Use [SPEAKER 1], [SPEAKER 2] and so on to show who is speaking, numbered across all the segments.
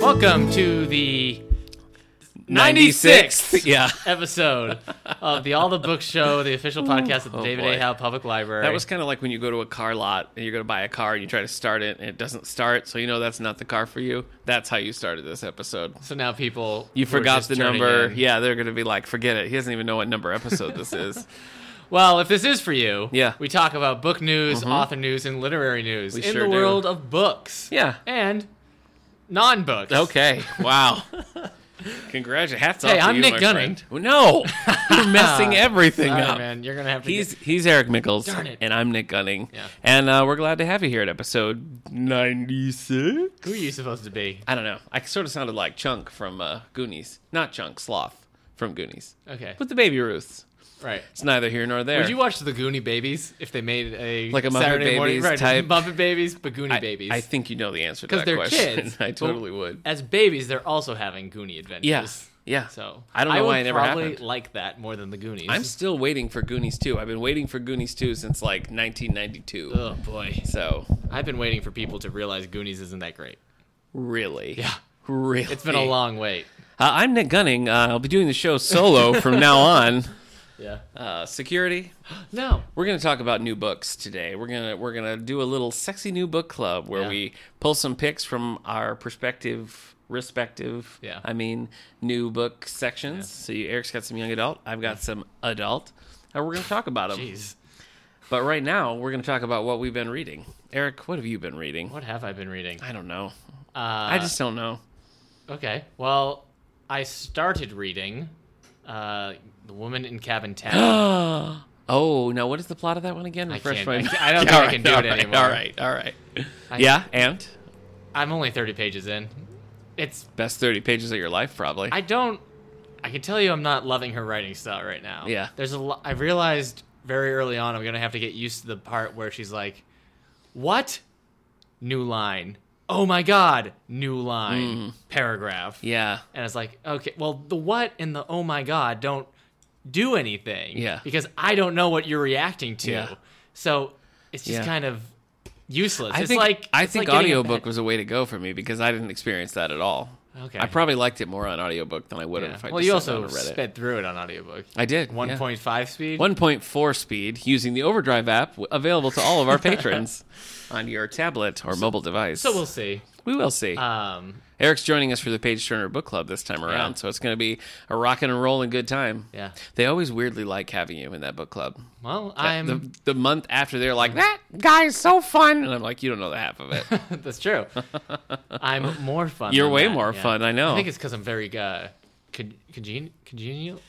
[SPEAKER 1] welcome to the 96th
[SPEAKER 2] Yeah.
[SPEAKER 1] episode of the All the Books Show, the official podcast of the
[SPEAKER 2] Oh,
[SPEAKER 1] David
[SPEAKER 2] boy.
[SPEAKER 1] A. Howe Public Library.
[SPEAKER 2] That was kind of like when you go to a car lot and you're going to buy a car and you try to start it and it doesn't start, so you know that's not the car for you. That's how you started this episode.
[SPEAKER 1] so now people
[SPEAKER 2] You
[SPEAKER 1] who are
[SPEAKER 2] forgot
[SPEAKER 1] just
[SPEAKER 2] the
[SPEAKER 1] tuning
[SPEAKER 2] number.
[SPEAKER 1] in-
[SPEAKER 2] Yeah, they're going to be like, forget it. He doesn't even know what number episode this is.
[SPEAKER 1] Well, if this is for you,
[SPEAKER 2] Yeah. Mm-hmm.
[SPEAKER 1] we talk about book news, author news, and literary news in
[SPEAKER 2] sure
[SPEAKER 1] the
[SPEAKER 2] do.
[SPEAKER 1] world of books.
[SPEAKER 2] Yeah.
[SPEAKER 1] and non-books.
[SPEAKER 2] Okay. Wow. Congratulations. Hats
[SPEAKER 1] Hey,
[SPEAKER 2] off to
[SPEAKER 1] I'm
[SPEAKER 2] you,
[SPEAKER 1] Nick
[SPEAKER 2] my
[SPEAKER 1] Gunning.
[SPEAKER 2] friend. No. You're messing everything
[SPEAKER 1] All right,
[SPEAKER 2] up.
[SPEAKER 1] man, you're gonna have to.
[SPEAKER 2] He's
[SPEAKER 1] get-
[SPEAKER 2] he's Eric Mickles,
[SPEAKER 1] Darn it.
[SPEAKER 2] and I'm Nick Gunning,
[SPEAKER 1] Yeah.
[SPEAKER 2] and uh, we're glad to have you here at episode 96.
[SPEAKER 1] who are you supposed to be?
[SPEAKER 2] I don't know. I sort of sounded like Chunk from uh, Goonies, not Chunk Sloth from Goonies,
[SPEAKER 1] Okay,
[SPEAKER 2] with the baby Ruths.
[SPEAKER 1] right.
[SPEAKER 2] It's neither here nor there.
[SPEAKER 1] Would you watch the Goonie Babies if they made a
[SPEAKER 2] Like a Muppet
[SPEAKER 1] Saturday morning
[SPEAKER 2] Babies
[SPEAKER 1] right,
[SPEAKER 2] type?
[SPEAKER 1] Muppet Babies, but Goonie
[SPEAKER 2] I,
[SPEAKER 1] Babies?
[SPEAKER 2] I think you know the answer to
[SPEAKER 1] 'Cause
[SPEAKER 2] that
[SPEAKER 1] they're
[SPEAKER 2] question.
[SPEAKER 1] kids,
[SPEAKER 2] I
[SPEAKER 1] but-
[SPEAKER 2] totally would.
[SPEAKER 1] as babies, they're also having Goonie adventures.
[SPEAKER 2] Yeah, yeah.
[SPEAKER 1] So
[SPEAKER 2] I don't know
[SPEAKER 1] would
[SPEAKER 2] why it never
[SPEAKER 1] probably
[SPEAKER 2] happened.
[SPEAKER 1] like that more than the Goonies.
[SPEAKER 2] I'm still waiting for Goonies 2. I've been waiting for Goonies 2 since like 1992.
[SPEAKER 1] oh boy,
[SPEAKER 2] So
[SPEAKER 1] I've been waiting for people to realize Goonies isn't that great.
[SPEAKER 2] really, yeah, really,
[SPEAKER 1] It's been a long wait.
[SPEAKER 2] Uh, I'm Nick Gunning. Uh, I'll be doing the show solo from now on.
[SPEAKER 1] Yeah.
[SPEAKER 2] Uh, security,
[SPEAKER 1] No.
[SPEAKER 2] We're going to talk about new books today. We're going to we're going to do a little sexy new book club where
[SPEAKER 1] Yeah.
[SPEAKER 2] we pull some picks from our perspective respective
[SPEAKER 1] Yeah.
[SPEAKER 2] I mean new book sections. So you, Eric's got some young adult, I've got some adult, and we're going to talk about them.
[SPEAKER 1] Jeez.
[SPEAKER 2] But right now, we're going to talk about what we've been reading. Eric, what have you been reading?
[SPEAKER 1] What have I been reading?
[SPEAKER 2] I don't know.
[SPEAKER 1] Uh,
[SPEAKER 2] I just don't know.
[SPEAKER 1] okay. Well, I started reading uh, "The Woman in Cabin 10.
[SPEAKER 2] oh, now what is the plot of that one again? Refresh
[SPEAKER 1] can't-
[SPEAKER 2] my
[SPEAKER 1] I can't- I don't think I can do it
[SPEAKER 2] All right,
[SPEAKER 1] anymore.
[SPEAKER 2] All right. All right. yeah, and
[SPEAKER 1] I'm only 30 pages in. It's
[SPEAKER 2] best 30 pages of your life probably.
[SPEAKER 1] I don't. I can tell you, I'm not loving her writing style right now.
[SPEAKER 2] Yeah.
[SPEAKER 1] There's a. Lo- I realized very early on, I'm gonna have to get used to the part where she's like, "What? New line. Oh my god, new line. Paragraph."
[SPEAKER 2] Mm-hmm. yeah.
[SPEAKER 1] And it's like, okay, well, the what and the oh my god don't do anything.
[SPEAKER 2] Yeah.
[SPEAKER 1] Because I don't know what you're reacting to.
[SPEAKER 2] Yeah.
[SPEAKER 1] So it's just
[SPEAKER 2] Yeah.
[SPEAKER 1] kind of useless.
[SPEAKER 2] I
[SPEAKER 1] it's
[SPEAKER 2] think
[SPEAKER 1] like
[SPEAKER 2] I
[SPEAKER 1] it's
[SPEAKER 2] think
[SPEAKER 1] like getting a
[SPEAKER 2] audiobook
[SPEAKER 1] bad-
[SPEAKER 2] was a way to go for me because I didn't experience that at all.
[SPEAKER 1] Okay.
[SPEAKER 2] I probably liked it more on audiobook than I would have
[SPEAKER 1] Yeah.
[SPEAKER 2] if I
[SPEAKER 1] Well,
[SPEAKER 2] just
[SPEAKER 1] you
[SPEAKER 2] sat
[SPEAKER 1] also
[SPEAKER 2] down and read it.
[SPEAKER 1] sped through it on audiobook.
[SPEAKER 2] I did. yeah.
[SPEAKER 1] 1.5 speed.
[SPEAKER 2] 1.4 speed using the Overdrive app w- available to all of our patrons on your tablet or mobile device.
[SPEAKER 1] So we'll see.
[SPEAKER 2] we will see.
[SPEAKER 1] Um,
[SPEAKER 2] Eric's joining us for the Page Turner Book Club this time around, so it's going to be a rockin' and rollin' good time.
[SPEAKER 1] Yeah.
[SPEAKER 2] They always weirdly like having you in that book club.
[SPEAKER 1] well, I'm.
[SPEAKER 2] the, the month after they're like, that guy's so fun. And I'm like, you don't know the half of it.
[SPEAKER 1] that's true. I'm more fun.
[SPEAKER 2] You're
[SPEAKER 1] than
[SPEAKER 2] way
[SPEAKER 1] that,
[SPEAKER 2] more
[SPEAKER 1] yeah.
[SPEAKER 2] fun, I know.
[SPEAKER 1] I think it's because I'm very uh, con- congen- congenial.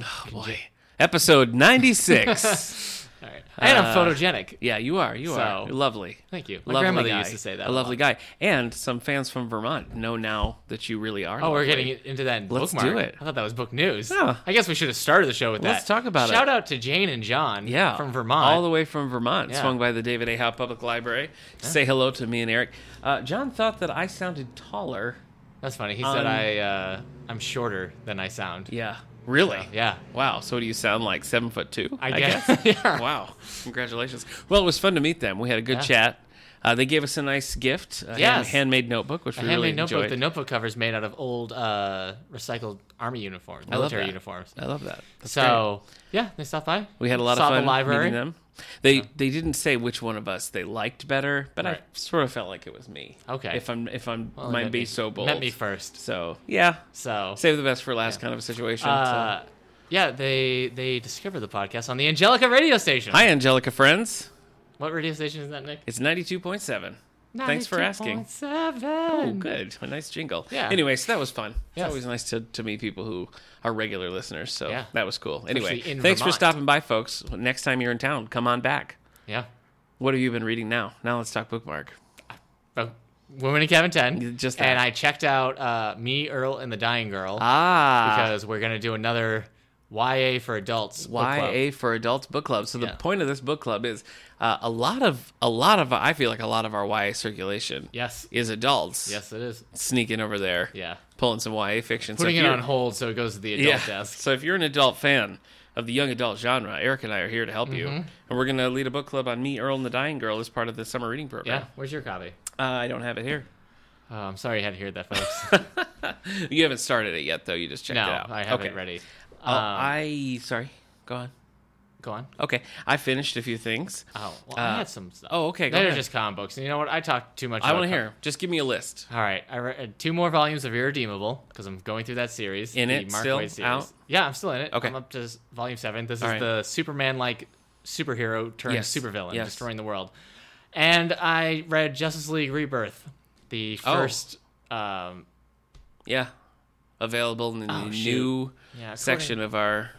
[SPEAKER 2] Oh boy. Episode 96.
[SPEAKER 1] All right.
[SPEAKER 2] Uh,
[SPEAKER 1] And I'm photogenic.
[SPEAKER 2] yeah, you are. You
[SPEAKER 1] So-
[SPEAKER 2] are. You're lovely.
[SPEAKER 1] Thank you. My
[SPEAKER 2] Lovely
[SPEAKER 1] grandmother
[SPEAKER 2] guy.
[SPEAKER 1] used to say that.
[SPEAKER 2] A
[SPEAKER 1] a
[SPEAKER 2] lovely
[SPEAKER 1] lot.
[SPEAKER 2] guy. And some fans from Vermont know now that you really are.
[SPEAKER 1] Oh, we're
[SPEAKER 2] lovely.
[SPEAKER 1] getting into that in
[SPEAKER 2] Let's
[SPEAKER 1] bookmark.
[SPEAKER 2] do it.
[SPEAKER 1] I thought that was book news.
[SPEAKER 2] Yeah.
[SPEAKER 1] I guess we should have started the show with
[SPEAKER 2] Let's
[SPEAKER 1] that.
[SPEAKER 2] talk about it.
[SPEAKER 1] Shout out to Jane and John
[SPEAKER 2] Yeah.
[SPEAKER 1] from Vermont.
[SPEAKER 2] All the way from Vermont.
[SPEAKER 1] Yeah.
[SPEAKER 2] Swung by the David A. Howe Public Library. to Say hello to me and Eric. Uh, John thought that I sounded taller.
[SPEAKER 1] That's funny. He said
[SPEAKER 2] Um,
[SPEAKER 1] I uh, I'm shorter than I sound.
[SPEAKER 2] Yeah. Really?
[SPEAKER 1] Yeah.
[SPEAKER 2] Wow. So do you sound like seven foot two?
[SPEAKER 1] I guess. Yeah.
[SPEAKER 2] Wow. Congratulations. Well, it was fun to meet them. We had a good
[SPEAKER 1] Yeah.
[SPEAKER 2] chat. Uh, they gave us a nice gift, a hand-
[SPEAKER 1] Yes.
[SPEAKER 2] handmade notebook, which
[SPEAKER 1] A
[SPEAKER 2] we
[SPEAKER 1] handmade
[SPEAKER 2] really
[SPEAKER 1] notebook.
[SPEAKER 2] enjoyed.
[SPEAKER 1] The notebook cover is made out of old uh, recycled army uniforms,
[SPEAKER 2] I love
[SPEAKER 1] military
[SPEAKER 2] that.
[SPEAKER 1] uniforms.
[SPEAKER 2] I love that. That's
[SPEAKER 1] so yeah, they stopped by.
[SPEAKER 2] great. we had a lot
[SPEAKER 1] saw
[SPEAKER 2] of fun
[SPEAKER 1] The library.
[SPEAKER 2] meeting them. They they didn't say which one of us they liked better, but I
[SPEAKER 1] Right.
[SPEAKER 2] sort of felt like it was me.
[SPEAKER 1] Okay.
[SPEAKER 2] If I'm if I'm
[SPEAKER 1] Well, Oh, they
[SPEAKER 2] mind
[SPEAKER 1] met
[SPEAKER 2] be
[SPEAKER 1] me-
[SPEAKER 2] so bold.
[SPEAKER 1] Met me first.
[SPEAKER 2] So yeah,
[SPEAKER 1] So
[SPEAKER 2] save the best for last kind of a situation.
[SPEAKER 1] uh, yeah, they they discovered the podcast on the Angelica radio station.
[SPEAKER 2] so. Hi, Angelica friends.
[SPEAKER 1] What radio station is that, Nick?
[SPEAKER 2] It's ninety two point seven. Thanks for asking.
[SPEAKER 1] 92.7.
[SPEAKER 2] Oh, good. A nice jingle.
[SPEAKER 1] Yeah.
[SPEAKER 2] Anyway, so that was fun.
[SPEAKER 1] Yes.
[SPEAKER 2] It's always nice to, to meet people who are regular listeners. So
[SPEAKER 1] Yeah.
[SPEAKER 2] that was cool. Anyway,
[SPEAKER 1] Especially in
[SPEAKER 2] thanks
[SPEAKER 1] Vermont.
[SPEAKER 2] for stopping by, folks. Next time you're in town, come on back.
[SPEAKER 1] Yeah.
[SPEAKER 2] What have you been reading now? Now let's talk bookmark.
[SPEAKER 1] But Women in Cabin 10.
[SPEAKER 2] Just that.
[SPEAKER 1] and I checked out uh, Me, Earl, and the Dying Girl
[SPEAKER 2] Ah.
[SPEAKER 1] because we're going to do another YA for adults. book club.
[SPEAKER 2] YA for adults book club. So
[SPEAKER 1] Yeah.
[SPEAKER 2] the point of this book club is uh, a lot of a lot of I feel like a lot of our YA circulation
[SPEAKER 1] Yes.
[SPEAKER 2] is adults
[SPEAKER 1] Yes, it is.
[SPEAKER 2] sneaking over there,
[SPEAKER 1] Yeah.
[SPEAKER 2] pulling some YA fiction. So
[SPEAKER 1] Putting
[SPEAKER 2] if
[SPEAKER 1] it
[SPEAKER 2] you're-
[SPEAKER 1] on hold so it goes to the adult desk.
[SPEAKER 2] So if you're an adult fan of the young adult genre, Eric and I are here to help you,
[SPEAKER 1] Mm-hmm.
[SPEAKER 2] and we're gonna lead a book club on Me, Earl, and the Dying Girl as part of the summer reading
[SPEAKER 1] Yeah.
[SPEAKER 2] program.
[SPEAKER 1] Where's your copy?
[SPEAKER 2] Uh, I don't have it here.
[SPEAKER 1] Oh, I'm sorry you had to hear that, folks.
[SPEAKER 2] You haven't started it yet, though. You just checked
[SPEAKER 1] no,
[SPEAKER 2] it out.
[SPEAKER 1] I have
[SPEAKER 2] okay.
[SPEAKER 1] it ready.
[SPEAKER 2] Oh,
[SPEAKER 1] Um,
[SPEAKER 2] I sorry. Go on.
[SPEAKER 1] go on.
[SPEAKER 2] Okay, I finished a few things.
[SPEAKER 1] Oh, well, I
[SPEAKER 2] uh,
[SPEAKER 1] had some stuff.
[SPEAKER 2] oh, okay, go
[SPEAKER 1] They're
[SPEAKER 2] ahead.
[SPEAKER 1] just comic books. And you know what? I talked too much.
[SPEAKER 2] I
[SPEAKER 1] about
[SPEAKER 2] want to
[SPEAKER 1] com-
[SPEAKER 2] hear. 'em. Just give me a list.
[SPEAKER 1] All right, I read two more volumes of Irredeemable because I'm going through that series.
[SPEAKER 2] In
[SPEAKER 1] the
[SPEAKER 2] it still? Out?
[SPEAKER 1] Yeah, I'm still in it.
[SPEAKER 2] Okay.
[SPEAKER 1] I'm up to s- volume seven. This
[SPEAKER 2] All
[SPEAKER 1] is
[SPEAKER 2] right.
[SPEAKER 1] the Superman-like superhero turned
[SPEAKER 2] Yes,
[SPEAKER 1] supervillain
[SPEAKER 2] yes.
[SPEAKER 1] destroying the world. And I read Justice League Rebirth, the
[SPEAKER 2] Oh.
[SPEAKER 1] first. Um,
[SPEAKER 2] Yeah, available in the
[SPEAKER 1] Oh, shoot.
[SPEAKER 2] new
[SPEAKER 1] Yeah, according-
[SPEAKER 2] section of our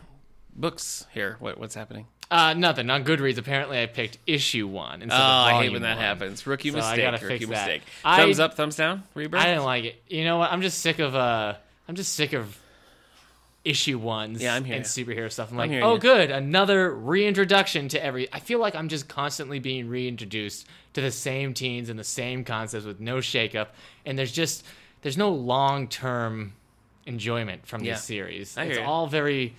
[SPEAKER 2] books here. What, what's happening?
[SPEAKER 1] uh, nothing on Goodreads. Apparently, I picked issue one instead
[SPEAKER 2] oh,
[SPEAKER 1] of
[SPEAKER 2] I
[SPEAKER 1] volume
[SPEAKER 2] hate when that
[SPEAKER 1] one.
[SPEAKER 2] happens. Rookie
[SPEAKER 1] So I
[SPEAKER 2] mistake.
[SPEAKER 1] gotta
[SPEAKER 2] Rookie
[SPEAKER 1] fix that.
[SPEAKER 2] mistake.
[SPEAKER 1] I-
[SPEAKER 2] thumbs up, thumbs down. Rebirth.
[SPEAKER 1] I didn't like it. You know what? I'm just sick of uh, I'm just sick of issue ones.
[SPEAKER 2] Yeah, I'm hearing
[SPEAKER 1] and superhero stuff. I'm, like,
[SPEAKER 2] hearing
[SPEAKER 1] oh,
[SPEAKER 2] you.
[SPEAKER 1] good, another reintroduction to every. I feel like I'm just constantly being reintroduced to the same teens and the same concepts with no shakeup, and there's just there's no long term enjoyment from
[SPEAKER 2] Yeah.
[SPEAKER 1] this series.
[SPEAKER 2] I
[SPEAKER 1] it's
[SPEAKER 2] hear you.
[SPEAKER 1] all very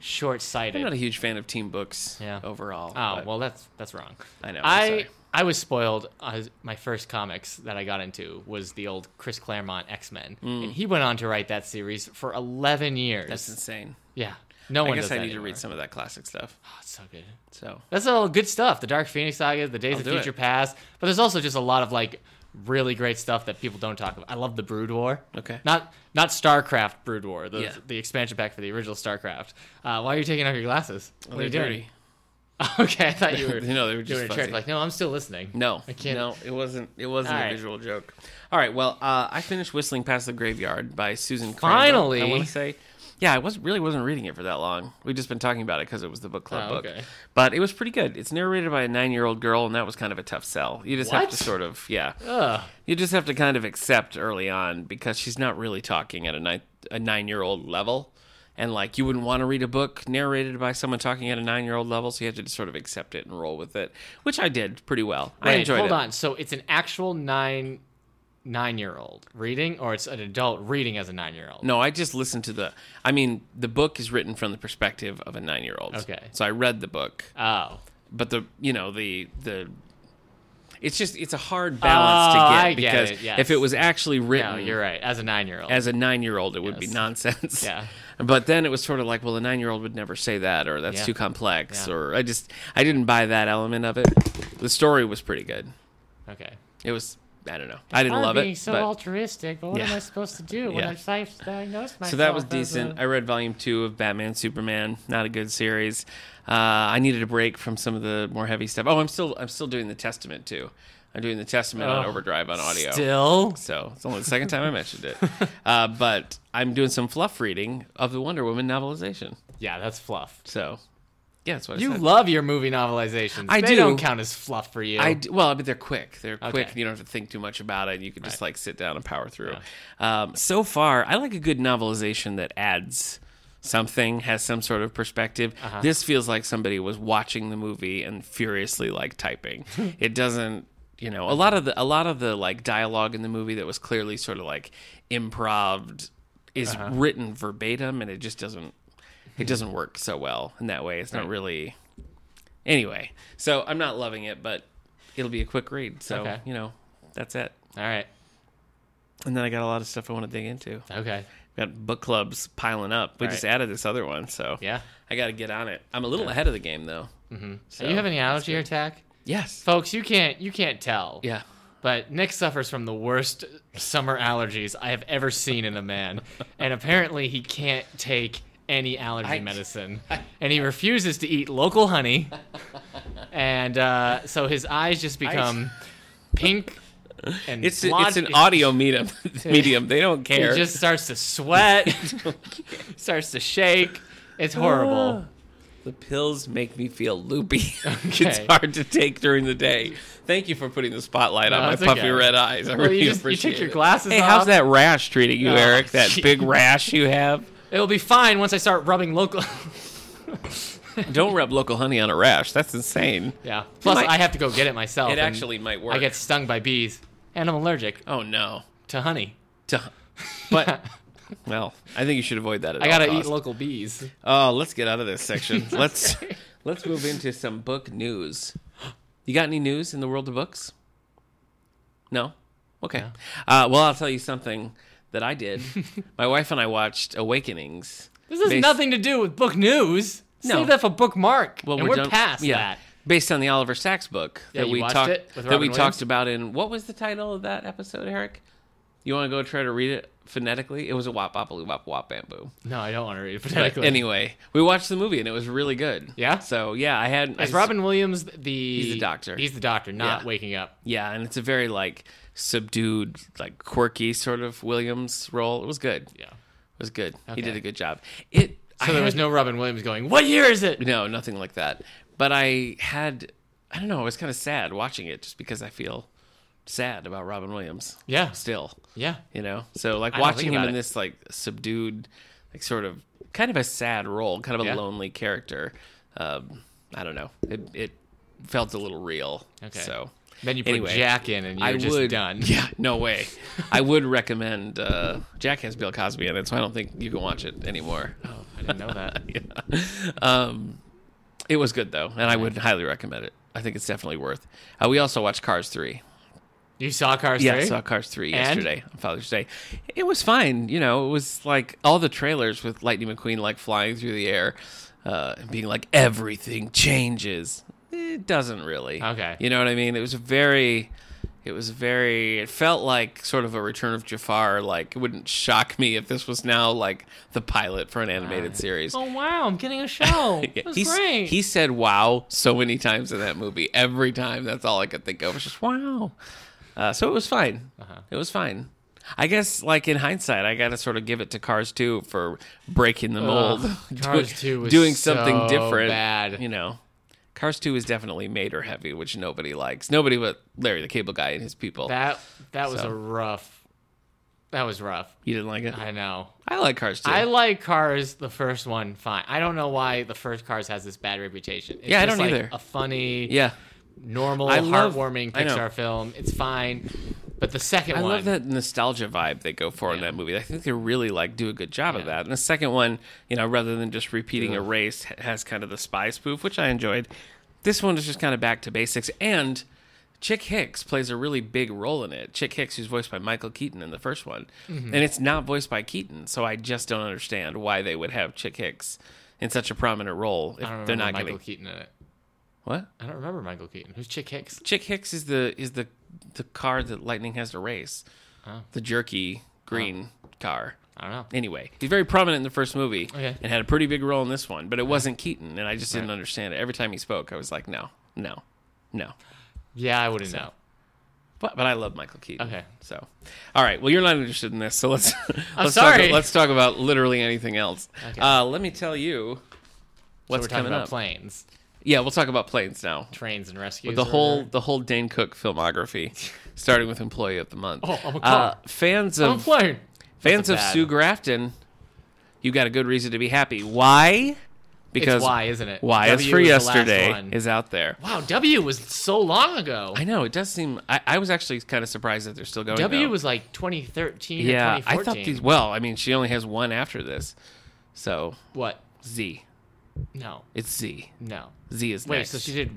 [SPEAKER 1] short
[SPEAKER 2] I'm not
[SPEAKER 1] sighted.
[SPEAKER 2] a huge fan of team books.
[SPEAKER 1] Yeah.
[SPEAKER 2] Overall.
[SPEAKER 1] Oh
[SPEAKER 2] but
[SPEAKER 1] well, that's that's wrong.
[SPEAKER 2] I know. I'm
[SPEAKER 1] I
[SPEAKER 2] sorry.
[SPEAKER 1] I was spoiled. Uh, my first comics that I got into was the old Chris Claremont X Men, and he went on to write that series for eleven years.
[SPEAKER 2] Mm. That's insane.
[SPEAKER 1] yeah, no
[SPEAKER 2] I
[SPEAKER 1] one.
[SPEAKER 2] guess
[SPEAKER 1] does
[SPEAKER 2] I
[SPEAKER 1] that
[SPEAKER 2] need to
[SPEAKER 1] anymore.
[SPEAKER 2] read some of that classic stuff.
[SPEAKER 1] Oh, it's so good.
[SPEAKER 2] So
[SPEAKER 1] That's all good stuff. The Dark Phoenix saga, the Days
[SPEAKER 2] I'll
[SPEAKER 1] of
[SPEAKER 2] do it.
[SPEAKER 1] Future Past, but there's also just a lot of like really great stuff that people don't talk about. I love the Brood War.
[SPEAKER 2] Okay.
[SPEAKER 1] Not not StarCraft Brood War, the,
[SPEAKER 2] Yeah.
[SPEAKER 1] the expansion pack for the original StarCraft. Uh, why are you taking off your glasses? What are
[SPEAKER 2] they're
[SPEAKER 1] you doing?
[SPEAKER 2] dirty.
[SPEAKER 1] Okay, I thought you were
[SPEAKER 2] No, they were just
[SPEAKER 1] doing a
[SPEAKER 2] fuzzy.
[SPEAKER 1] trick. Like, no, I'm still listening.
[SPEAKER 2] No,
[SPEAKER 1] I can't.
[SPEAKER 2] No, it wasn't. It wasn't
[SPEAKER 1] All
[SPEAKER 2] a
[SPEAKER 1] right.
[SPEAKER 2] visual joke. All right. Well, uh, I finished whistling past the graveyard by Susan. Crandall,
[SPEAKER 1] Finally.
[SPEAKER 2] I want to say, yeah, I was really wasn't reading it for that long. We've just been talking about it because it was the book club
[SPEAKER 1] Oh,
[SPEAKER 2] book,
[SPEAKER 1] okay.
[SPEAKER 2] but it was pretty good. It's narrated by a nine-year-old girl, and that was kind of a tough sell. You just have
[SPEAKER 1] What?
[SPEAKER 2] to sort of, yeah,
[SPEAKER 1] Ugh.
[SPEAKER 2] you just have to kind of accept early on because she's not really talking at a nine a nine year old level. And like you wouldn't want to read a book narrated by someone talking at a nine year old level, so you have to just sort of accept it and roll with it, which I did pretty well. I
[SPEAKER 1] Wait,
[SPEAKER 2] enjoyed
[SPEAKER 1] hold
[SPEAKER 2] it.
[SPEAKER 1] on. So it's an actual nine nine year old reading, or it's an adult reading as a nine year old.
[SPEAKER 2] No, I just listened to the. I mean, the book is written from the perspective of a nine year old.
[SPEAKER 1] Okay.
[SPEAKER 2] So I read the book,
[SPEAKER 1] Oh.
[SPEAKER 2] but the you know the the. It's just it's a hard balance
[SPEAKER 1] Oh,
[SPEAKER 2] to get
[SPEAKER 1] I get
[SPEAKER 2] because
[SPEAKER 1] it, yes.
[SPEAKER 2] if it was actually written,
[SPEAKER 1] No, you're right. As a nine year old.
[SPEAKER 2] Mm-hmm. as a nine year old, it would be
[SPEAKER 1] Yes.
[SPEAKER 2] nonsense.
[SPEAKER 1] Yeah.
[SPEAKER 2] But then it was sort of like, well, a nine year old would never say that, or that's
[SPEAKER 1] Yeah.
[SPEAKER 2] too complex,
[SPEAKER 1] Yeah.
[SPEAKER 2] or I just I didn't buy that element of it. The story was pretty good.
[SPEAKER 1] okay.
[SPEAKER 2] It was I don't know. I didn't
[SPEAKER 1] I'm
[SPEAKER 2] love
[SPEAKER 1] being
[SPEAKER 2] it.
[SPEAKER 1] so
[SPEAKER 2] but-
[SPEAKER 1] altruistic, but what am
[SPEAKER 2] Yeah.
[SPEAKER 1] I supposed to do when
[SPEAKER 2] Yeah.
[SPEAKER 1] I've self-diagnosed myself?
[SPEAKER 2] so that was
[SPEAKER 1] as
[SPEAKER 2] decent.
[SPEAKER 1] A,
[SPEAKER 2] I read volume two of Batman Superman. Not a good series. Uh, I needed a break from some of the more heavy stuff. Oh, I'm still I'm still doing the Testament too. I'm doing the Testament on
[SPEAKER 1] Oh,
[SPEAKER 2] Overdrive on audio.
[SPEAKER 1] still.
[SPEAKER 2] So it's only the second time I mentioned it. Uh, but I'm doing some fluff reading of the Wonder Woman novelization.
[SPEAKER 1] Yeah, that's fluff.
[SPEAKER 2] So, yeah, that's what I
[SPEAKER 1] You
[SPEAKER 2] said.
[SPEAKER 1] love your movie novelizations.
[SPEAKER 2] I
[SPEAKER 1] they
[SPEAKER 2] do.
[SPEAKER 1] don't count as fluff for you.
[SPEAKER 2] I d- well, but they're quick. They're quick.
[SPEAKER 1] Okay.
[SPEAKER 2] You don't have to think too much about it. You can just like sit down and power through. Um, so far, I like a good novelization that adds something, has some sort of perspective. This feels like somebody was watching the movie and furiously like typing. it doesn't. You know, a lot of the a lot of the like dialogue in the movie that was clearly sort of like improved is written verbatim, and it just doesn't it doesn't work so well in that way. It's not really anyway. So I'm not loving it, but it'll be a quick read. So
[SPEAKER 1] Okay.
[SPEAKER 2] you know, that's it.
[SPEAKER 1] All right.
[SPEAKER 2] And then I got a lot of stuff I want to dig into.
[SPEAKER 1] Okay.
[SPEAKER 2] Got book clubs piling up. We
[SPEAKER 1] Right.
[SPEAKER 2] just added this other one, so
[SPEAKER 1] Yeah.
[SPEAKER 2] I got to get on it. I'm a little ahead of the game though. Mm-hmm. So,
[SPEAKER 1] Do you have any allergy attack?
[SPEAKER 2] Yes.
[SPEAKER 1] Folks, you can't you can't tell.
[SPEAKER 2] Yeah.
[SPEAKER 1] But Nick suffers from the worst summer allergies I have ever seen in a man. And apparently he can't take any allergy
[SPEAKER 2] I-
[SPEAKER 1] medicine. and he refuses to eat local honey. And uh, so his eyes just become pink and
[SPEAKER 2] It's
[SPEAKER 1] blotch-
[SPEAKER 2] it's an audio medium. medium. They don't
[SPEAKER 1] He
[SPEAKER 2] care.
[SPEAKER 1] just starts to sweat, starts to shake. It's
[SPEAKER 2] Ah.
[SPEAKER 1] horrible.
[SPEAKER 2] The pills make me feel loopy.
[SPEAKER 1] Okay.
[SPEAKER 2] it's hard to take during the day. Thank you for putting the spotlight on
[SPEAKER 1] No,
[SPEAKER 2] my
[SPEAKER 1] it's
[SPEAKER 2] puffy
[SPEAKER 1] okay.
[SPEAKER 2] red eyes. I
[SPEAKER 1] Well,
[SPEAKER 2] really
[SPEAKER 1] you, just, you
[SPEAKER 2] appreciate
[SPEAKER 1] took your
[SPEAKER 2] it.
[SPEAKER 1] glasses
[SPEAKER 2] Hey,
[SPEAKER 1] off.
[SPEAKER 2] how's that rash treating you,
[SPEAKER 1] Oh,
[SPEAKER 2] Eric? That
[SPEAKER 1] shit.
[SPEAKER 2] big rash you have?
[SPEAKER 1] It'll be fine once I start rubbing local.
[SPEAKER 2] Don't rub local honey on a rash. That's insane.
[SPEAKER 1] yeah. Plus,
[SPEAKER 2] might-
[SPEAKER 1] I have to go get it myself.
[SPEAKER 2] It
[SPEAKER 1] and
[SPEAKER 2] actually might work.
[SPEAKER 1] I get stung by bees, and I'm allergic
[SPEAKER 2] Oh no.
[SPEAKER 1] to honey.
[SPEAKER 2] Duh. But well, I think you should avoid that. At
[SPEAKER 1] I gotta
[SPEAKER 2] all
[SPEAKER 1] eat local bees.
[SPEAKER 2] Oh, let's get out of this section. Let's let's move into some book news. You got any news in the world of books? No. Okay. Uh, well, I'll tell you something that I did. My wife and I watched Awakenings.
[SPEAKER 1] This has
[SPEAKER 2] Based-
[SPEAKER 1] nothing to do with book news.
[SPEAKER 2] No.
[SPEAKER 1] Save that for bookmark. Well, and we're,
[SPEAKER 2] done-
[SPEAKER 1] past
[SPEAKER 2] yeah,
[SPEAKER 1] that.
[SPEAKER 2] Based on the Oliver Sacks book
[SPEAKER 1] Yeah,
[SPEAKER 2] that
[SPEAKER 1] you
[SPEAKER 2] we
[SPEAKER 1] watched
[SPEAKER 2] talked
[SPEAKER 1] it with
[SPEAKER 2] that we
[SPEAKER 1] Robin Williams?
[SPEAKER 2] talked about in what was the title of that episode, Eric? You want to go try to read it phonetically? It was a wop boppaloo wop wop bamboo.
[SPEAKER 1] No, I don't want to read it
[SPEAKER 2] But
[SPEAKER 1] phonetically.
[SPEAKER 2] anyway, we watched the movie and it was really good.
[SPEAKER 1] Yeah?
[SPEAKER 2] So yeah, I had
[SPEAKER 1] Is
[SPEAKER 2] I-
[SPEAKER 1] Robin Williams the
[SPEAKER 2] He's the doctor.
[SPEAKER 1] He's the doctor, not
[SPEAKER 2] Yeah.
[SPEAKER 1] waking up.
[SPEAKER 2] Yeah, and it's a very like subdued, like quirky sort of Williams role. It was good.
[SPEAKER 1] Yeah.
[SPEAKER 2] It was good. He
[SPEAKER 1] Okay.
[SPEAKER 2] did a good job. It
[SPEAKER 1] So there was no Robin Williams going, What year is it?
[SPEAKER 2] No, nothing like that. But I had, I don't know, I was kind of sad watching it just because I feel sad about Robin Williams.
[SPEAKER 1] Yeah.
[SPEAKER 2] Still,
[SPEAKER 1] Yeah.
[SPEAKER 2] you know? So, like,
[SPEAKER 1] I don't think
[SPEAKER 2] watching him
[SPEAKER 1] about
[SPEAKER 2] in
[SPEAKER 1] it.
[SPEAKER 2] this, like, subdued, like, sort of, kind of a sad role, kind of a
[SPEAKER 1] Yeah.
[SPEAKER 2] lonely character. Um, I don't know. It, it felt a little real.
[SPEAKER 1] Okay.
[SPEAKER 2] So,
[SPEAKER 1] Then you put
[SPEAKER 2] Anyway,
[SPEAKER 1] Jack in and you're
[SPEAKER 2] I
[SPEAKER 1] just
[SPEAKER 2] would,
[SPEAKER 1] done.
[SPEAKER 2] Yeah, no way. I would recommend, uh, Jack has Bill Cosby in it, so I don't think you can watch it anymore.
[SPEAKER 1] Oh, I didn't know that.
[SPEAKER 2] Yeah. Um, it was good though, and I would highly recommend it. I think it's definitely worth. Uh, we also watched Cars three.
[SPEAKER 1] You saw Cars
[SPEAKER 2] Yeah,
[SPEAKER 1] 3?
[SPEAKER 2] I saw Cars three
[SPEAKER 1] And?
[SPEAKER 2] yesterday on Father's Day. It was fine. You know, it was like all the trailers with Lightning McQueen like flying through the air uh, and being like everything changes. It doesn't really.
[SPEAKER 1] Okay.
[SPEAKER 2] You know what I mean? It was very. It was very. It felt like sort of a Return of Jafar. Like it wouldn't shock me if this was now like the pilot for an animated series.
[SPEAKER 1] Oh wow, I'm getting a show.
[SPEAKER 2] Yeah,
[SPEAKER 1] That's
[SPEAKER 2] he's-
[SPEAKER 1] great.
[SPEAKER 2] He said "wow" so many times in that movie. Every time, that's all I could think of was just "wow." Uh, so it was fine.
[SPEAKER 1] Uh-huh.
[SPEAKER 2] It was fine. I guess, like in hindsight, I got to sort of give it to Cars Two for breaking the mold, doing-
[SPEAKER 1] Cars 2 was
[SPEAKER 2] doing
[SPEAKER 1] so
[SPEAKER 2] something different.
[SPEAKER 1] bad.
[SPEAKER 2] You know, Cars Two is definitely Mater heavy, which nobody likes. Nobody but Larry the Cable Guy and his people.
[SPEAKER 1] that that was
[SPEAKER 2] So.
[SPEAKER 1] a rough that was rough.
[SPEAKER 2] you didn't like it. I,
[SPEAKER 1] I know.
[SPEAKER 2] like Cars Two.
[SPEAKER 1] I like Cars, the first one, fine. I don't know why the first Cars has this bad reputation. It's
[SPEAKER 2] Yeah, I
[SPEAKER 1] just
[SPEAKER 2] don't
[SPEAKER 1] like
[SPEAKER 2] either.
[SPEAKER 1] A funny,
[SPEAKER 2] yeah,
[SPEAKER 1] normal,
[SPEAKER 2] I love-
[SPEAKER 1] heartwarming
[SPEAKER 2] I know.
[SPEAKER 1] Pixar film. It's fine. But the second
[SPEAKER 2] I
[SPEAKER 1] one,
[SPEAKER 2] love that nostalgia vibe they go for in
[SPEAKER 1] Yeah.
[SPEAKER 2] that movie. I think they really like do a good job of that. And the second one, you know, rather than just repeating a race, h- has kind of the spy spoof, which I enjoyed. This one is just kind of back to basics. And Chick Hicks plays a really big role in it. Chick Hicks, who's voiced by Michael Keaton in the first one,
[SPEAKER 1] Mm-hmm.
[SPEAKER 2] and it's not voiced by Keaton, so I just don't understand why they would have Chick Hicks in such a prominent role
[SPEAKER 1] I don't
[SPEAKER 2] if
[SPEAKER 1] remember
[SPEAKER 2] they're not
[SPEAKER 1] Michael
[SPEAKER 2] going to.
[SPEAKER 1] Keaton in it.
[SPEAKER 2] What?
[SPEAKER 1] I don't remember Michael Keaton. Who's Chick Hicks?
[SPEAKER 2] Chick Hicks is the is the the car that Lightning has to race.
[SPEAKER 1] Oh.
[SPEAKER 2] The jerky green car.
[SPEAKER 1] I don't know.
[SPEAKER 2] Anyway, he's very prominent in the first movie
[SPEAKER 1] Okay.
[SPEAKER 2] and had a pretty big role in this one, but it wasn't Keaton, and I just didn't understand it. Every time he spoke, I was like, no, no, no.
[SPEAKER 1] Yeah, I wouldn't know.
[SPEAKER 2] But, but I love Michael Keaton.
[SPEAKER 1] Okay.
[SPEAKER 2] So, all right. Well, you're not interested in this, so let's let's
[SPEAKER 1] sorry.
[SPEAKER 2] Talk, let's talk about literally anything else. Uh, let me tell you
[SPEAKER 1] So
[SPEAKER 2] what's
[SPEAKER 1] we're talking
[SPEAKER 2] coming
[SPEAKER 1] about
[SPEAKER 2] up.
[SPEAKER 1] planes,
[SPEAKER 2] yeah, we'll talk about planes now.
[SPEAKER 1] trains, and rescues.
[SPEAKER 2] the
[SPEAKER 1] or
[SPEAKER 2] whole
[SPEAKER 1] whatever.
[SPEAKER 2] the whole Dane Cook filmography, starting with Employee of the Month.
[SPEAKER 1] Oh, I'm a
[SPEAKER 2] uh,
[SPEAKER 1] car.
[SPEAKER 2] fans
[SPEAKER 1] I'm a
[SPEAKER 2] of
[SPEAKER 1] plane.
[SPEAKER 2] fans of
[SPEAKER 1] bad-
[SPEAKER 2] Sue Grafton, you got a good reason to be happy. Why? Because
[SPEAKER 1] It's why, isn't it?
[SPEAKER 2] Why is
[SPEAKER 1] W
[SPEAKER 2] for
[SPEAKER 1] was the last
[SPEAKER 2] yesterday
[SPEAKER 1] one.
[SPEAKER 2] is out there.
[SPEAKER 1] wow, W was so long ago.
[SPEAKER 2] I know it does seem. I, I was actually kind of surprised that they're still going.
[SPEAKER 1] W
[SPEAKER 2] though.
[SPEAKER 1] was like 2013 or
[SPEAKER 2] yeah. I
[SPEAKER 1] 2014.
[SPEAKER 2] thought these. Well, I mean, she only has one after this, so
[SPEAKER 1] What?
[SPEAKER 2] Z.
[SPEAKER 1] No,
[SPEAKER 2] It's Z.
[SPEAKER 1] no.
[SPEAKER 2] Z is
[SPEAKER 1] Wait,
[SPEAKER 2] next.
[SPEAKER 1] so she did.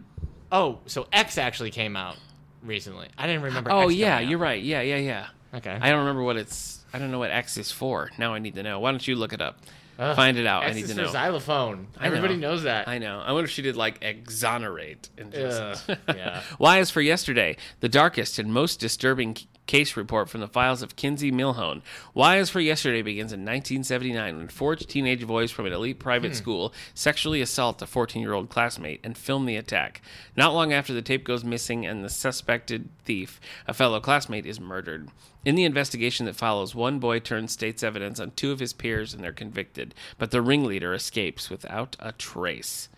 [SPEAKER 1] Oh, so X actually came out recently. I didn't remember.
[SPEAKER 2] Oh
[SPEAKER 1] X
[SPEAKER 2] yeah,
[SPEAKER 1] coming out.
[SPEAKER 2] you're right. Yeah, yeah, yeah.
[SPEAKER 1] Okay.
[SPEAKER 2] I don't remember what it's. I don't know what X is for. Now I need to know. Why don't you look it up?
[SPEAKER 1] Ugh,
[SPEAKER 2] Find it out.
[SPEAKER 1] X
[SPEAKER 2] I need
[SPEAKER 1] is
[SPEAKER 2] to
[SPEAKER 1] for
[SPEAKER 2] know.
[SPEAKER 1] xylophone.
[SPEAKER 2] know.
[SPEAKER 1] Everybody knows that.
[SPEAKER 2] I know. I wonder if she did like exonerate. And just-
[SPEAKER 1] Ugh, yeah.
[SPEAKER 2] Why is for yesterday the darkest and most disturbing c- case report from the files of Kinsey Milhone? Why is for yesterday begins in 1979 when four teenage boys from an elite private school sexually assault a 14-year-old classmate and film the attack. Not long after the tape goes missing and the suspected thief, a fellow classmate, is murdered. In the investigation that follows, one boy turns state's evidence on two of his peers and they're convicted, but the ringleader escapes without a trace.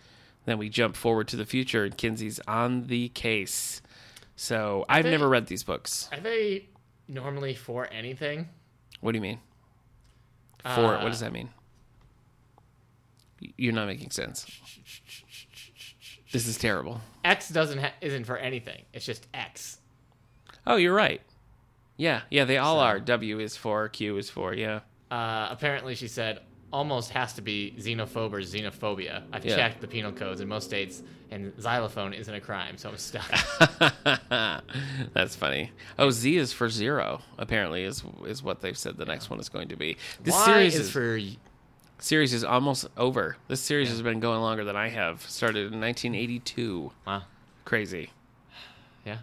[SPEAKER 2] Then we jump forward to the future, and Kinsey's on the case. So I've
[SPEAKER 1] think-
[SPEAKER 2] never read these books.
[SPEAKER 1] Are they normally for anything?
[SPEAKER 2] What do you mean? For
[SPEAKER 1] Uh,
[SPEAKER 2] what does that mean? Y- You're not making sense. This is terrible.
[SPEAKER 1] X doesn't ha- isn't for anything. It's just X.
[SPEAKER 2] Oh, you're right. Yeah, yeah, they all are. W is for, Q is for, yeah.
[SPEAKER 1] Uh, apparently, she said almost has to be xenophobe or xenophobia. I've
[SPEAKER 2] Yeah.
[SPEAKER 1] checked the penal codes in most states, and xylophone isn't a crime, so I'm stuck.
[SPEAKER 2] That's funny. Oh, Z is for zero. Apparently, is is what they've said the next one is going to be. This
[SPEAKER 1] Y
[SPEAKER 2] series
[SPEAKER 1] is for
[SPEAKER 2] series is almost over. This series has been going longer than I have. Started in 1982.
[SPEAKER 1] wow,
[SPEAKER 2] Crazy.
[SPEAKER 1] yeah.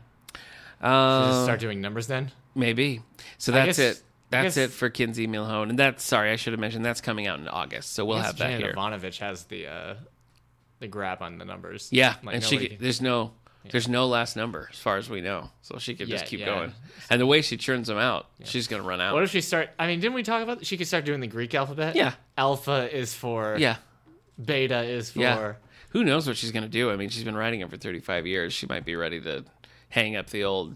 [SPEAKER 2] Um,
[SPEAKER 1] Just start doing numbers then.
[SPEAKER 2] Maybe. So that's
[SPEAKER 1] guess-
[SPEAKER 2] it.
[SPEAKER 1] I
[SPEAKER 2] That's
[SPEAKER 1] guess-
[SPEAKER 2] it for Kinsey Milhone. And that's sorry, I should have mentioned that's coming out in August. So we'll
[SPEAKER 1] Yes,
[SPEAKER 2] have that
[SPEAKER 1] Janet
[SPEAKER 2] here.
[SPEAKER 1] Ivanovich has the uh, the grab on the numbers.
[SPEAKER 2] Yeah,
[SPEAKER 1] Like,
[SPEAKER 2] and she
[SPEAKER 1] nobody-
[SPEAKER 2] could- there's no there's no last number as far as we know, so she could just
[SPEAKER 1] Yeah,
[SPEAKER 2] keep
[SPEAKER 1] yeah.
[SPEAKER 2] going. And the way she churns them out, she's gonna run out.
[SPEAKER 1] What if she start? I mean, didn't we talk about she could start doing the Greek alphabet?
[SPEAKER 2] Yeah.
[SPEAKER 1] Alpha is for
[SPEAKER 2] yeah,
[SPEAKER 1] Beta is for.
[SPEAKER 2] yeah. Who knows what she's gonna do? I mean, she's been writing it for 35 years. She might be ready to hang up the old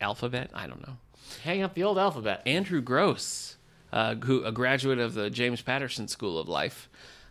[SPEAKER 2] alphabet. I don't know.
[SPEAKER 1] Hang up the old alphabet.
[SPEAKER 2] Andrew Gross, uh, who a graduate of the James Patterson School of Life,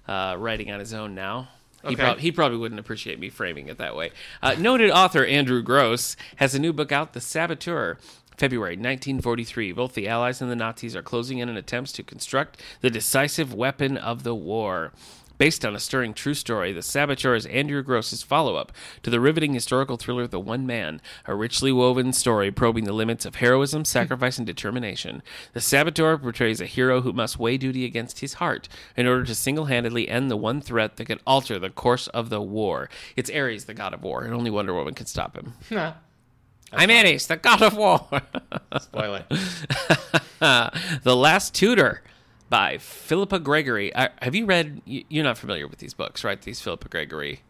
[SPEAKER 2] uh, writing on his own now. He,
[SPEAKER 1] Okay.
[SPEAKER 2] prob- he probably wouldn't appreciate me framing it that way. Uh, noted author Andrew Gross has a new book out, The Saboteur. February 1943. Both the Allies and the Nazis are closing in on attempts to construct the decisive weapon of the war. Based on a stirring true story, The Saboteur is Andrew Gross's follow up to the riveting historical thriller The One Man, a richly woven story probing the limits of heroism, sacrifice, and determination. The Saboteur portrays a hero who must weigh duty against his heart in order to single handedly end the one threat that could alter the course of the war. It's Ares, the god of war, and only Wonder Woman can stop him. I'm Ares, the god of war.
[SPEAKER 1] Spoiler.
[SPEAKER 2] the Last Tutor by Philippa Gregory. I, have you read? you- You're not familiar with these books, right? These Philippa Gregory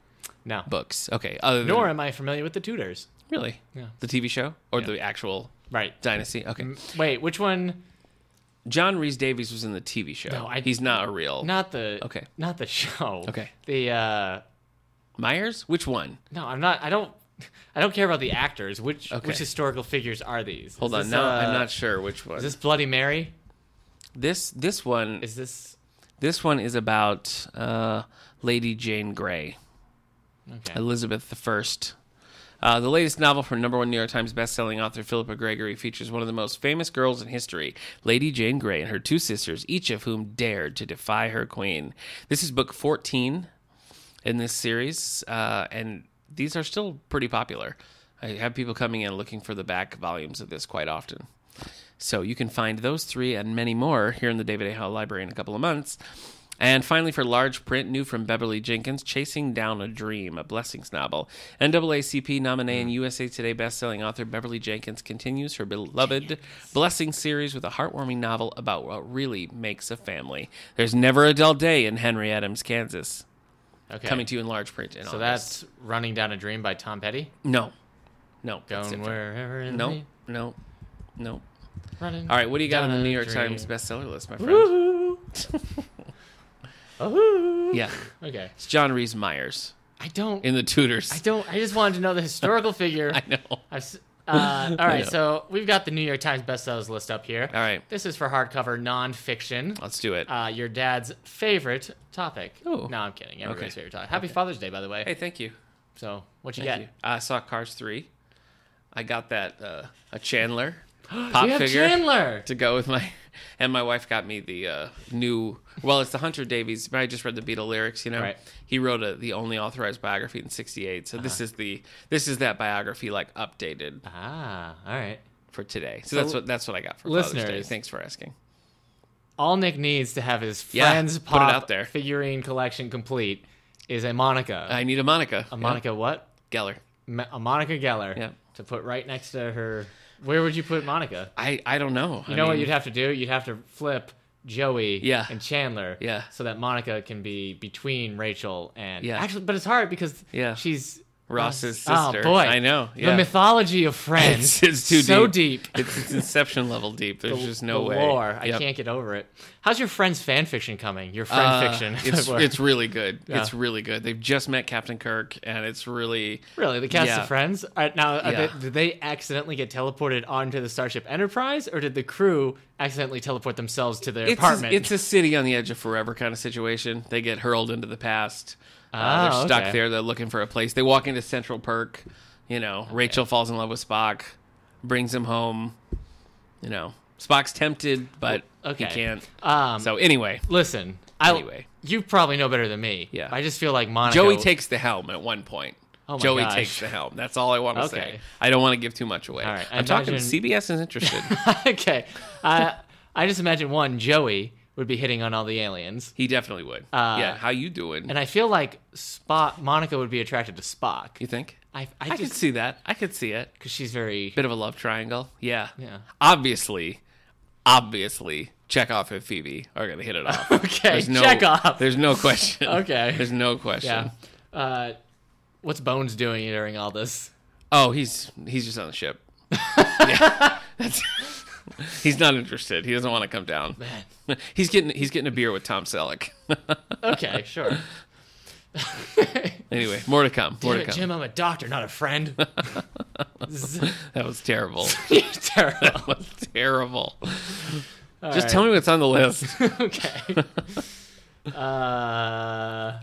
[SPEAKER 1] No.
[SPEAKER 2] books. Okay. Other than,
[SPEAKER 1] Nor am I familiar with the Tudors.
[SPEAKER 2] really,
[SPEAKER 1] Yeah.
[SPEAKER 2] the TV show or the actual
[SPEAKER 1] Right.
[SPEAKER 2] dynasty.
[SPEAKER 1] Mm.
[SPEAKER 2] Okay.
[SPEAKER 1] Wait, which one?
[SPEAKER 2] John Reese Davies was in the TV show.
[SPEAKER 1] No, I-
[SPEAKER 2] he's not a real
[SPEAKER 1] Not the.
[SPEAKER 2] Oh, Okay.
[SPEAKER 1] Not the show.
[SPEAKER 2] Okay.
[SPEAKER 1] The. uh
[SPEAKER 2] Myers. Which one?
[SPEAKER 1] No, I'm not. I don't. I don't care about the actors. Which
[SPEAKER 2] Okay.
[SPEAKER 1] which historical figures are these?
[SPEAKER 2] Hold
[SPEAKER 1] Is
[SPEAKER 2] on.
[SPEAKER 1] this,
[SPEAKER 2] No, I'm
[SPEAKER 1] uh,
[SPEAKER 2] not sure which one.
[SPEAKER 1] Is this Bloody Mary?
[SPEAKER 2] this this one
[SPEAKER 1] Is this
[SPEAKER 2] this one is about uh, Lady Jane Grey.
[SPEAKER 1] okay?
[SPEAKER 2] Elizabeth the First. Uh, the latest novel from number one New York Times bestselling author Philippa Gregory features one of the most famous girls in history, Lady Jane Grey, and her two sisters, each of whom dared to defy her queen. This is book 14 in this series, uh, and these are still pretty popular. I have people coming in looking for the back volumes of this quite often. So you can find those three and many more here in the David A. Howe Library in a couple of months. And finally, for large print, new from Beverly Jenkins, Chasing Down a Dream, a Blessings novel. NAACP nominee and USA Today bestselling author Beverly Jenkins continues her beloved Blessings series with a heartwarming novel about what really makes a family. There's never a dull day in Henry Adams, Kansas.
[SPEAKER 1] Okay.
[SPEAKER 2] Coming to you in large print. In
[SPEAKER 1] So
[SPEAKER 2] August.
[SPEAKER 1] Oh, that's Running Down a Dream by Tom Petty.
[SPEAKER 2] No. No. that's
[SPEAKER 1] Going Mm-hmm.
[SPEAKER 2] different.
[SPEAKER 1] wherever in
[SPEAKER 2] No.
[SPEAKER 1] the
[SPEAKER 2] No. No.
[SPEAKER 1] running.
[SPEAKER 2] All right, what do you got on
[SPEAKER 1] down
[SPEAKER 2] the
[SPEAKER 1] a
[SPEAKER 2] New York
[SPEAKER 1] dream.
[SPEAKER 2] Times bestseller list, my friend?
[SPEAKER 1] Woohoo! Woohoo!
[SPEAKER 2] Yeah.
[SPEAKER 1] Okay.
[SPEAKER 2] It's John Reese Myers
[SPEAKER 1] I don't.
[SPEAKER 2] in the Tudors.
[SPEAKER 1] I don't. I just wanted to know the historical figure.
[SPEAKER 2] I know.
[SPEAKER 1] I've, s- uh, all right,
[SPEAKER 2] know.
[SPEAKER 1] so we've got the New York Times bestsellers list up here.
[SPEAKER 2] All right.
[SPEAKER 1] This is for hardcover nonfiction.
[SPEAKER 2] Let's do it.
[SPEAKER 1] Uh, your dad's favorite topic.
[SPEAKER 2] Oh.
[SPEAKER 1] No, I'm kidding. Everybody's
[SPEAKER 2] Okay.
[SPEAKER 1] favorite topic. Happy Father's Day, by the way.
[SPEAKER 2] hey, thank you.
[SPEAKER 1] So, what you
[SPEAKER 2] Thank
[SPEAKER 1] get?
[SPEAKER 2] you. I saw Cars 3. I got that uh, a Chandler pop
[SPEAKER 1] we have
[SPEAKER 2] figure
[SPEAKER 1] Chandler.
[SPEAKER 2] to go with my and my wife got me the uh, new well, it's the Hunter Davies, but I just read the Beatle lyrics, you know.
[SPEAKER 1] Right.
[SPEAKER 2] He wrote a, the only authorized biography in 68. So
[SPEAKER 1] Uh-huh.
[SPEAKER 2] this is the this is that biography like updated
[SPEAKER 1] Ah, all right.
[SPEAKER 2] for today. So, that's what that's what I got for Father's
[SPEAKER 1] listeners-
[SPEAKER 2] Day. Thanks for asking.
[SPEAKER 1] All Nick needs to have his
[SPEAKER 2] Yeah,
[SPEAKER 1] friend's
[SPEAKER 2] put it
[SPEAKER 1] pop
[SPEAKER 2] out there. Uh,
[SPEAKER 1] figurine collection complete is a Monica.
[SPEAKER 2] I need a Monica.
[SPEAKER 1] a Monica what?
[SPEAKER 2] yeah. Geller.
[SPEAKER 1] Ma- a Monica Geller
[SPEAKER 2] Yeah.
[SPEAKER 1] to put right next to her. Where would you put Monica?
[SPEAKER 2] I I don't know.
[SPEAKER 1] You know what you'd have to do? You'd have to flip Joey
[SPEAKER 2] Yeah.
[SPEAKER 1] and Chandler
[SPEAKER 2] Yeah.
[SPEAKER 1] so that Monica can be between Rachel and
[SPEAKER 2] Yeah.
[SPEAKER 1] actually but it's hard because
[SPEAKER 2] Yeah.
[SPEAKER 1] she's
[SPEAKER 2] Ross's
[SPEAKER 1] Oh,
[SPEAKER 2] sister.
[SPEAKER 1] boy.
[SPEAKER 2] I know. Yeah.
[SPEAKER 1] The mythology of
[SPEAKER 2] it's,
[SPEAKER 1] friends
[SPEAKER 2] it's too
[SPEAKER 1] so
[SPEAKER 2] deep.
[SPEAKER 1] deep.
[SPEAKER 2] It's, it's inception level deep. There's just no
[SPEAKER 1] the
[SPEAKER 2] way.
[SPEAKER 1] Lore. I
[SPEAKER 2] Yep.
[SPEAKER 1] can't get over it. How's your friend's fan fiction coming? Your friend
[SPEAKER 2] Uh,
[SPEAKER 1] fiction. as
[SPEAKER 2] It's
[SPEAKER 1] it were.
[SPEAKER 2] it's really good.
[SPEAKER 1] Yeah.
[SPEAKER 2] It's really good. They've just met Captain Kirk, and it's really
[SPEAKER 1] Really, the cast
[SPEAKER 2] Yeah.
[SPEAKER 1] of Friends. All right, now, are
[SPEAKER 2] Yeah.
[SPEAKER 1] they, did they accidentally get teleported onto the Starship Enterprise, or did the crew accidentally teleport themselves to their
[SPEAKER 2] it's
[SPEAKER 1] apartment?
[SPEAKER 2] A, it's a city on the edge of forever kind of situation. They get hurled into the past. Uh,
[SPEAKER 1] Ah,
[SPEAKER 2] they're stuck
[SPEAKER 1] okay.
[SPEAKER 2] there. They're looking for a place. They walk into Central Perk. You know, Rachel falls in love with Spock, brings him home. You know, Spock's tempted, but
[SPEAKER 1] Okay.
[SPEAKER 2] he can't.
[SPEAKER 1] um,
[SPEAKER 2] So anyway,
[SPEAKER 1] listen, I,
[SPEAKER 2] anyway.
[SPEAKER 1] you probably know better than me.
[SPEAKER 2] Yeah.
[SPEAKER 1] I just feel like Monica.
[SPEAKER 2] Joey takes the helm at one point.
[SPEAKER 1] Oh my
[SPEAKER 2] Joey
[SPEAKER 1] gosh.
[SPEAKER 2] takes the helm. That's all I want to say.
[SPEAKER 1] Okay.
[SPEAKER 2] I don't want to give too much away.
[SPEAKER 1] All right, I
[SPEAKER 2] I'm talking.
[SPEAKER 1] imagine-
[SPEAKER 2] CBS is interested.
[SPEAKER 1] okay. I I just imagine one Joey would be hitting on all the aliens,
[SPEAKER 2] he definitely would. yeah. How you doing?
[SPEAKER 1] Uh, and I feel like Spock Monica would be attracted to Spock.
[SPEAKER 2] you think?
[SPEAKER 1] I
[SPEAKER 2] I
[SPEAKER 1] I
[SPEAKER 2] could
[SPEAKER 1] just
[SPEAKER 2] see that. I could see it.
[SPEAKER 1] because she's very
[SPEAKER 2] Bit of a love triangle. Yeah.
[SPEAKER 1] Yeah.
[SPEAKER 2] Obviously, obviously, Chekhov and Phoebe are gonna hit it off.
[SPEAKER 1] Okay,
[SPEAKER 2] There's no,
[SPEAKER 1] Chekhov.
[SPEAKER 2] There's no question.
[SPEAKER 1] Okay.
[SPEAKER 2] There's no question.
[SPEAKER 1] yeah. Uh, what's Bones doing during all this?
[SPEAKER 2] Oh, he's he's just on the ship. Yeah. That's- he's not interested. He doesn't want to come down. Man. He's getting he's getting a beer with Tom Selleck.
[SPEAKER 1] Okay, sure.
[SPEAKER 2] anyway, more to come. More
[SPEAKER 1] Damn
[SPEAKER 2] to
[SPEAKER 1] it,
[SPEAKER 2] come.
[SPEAKER 1] Jim, I'm a doctor, not a friend. Z-
[SPEAKER 2] That was terrible.
[SPEAKER 1] You're terrible.
[SPEAKER 2] That was terrible.
[SPEAKER 1] All
[SPEAKER 2] just
[SPEAKER 1] right.
[SPEAKER 2] tell me what's on the list.
[SPEAKER 1] okay. Uh,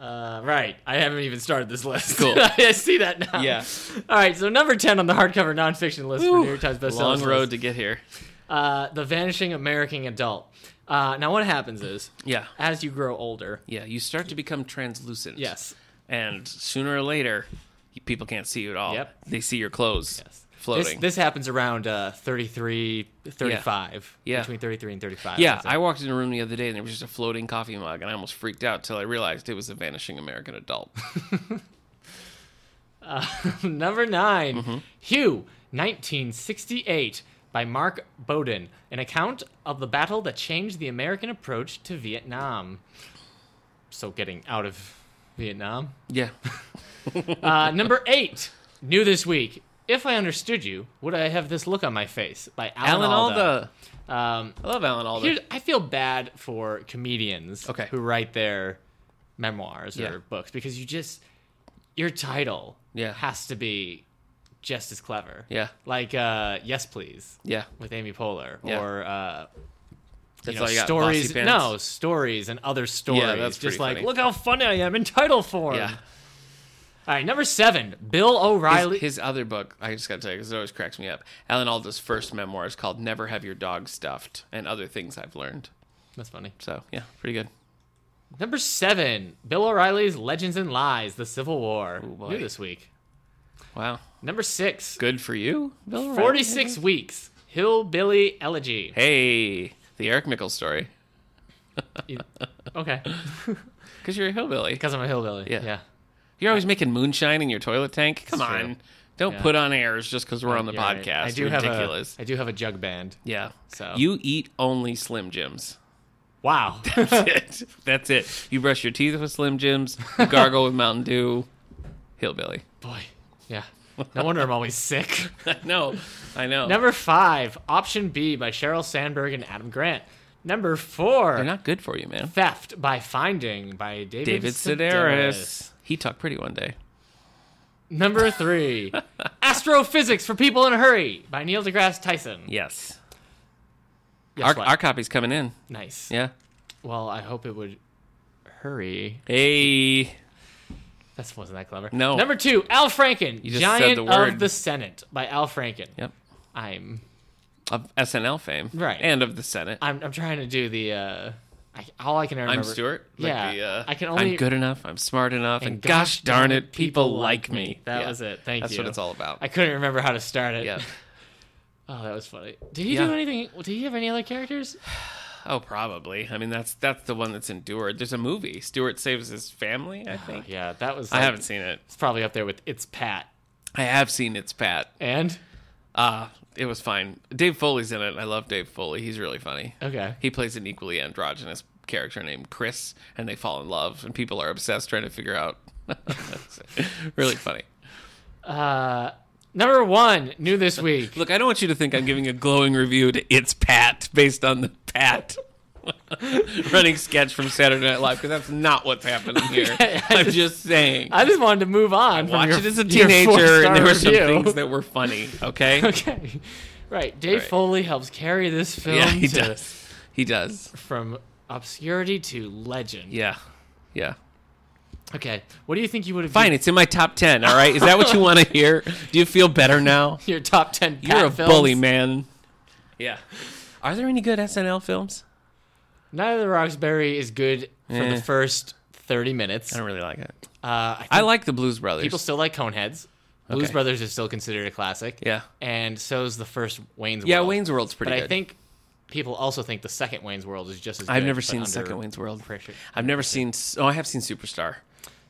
[SPEAKER 1] uh, right. I haven't even started this list.
[SPEAKER 2] Cool.
[SPEAKER 1] I see that now.
[SPEAKER 2] Yeah.
[SPEAKER 1] All right. So number ten on the hardcover nonfiction list for New York Times bestsellers.
[SPEAKER 2] Long road
[SPEAKER 1] list,
[SPEAKER 2] to get here.
[SPEAKER 1] uh, the Vanishing American Adult. Uh, now, what happens is,
[SPEAKER 2] Yeah.
[SPEAKER 1] as you grow older,
[SPEAKER 2] Yeah, you start to become translucent.
[SPEAKER 1] yes,
[SPEAKER 2] And sooner or later, you- people can't see you at all.
[SPEAKER 1] Yep.
[SPEAKER 2] They see your clothes
[SPEAKER 1] Yes. This,
[SPEAKER 2] floating.
[SPEAKER 1] this happens around uh, 33, 35.
[SPEAKER 2] Yeah.
[SPEAKER 1] Between 33 and 35.
[SPEAKER 2] yeah,
[SPEAKER 1] That's it.
[SPEAKER 2] I walked in a room the other day and there was just a floating coffee mug, and I almost freaked out till I realized it was a vanishing American adult.
[SPEAKER 1] Number 9
[SPEAKER 2] Mm-hmm.
[SPEAKER 1] Hugh, 1968, by Mark Bowden, an account of the battle that changed the American approach to Vietnam. So getting out of Vietnam.
[SPEAKER 2] yeah.
[SPEAKER 1] Uh, number eight, new this week. If I understood you, would I have this look on my face? By Alan,
[SPEAKER 2] Alan
[SPEAKER 1] Alda.
[SPEAKER 2] Alda.
[SPEAKER 1] Um,
[SPEAKER 2] I love Alan Alda.
[SPEAKER 1] Here's, I feel bad for comedians
[SPEAKER 2] Okay.
[SPEAKER 1] who write their memoirs
[SPEAKER 2] Yeah.
[SPEAKER 1] or books because you just your title
[SPEAKER 2] Yeah.
[SPEAKER 1] has to be just as clever.
[SPEAKER 2] Yeah.
[SPEAKER 1] Like uh, Yes Please
[SPEAKER 2] yeah.
[SPEAKER 1] with Amy Poehler
[SPEAKER 2] Yeah.
[SPEAKER 1] or uh you
[SPEAKER 2] That's
[SPEAKER 1] know,
[SPEAKER 2] all you got.
[SPEAKER 1] stories
[SPEAKER 2] Bossy pants.
[SPEAKER 1] no stories and other stories
[SPEAKER 2] that's
[SPEAKER 1] just
[SPEAKER 2] pretty
[SPEAKER 1] like
[SPEAKER 2] funny.
[SPEAKER 1] look how funny I am in title form.
[SPEAKER 2] Yeah.
[SPEAKER 1] All right, number 7, Bill
[SPEAKER 2] His,
[SPEAKER 1] O'Reilly.
[SPEAKER 2] his other book, I just got to tell you, because it always cracks me up. Alan Alda's first memoir is called Never Have Your Dog Stuffed and Other Things I've Learned.
[SPEAKER 1] That's funny.
[SPEAKER 2] So, yeah, pretty good.
[SPEAKER 1] Number 7, Bill O'Reilly's Legends and Lies: The Civil War.
[SPEAKER 2] boy.
[SPEAKER 1] New this week.
[SPEAKER 2] Wow.
[SPEAKER 1] Number 6,
[SPEAKER 2] Good for you, Bill O'Reilly.
[SPEAKER 1] 46 weeks. Hillbilly Elegy.
[SPEAKER 2] Hey, the Eric Mickle story.
[SPEAKER 1] Okay.
[SPEAKER 2] Because you're a hillbilly.
[SPEAKER 1] Because I'm a hillbilly.
[SPEAKER 2] Yeah.
[SPEAKER 1] Yeah.
[SPEAKER 2] You're always making moonshine in your toilet tank. Come
[SPEAKER 1] It's true.
[SPEAKER 2] on. Don't
[SPEAKER 1] Yeah.
[SPEAKER 2] put on airs just because we're on the
[SPEAKER 1] Yeah, right.
[SPEAKER 2] podcast.
[SPEAKER 1] I do
[SPEAKER 2] Ridiculous.
[SPEAKER 1] have a, I do have a jug band.
[SPEAKER 2] yeah.
[SPEAKER 1] So-
[SPEAKER 2] You eat only Slim Jims.
[SPEAKER 1] Wow.
[SPEAKER 2] That's it. That's it. You brush your teeth with Slim Jims, you gargle with Mountain Dew, hillbilly.
[SPEAKER 1] Boy. Yeah. No wonder I'm always sick.
[SPEAKER 2] no, I know.
[SPEAKER 1] Number five, Option B by Cheryl Sandberg and Adam Grant. Number
[SPEAKER 2] They're
[SPEAKER 1] four,
[SPEAKER 2] not good for you, man.
[SPEAKER 1] Theft by Finding by David,
[SPEAKER 2] David Sedaris. He talked pretty one day.
[SPEAKER 1] Number three, Astrophysics for People in a Hurry by Neil deGrasse Tyson.
[SPEAKER 2] Yes.
[SPEAKER 1] Guess
[SPEAKER 2] Our,
[SPEAKER 1] what?
[SPEAKER 2] our copy's coming in.
[SPEAKER 1] nice.
[SPEAKER 2] Yeah.
[SPEAKER 1] Well, I hope it would hurry.
[SPEAKER 2] Hey.
[SPEAKER 1] That wasn't that clever.
[SPEAKER 2] No.
[SPEAKER 1] Number two, Al Franken,
[SPEAKER 2] just
[SPEAKER 1] Giant
[SPEAKER 2] said the word.
[SPEAKER 1] of the Senate by Al Franken.
[SPEAKER 2] Yep.
[SPEAKER 1] I'm
[SPEAKER 2] Of SNL fame.
[SPEAKER 1] Right.
[SPEAKER 2] And of the Senate.
[SPEAKER 1] I'm I'm trying to do the uh, I, all I can remember.
[SPEAKER 2] I'm Stuart.
[SPEAKER 1] yeah,
[SPEAKER 2] the, uh,
[SPEAKER 1] I can only.
[SPEAKER 2] I'm good enough. I'm smart enough. And, gosh darn it, people like me.
[SPEAKER 1] That
[SPEAKER 2] Yeah.
[SPEAKER 1] was it. Thank
[SPEAKER 2] That's
[SPEAKER 1] you.
[SPEAKER 2] what it's all about.
[SPEAKER 1] I couldn't remember how to start it.
[SPEAKER 2] yeah.
[SPEAKER 1] Oh, that was funny. Did he
[SPEAKER 2] Yeah.
[SPEAKER 1] do anything? Did he have any other characters?
[SPEAKER 2] Oh, probably. I mean, that's that's the one that's endured. There's a movie. Stuart saves his family. I think.
[SPEAKER 1] Yeah, that was.
[SPEAKER 2] I
[SPEAKER 1] like-
[SPEAKER 2] haven't seen it.
[SPEAKER 1] It's probably up there with it's Pat
[SPEAKER 2] I have seen it's Pat.
[SPEAKER 1] and
[SPEAKER 2] Uh it was fine. Dave Foley's in it. and I love Dave Foley. He's really funny.
[SPEAKER 1] okay.
[SPEAKER 2] He plays an equally androgynous character named Chris, and they fall in love, and people are obsessed trying to figure out. It's really funny.
[SPEAKER 1] Uh, number one, new this week.
[SPEAKER 2] Look, I don't want you to think I'm giving a glowing review to It's Pat based on the Pat running sketch from Saturday Night Live because that's not what's happening here.
[SPEAKER 1] Okay, I
[SPEAKER 2] I'm just,
[SPEAKER 1] just-
[SPEAKER 2] saying.
[SPEAKER 1] I just wanted to move on. from
[SPEAKER 2] Watch
[SPEAKER 1] your-
[SPEAKER 2] it as a
[SPEAKER 1] your
[SPEAKER 2] teenager, and there were
[SPEAKER 1] four-star
[SPEAKER 2] some
[SPEAKER 1] review.
[SPEAKER 2] things that were funny. Okay,
[SPEAKER 1] Okay. Right. Dave
[SPEAKER 2] Right.
[SPEAKER 1] Foley helps carry this film
[SPEAKER 2] yeah, he
[SPEAKER 1] to-
[SPEAKER 2] does. He does.
[SPEAKER 1] from obscurity to legend.
[SPEAKER 2] Yeah, yeah.
[SPEAKER 1] Okay. What do you think you would have
[SPEAKER 2] Fine,
[SPEAKER 1] been
[SPEAKER 2] it's in my top ten. All right, is that what you want to hear? Do you feel better now?
[SPEAKER 1] your top 10 Pat
[SPEAKER 2] You're a
[SPEAKER 1] films?
[SPEAKER 2] bully, man. Yeah. Are there any good SNL films?
[SPEAKER 1] Night of the Roxbury is good for
[SPEAKER 2] Eh.
[SPEAKER 1] the first 30 minutes.
[SPEAKER 2] I
[SPEAKER 1] Uh,
[SPEAKER 2] don't really like it.
[SPEAKER 1] I, think
[SPEAKER 2] I like the Blues Brothers.
[SPEAKER 1] people still like Coneheads. Blues
[SPEAKER 2] Okay.
[SPEAKER 1] Brothers is still considered a classic.
[SPEAKER 2] yeah.
[SPEAKER 1] And so is the first Wayne's
[SPEAKER 2] Yeah,
[SPEAKER 1] World.
[SPEAKER 2] Wayne's World's pretty
[SPEAKER 1] But
[SPEAKER 2] good.
[SPEAKER 1] I think people also think the second Wayne's World is just as good.
[SPEAKER 2] I've never
[SPEAKER 1] but
[SPEAKER 2] seen
[SPEAKER 1] under
[SPEAKER 2] Second Wayne's World.
[SPEAKER 1] pressure.
[SPEAKER 2] I've never seen. s- Oh, I have seen Superstar.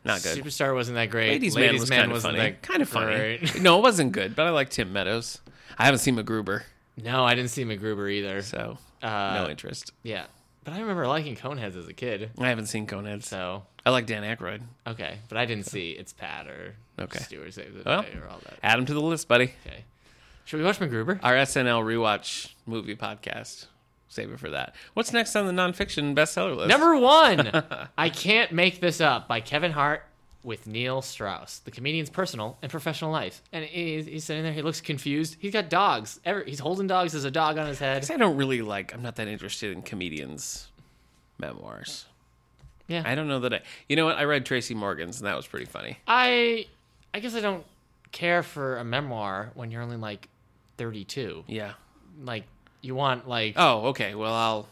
[SPEAKER 2] Not good.
[SPEAKER 1] Superstar wasn't that great.
[SPEAKER 2] Ladies, Man was kind of
[SPEAKER 1] wasn't
[SPEAKER 2] funny.
[SPEAKER 1] that
[SPEAKER 2] Kind of funny.
[SPEAKER 1] great.
[SPEAKER 2] No, it wasn't good, but I like Tim Meadows. I haven't seen MacGruber,
[SPEAKER 1] No, I didn't see MacGruber either.
[SPEAKER 2] so
[SPEAKER 1] Uh,
[SPEAKER 2] no interest.
[SPEAKER 1] Yeah, but I remember liking Coneheads as a kid.
[SPEAKER 2] I haven't seen Coneheads.
[SPEAKER 1] So
[SPEAKER 2] I like Dan Aykroyd.
[SPEAKER 1] okay, but I didn't see it's Pat or
[SPEAKER 2] Okay.
[SPEAKER 1] Stewart Saves the
[SPEAKER 2] Well.
[SPEAKER 1] Day or all that.
[SPEAKER 2] Add him to the list, buddy.
[SPEAKER 1] Okay, should we watch MacGruber?
[SPEAKER 2] Our SNL rewatch movie podcast. Save it for that. What's next on the nonfiction bestseller list?
[SPEAKER 1] Number one, I Can't Make This Up by Kevin Hart with Neil Strauss, the comedian's personal and professional life. And he's, he's sitting there, he looks confused. He's got dogs. Every, he's holding dogs as a dog on his head.
[SPEAKER 2] Because I don't really like. I'm not that interested in comedians' memoirs.
[SPEAKER 1] Yeah.
[SPEAKER 2] I don't know that I. You know what? I read Tracy Morgan's, and that was pretty funny.
[SPEAKER 1] I, I guess I don't care for a memoir when you're only like 32.
[SPEAKER 2] Yeah.
[SPEAKER 1] Like, you want, like,
[SPEAKER 2] Oh, okay. Well, I'll.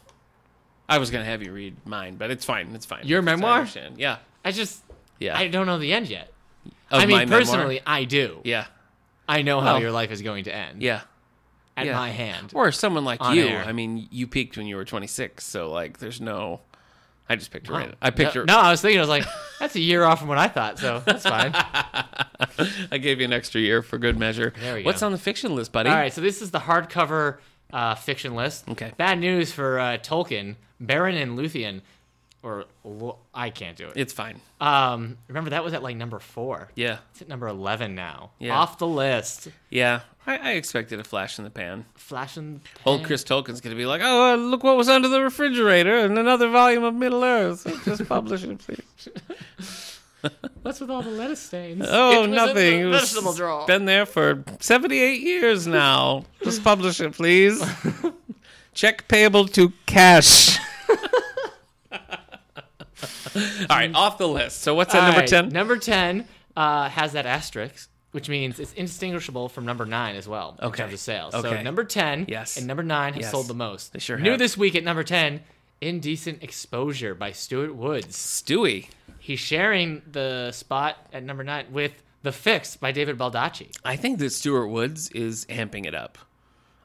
[SPEAKER 2] I was gonna have you read mine, but it's fine. It's fine.
[SPEAKER 1] Your
[SPEAKER 2] It's- I
[SPEAKER 1] memoir?
[SPEAKER 2] understand. Yeah.
[SPEAKER 1] I just,
[SPEAKER 2] Yeah.
[SPEAKER 1] I don't know the end yet.
[SPEAKER 2] Of
[SPEAKER 1] I
[SPEAKER 2] my
[SPEAKER 1] mean,
[SPEAKER 2] memoir?
[SPEAKER 1] personally, I do.
[SPEAKER 2] Yeah.
[SPEAKER 1] I know how
[SPEAKER 2] Well.
[SPEAKER 1] your life is going to end
[SPEAKER 2] Yeah.
[SPEAKER 1] at
[SPEAKER 2] yeah.
[SPEAKER 1] my hand.
[SPEAKER 2] Or someone like
[SPEAKER 1] On
[SPEAKER 2] you.
[SPEAKER 1] air.
[SPEAKER 2] I mean, you peaked when you were 26, so like, there's no. I just picked a
[SPEAKER 1] Oh.
[SPEAKER 2] random. I picked
[SPEAKER 1] no,
[SPEAKER 2] your.
[SPEAKER 1] no, I was thinking, I was like, that's a year off from what I thought, so that's fine.
[SPEAKER 2] I gave you an extra year for good measure.
[SPEAKER 1] There we
[SPEAKER 2] What's
[SPEAKER 1] go.
[SPEAKER 2] on the fiction list, buddy?
[SPEAKER 1] All right, so this is the hardcover uh, fiction list.
[SPEAKER 2] Okay.
[SPEAKER 1] Bad news for uh, Tolkien, Baron and Luthien, or Lo- I can't do it.
[SPEAKER 2] It's fine.
[SPEAKER 1] Um, remember that was at like number four.
[SPEAKER 2] Yeah.
[SPEAKER 1] It's at number eleven now.
[SPEAKER 2] Yeah.
[SPEAKER 1] Off the list.
[SPEAKER 2] Yeah. I, I expected a flash in the pan.
[SPEAKER 1] Flashing.
[SPEAKER 2] Old Chris Tolkien's going to be like, oh, uh, look what was under the refrigerator and another volume of Middle Earth. Just publish it, please.
[SPEAKER 1] What's with all the lettuce stains?
[SPEAKER 2] Oh,
[SPEAKER 1] It was in
[SPEAKER 2] nothing.
[SPEAKER 1] the
[SPEAKER 2] It was-
[SPEAKER 1] vegetable drawer.
[SPEAKER 2] Been there for 78 years now. Just publish it, please. Check payable to cash. All right, off the list. So what's at
[SPEAKER 1] All
[SPEAKER 2] number
[SPEAKER 1] right,
[SPEAKER 2] 10?
[SPEAKER 1] Number ten uh, has that asterisk, which means it's indistinguishable from number nine as well in
[SPEAKER 2] Okay.
[SPEAKER 1] terms of sales. So
[SPEAKER 2] Okay.
[SPEAKER 1] number ten
[SPEAKER 2] Yes.
[SPEAKER 1] and number nine have
[SPEAKER 2] Yes.
[SPEAKER 1] sold the most.
[SPEAKER 2] They sure
[SPEAKER 1] New
[SPEAKER 2] have.
[SPEAKER 1] this week at number ten, Indecent Exposure by Stuart Woods.
[SPEAKER 2] Stewie.
[SPEAKER 1] He's sharing the spot at number nine with The Fix by David Baldacci.
[SPEAKER 2] I think that Stuart Woods is amping it up.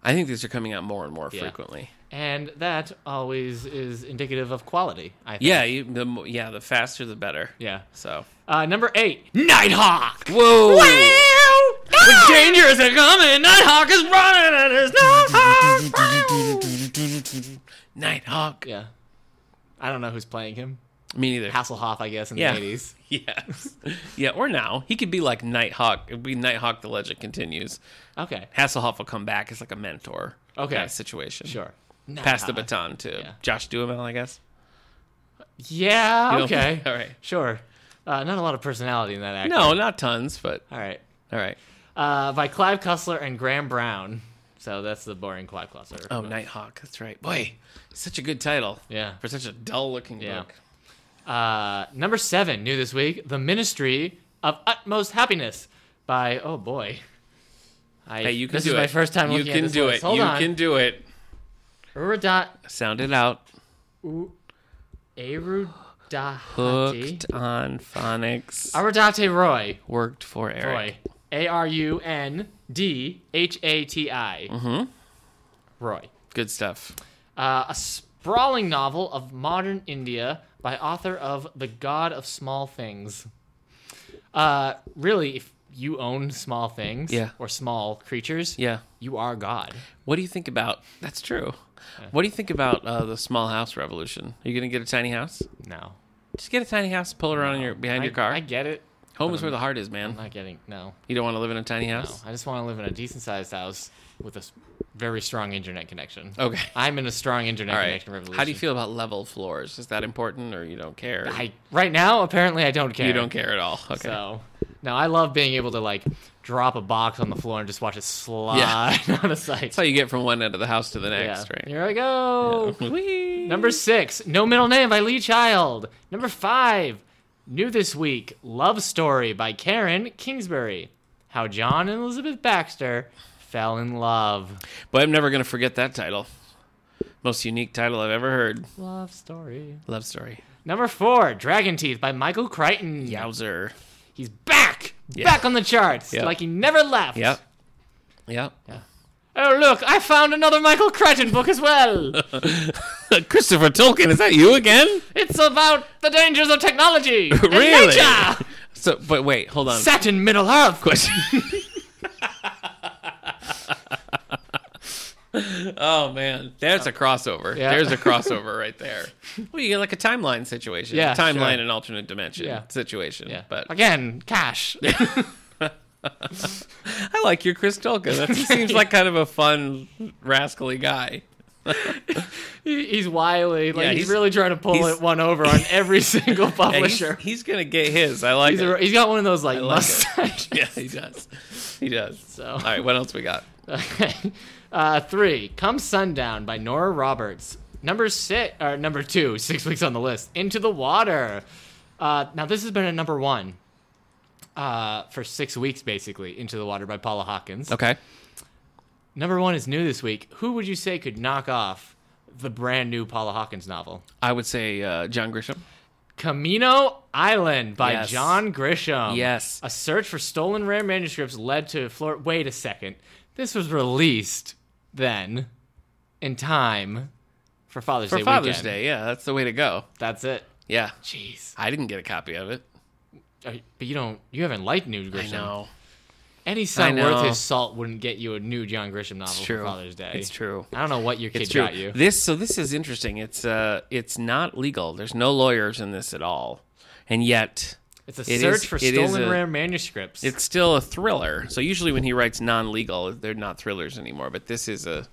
[SPEAKER 2] I think these are coming out more and more
[SPEAKER 1] Yeah.
[SPEAKER 2] frequently.
[SPEAKER 1] And that always is indicative of quality, I think.
[SPEAKER 2] Yeah, you, the mo- yeah, the faster the better.
[SPEAKER 1] Yeah.
[SPEAKER 2] So.
[SPEAKER 1] Uh, number eight, Nighthawk.
[SPEAKER 2] Whoa.
[SPEAKER 1] When danger is a coming, Nighthawk is running and his Nighthawk.
[SPEAKER 2] Nighthawk.
[SPEAKER 1] yeah. I don't know who's playing him.
[SPEAKER 2] Me neither.
[SPEAKER 1] Hasselhoff, I guess, in
[SPEAKER 2] Yeah.
[SPEAKER 1] the 80s.
[SPEAKER 2] Yes. yeah, or now. He could be like Nighthawk. It'd be Nighthawk the Legend continues.
[SPEAKER 1] Okay.
[SPEAKER 2] Hasselhoff will come back as like a mentor.
[SPEAKER 1] Okay.
[SPEAKER 2] kind of situation.
[SPEAKER 1] Sure.
[SPEAKER 2] Pass the
[SPEAKER 1] Nighthawk.
[SPEAKER 2] baton to
[SPEAKER 1] Yeah.
[SPEAKER 2] Josh Duhamel, I guess. You
[SPEAKER 1] Yeah,
[SPEAKER 2] know?
[SPEAKER 1] okay.
[SPEAKER 2] all right.
[SPEAKER 1] Sure. Uh, not a lot of personality in that actor.
[SPEAKER 2] No, not tons, but
[SPEAKER 1] All right.
[SPEAKER 2] all right.
[SPEAKER 1] Uh, by Clive Cussler and Graham Brown. So that's the boring Clive Cussler.
[SPEAKER 2] Oh, Nighthawk. That's right. Boy, such a good title.
[SPEAKER 1] Yeah.
[SPEAKER 2] For such a dull looking
[SPEAKER 1] Yeah.
[SPEAKER 2] book.
[SPEAKER 1] Uh, number seven, new this week, The Ministry of Utmost Happiness by, oh boy. I,
[SPEAKER 2] Hey, you can
[SPEAKER 1] this
[SPEAKER 2] do
[SPEAKER 1] is
[SPEAKER 2] it.
[SPEAKER 1] my first time
[SPEAKER 2] you
[SPEAKER 1] looking
[SPEAKER 2] can
[SPEAKER 1] at this
[SPEAKER 2] do
[SPEAKER 1] list.
[SPEAKER 2] it.
[SPEAKER 1] Hold
[SPEAKER 2] you
[SPEAKER 1] on.
[SPEAKER 2] can do it.
[SPEAKER 1] Urudat,
[SPEAKER 2] Sound it out.
[SPEAKER 1] Arudahati.
[SPEAKER 2] Hooked on phonics.
[SPEAKER 1] Arudate Roy.
[SPEAKER 2] Worked for Eric.
[SPEAKER 1] Roy. A R U N D H A T I. Mm-hmm. Roy.
[SPEAKER 2] Good stuff.
[SPEAKER 1] Uh, a sprawling novel of modern India by author of The God of Small Things. Uh, really, if you own small things
[SPEAKER 2] Yeah.
[SPEAKER 1] or small creatures,
[SPEAKER 2] Yeah.
[SPEAKER 1] you are God.
[SPEAKER 2] What do you think about? That's true. What do you think about uh, the small house revolution? Are you gonna get a tiny house?
[SPEAKER 1] No.
[SPEAKER 2] Just get a tiny house, pull it around in your behind
[SPEAKER 1] I,
[SPEAKER 2] your car.
[SPEAKER 1] I get it.
[SPEAKER 2] Home is where the heart is, man.
[SPEAKER 1] I'm not getting, no.
[SPEAKER 2] You don't want to live in a tiny
[SPEAKER 1] No.
[SPEAKER 2] house.
[SPEAKER 1] I just want to live in a decent sized house with a s- very strong internet connection.
[SPEAKER 2] Okay.
[SPEAKER 1] I'm in a strong internet
[SPEAKER 2] All right.
[SPEAKER 1] connection revolution.
[SPEAKER 2] How do you feel about level floors? Is that important, or you don't care?
[SPEAKER 1] I, right now, apparently, I don't care.
[SPEAKER 2] you don't care at all. Okay.
[SPEAKER 1] So, no, I love being able to like drop a box on the floor and just watch it slide on a site.
[SPEAKER 2] That's how you get from one end of the house to the next,
[SPEAKER 1] Yeah.
[SPEAKER 2] right?
[SPEAKER 1] Here I go.
[SPEAKER 2] Whee!
[SPEAKER 1] Number six, No Middle Name by Lee Child. Number five, new this week, Love Story by Karen Kingsbury. How John and Elizabeth Baxter fell in love.
[SPEAKER 2] But I'm never gonna forget that title. most unique title I've ever heard.
[SPEAKER 1] Love story.
[SPEAKER 2] Love story.
[SPEAKER 1] Number four, Dragon Teeth by Michael Crichton.
[SPEAKER 2] Yowzer.
[SPEAKER 1] He's back,
[SPEAKER 2] Yeah.
[SPEAKER 1] back on the charts,
[SPEAKER 2] Yep.
[SPEAKER 1] like he never left.
[SPEAKER 2] Yep. Yep.
[SPEAKER 1] Oh look, I found another Michael Crichton book as well.
[SPEAKER 2] Christopher Tolkien, is that you again?
[SPEAKER 1] it's about the dangers of technology and
[SPEAKER 2] Really?
[SPEAKER 1] nature.
[SPEAKER 2] So, but wait, hold on.
[SPEAKER 1] Saturn Middle Earth.
[SPEAKER 2] question. oh man, there's a crossover.
[SPEAKER 1] Yeah.
[SPEAKER 2] There's a crossover right there. Well, you get like a timeline situation,
[SPEAKER 1] Yeah,
[SPEAKER 2] timeline
[SPEAKER 1] sure.
[SPEAKER 2] and alternate dimension
[SPEAKER 1] Yeah.
[SPEAKER 2] situation.
[SPEAKER 1] Yeah,
[SPEAKER 2] But
[SPEAKER 1] again, cash.
[SPEAKER 2] I like your Chris Tolkien. That seems like kind of a fun, rascally guy.
[SPEAKER 1] He- he's wily. Like
[SPEAKER 2] Yeah,
[SPEAKER 1] he's,
[SPEAKER 2] he's-
[SPEAKER 1] really trying to pull
[SPEAKER 2] he's-
[SPEAKER 1] it one over on every single
[SPEAKER 2] And he's,
[SPEAKER 1] publisher.
[SPEAKER 2] he's gonna get his. I like
[SPEAKER 1] he's,
[SPEAKER 2] it.
[SPEAKER 1] a- he's got one of those like,
[SPEAKER 2] like it.
[SPEAKER 1] mustaches.
[SPEAKER 2] yeah, he does. He does.
[SPEAKER 1] So-
[SPEAKER 2] all right, what else we got?
[SPEAKER 1] Okay. Uh, three, Come Sundown by Nora Roberts. Number six, or number two, six weeks on the list, Into the Water. Uh, now, this has been a number one uh, for six weeks, basically, Into the Water by Paula Hawkins.
[SPEAKER 2] Okay.
[SPEAKER 1] Number one is new this week. Who would you say could knock off the brand new Paula Hawkins novel?
[SPEAKER 2] I would say uh, John Grisham.
[SPEAKER 1] Camino Island by
[SPEAKER 2] Yes.
[SPEAKER 1] John Grisham.
[SPEAKER 2] Yes.
[SPEAKER 1] A search for stolen rare manuscripts led to Flor Wait a second. This was released then in time for Father's
[SPEAKER 2] For
[SPEAKER 1] Day
[SPEAKER 2] Father's
[SPEAKER 1] weekend.
[SPEAKER 2] Day, yeah, that's the way to go.
[SPEAKER 1] That's it.
[SPEAKER 2] Yeah.
[SPEAKER 1] Jeez.
[SPEAKER 2] I didn't get a copy of it.
[SPEAKER 1] Are you- But you don't you haven't liked new Grisham.
[SPEAKER 2] I know.
[SPEAKER 1] Any son
[SPEAKER 2] I
[SPEAKER 1] worth
[SPEAKER 2] know.
[SPEAKER 1] his salt wouldn't get you a new John Grisham novel for
[SPEAKER 2] true.
[SPEAKER 1] Father's Day.
[SPEAKER 2] It's true.
[SPEAKER 1] I don't know what your kid
[SPEAKER 2] It's true.
[SPEAKER 1] got you.
[SPEAKER 2] This so this is interesting. It's uh it's not legal. There's no lawyers in this at all. And yet
[SPEAKER 1] It's a
[SPEAKER 2] it is-
[SPEAKER 1] search for
[SPEAKER 2] it is
[SPEAKER 1] stolen
[SPEAKER 2] a-
[SPEAKER 1] rare manuscripts.
[SPEAKER 2] it's still a thriller. So usually when he writes non-legal, they're not thrillers anymore, but this is a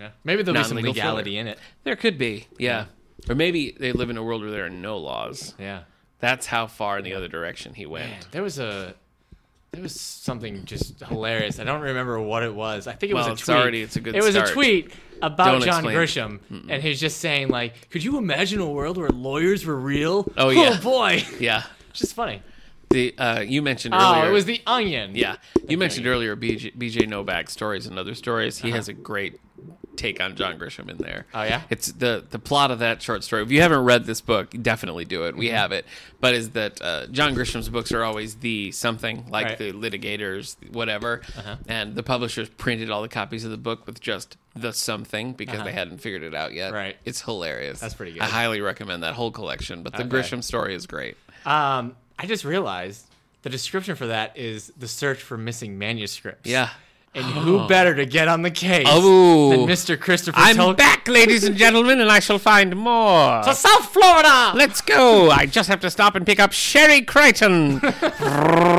[SPEAKER 1] Yeah. Maybe there'll be some
[SPEAKER 2] non-legal
[SPEAKER 1] legality in it.
[SPEAKER 2] there could be. Yeah. Or maybe they live in a world where there are no laws.
[SPEAKER 1] Yeah.
[SPEAKER 2] That's how far in the other direction he went.
[SPEAKER 1] Man, there was a there was something just hilarious. I don't remember what it was. I think it
[SPEAKER 2] Well,
[SPEAKER 1] was a
[SPEAKER 2] it's
[SPEAKER 1] tweet.
[SPEAKER 2] already- it's a good
[SPEAKER 1] it was a
[SPEAKER 2] start.
[SPEAKER 1] tweet about
[SPEAKER 2] Don't
[SPEAKER 1] John
[SPEAKER 2] explain.
[SPEAKER 1] Grisham, and he's just saying like, "Could you imagine a world where lawyers were real?"
[SPEAKER 2] Oh, yeah.
[SPEAKER 1] oh boy,
[SPEAKER 2] Yeah.
[SPEAKER 1] it's just funny.
[SPEAKER 2] The uh you mentioned
[SPEAKER 1] Oh,
[SPEAKER 2] earlier
[SPEAKER 1] it was the Onion.
[SPEAKER 2] Yeah, you mentioned earlier BJ, BJ Novak stories and other stories. He has a great take on John Grisham in there.
[SPEAKER 1] Uh-huh. Oh, yeah?
[SPEAKER 2] it's the the plot of that short story. If you haven't read this book, definitely do it. We
[SPEAKER 1] Mm-hmm.
[SPEAKER 2] have it, but is that uh, John Grisham's books are always the something like
[SPEAKER 1] Right. Uh-huh.
[SPEAKER 2] the litigators, whatever, and the publishers printed all the copies of the book with just the something because they hadn't figured it out yet.
[SPEAKER 1] Uh-huh. Right.
[SPEAKER 2] it's hilarious.
[SPEAKER 1] That's pretty good.
[SPEAKER 2] I highly recommend that whole collection. But the
[SPEAKER 1] Okay.
[SPEAKER 2] Grisham story is great.
[SPEAKER 1] Um, I just realized the description for that is the search for missing manuscripts.
[SPEAKER 2] Yeah.
[SPEAKER 1] And who better to get on the case
[SPEAKER 2] Oh.
[SPEAKER 1] than Mr. Christopher
[SPEAKER 2] I'm
[SPEAKER 1] Tolkien?
[SPEAKER 2] back, ladies and gentlemen, and I shall find more.
[SPEAKER 1] to South Florida!
[SPEAKER 2] Let's go. I just have to stop and pick up Sherry Crichton.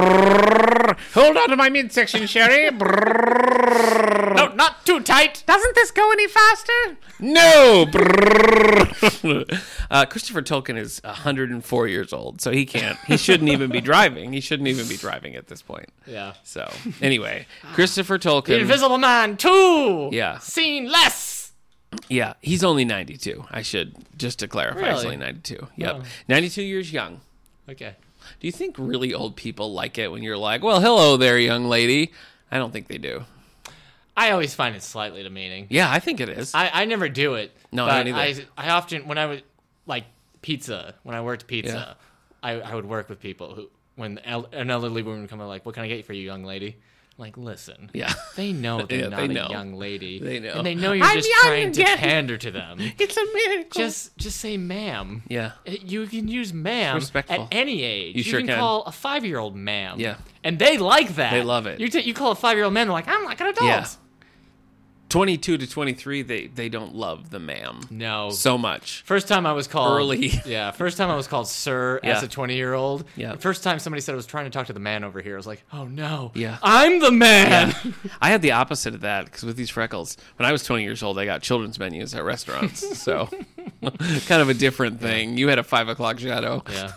[SPEAKER 2] Hold on to my midsection, Sherry.
[SPEAKER 1] no, not too tight!
[SPEAKER 2] Oh. Doesn't this go any faster? No. uh, Christopher Tolkien is 104 years old, so he can't. He shouldn't even be driving. He shouldn't even be driving at this point.
[SPEAKER 1] Yeah.
[SPEAKER 2] So anyway, Christopher
[SPEAKER 1] The
[SPEAKER 2] Tolkien.
[SPEAKER 1] Invisible Man 2.
[SPEAKER 2] Yeah.
[SPEAKER 1] Seen less.
[SPEAKER 2] yeah, he's only 92. I should just to clarify, he's
[SPEAKER 1] Really?
[SPEAKER 2] only 92. Yep,
[SPEAKER 1] Oh.
[SPEAKER 2] 92 years young.
[SPEAKER 1] Okay.
[SPEAKER 2] Do you think really old people like it when you're like, well, hello there, young lady? I don't think they do.
[SPEAKER 1] I always find it slightly demeaning.
[SPEAKER 2] Yeah, I think it is.
[SPEAKER 1] I, I never do it.
[SPEAKER 2] No, I
[SPEAKER 1] but
[SPEAKER 2] don't either.
[SPEAKER 1] I, I often, when I was, like, pizza, when I worked pizza, I, I would work with people who, when el- an elderly woman would come in, like, what can I get for you, young lady? I'm Like, listen.
[SPEAKER 2] yeah.
[SPEAKER 1] They know they're
[SPEAKER 2] Yeah,
[SPEAKER 1] not
[SPEAKER 2] they
[SPEAKER 1] a
[SPEAKER 2] know.
[SPEAKER 1] young lady.
[SPEAKER 2] They know.
[SPEAKER 1] And they know you're
[SPEAKER 2] I'm
[SPEAKER 1] just
[SPEAKER 2] young
[SPEAKER 1] trying to
[SPEAKER 2] again.
[SPEAKER 1] pander to them.
[SPEAKER 2] It's a miracle.
[SPEAKER 1] Just, just say ma'am.
[SPEAKER 2] yeah.
[SPEAKER 1] Uh, You can use ma'am
[SPEAKER 2] Respectful.
[SPEAKER 1] at any age.
[SPEAKER 2] You sure
[SPEAKER 1] can,
[SPEAKER 2] can.
[SPEAKER 1] call a five year old ma'am.
[SPEAKER 2] Yeah.
[SPEAKER 1] And they like that.
[SPEAKER 2] They love it.
[SPEAKER 1] You, t- you call a five year old man, they're like, I'm like an adult.
[SPEAKER 2] Yeah. 22 to 23, they, they don't love the ma'am
[SPEAKER 1] No.
[SPEAKER 2] so much.
[SPEAKER 1] first time I was called.
[SPEAKER 2] Early.
[SPEAKER 1] Yeah. First time I was called sir as
[SPEAKER 2] Yeah.
[SPEAKER 1] a 20 year old.
[SPEAKER 2] Yeah.
[SPEAKER 1] The First time somebody said I was trying to talk to the man over here. I was like, oh no.
[SPEAKER 2] Yeah.
[SPEAKER 1] I'm the man.
[SPEAKER 2] I had the opposite of that because with these freckles, when I was 20 years old, I got children's menus at restaurants. so kind of a different thing. You had a five o'clock shadow.
[SPEAKER 1] Yeah.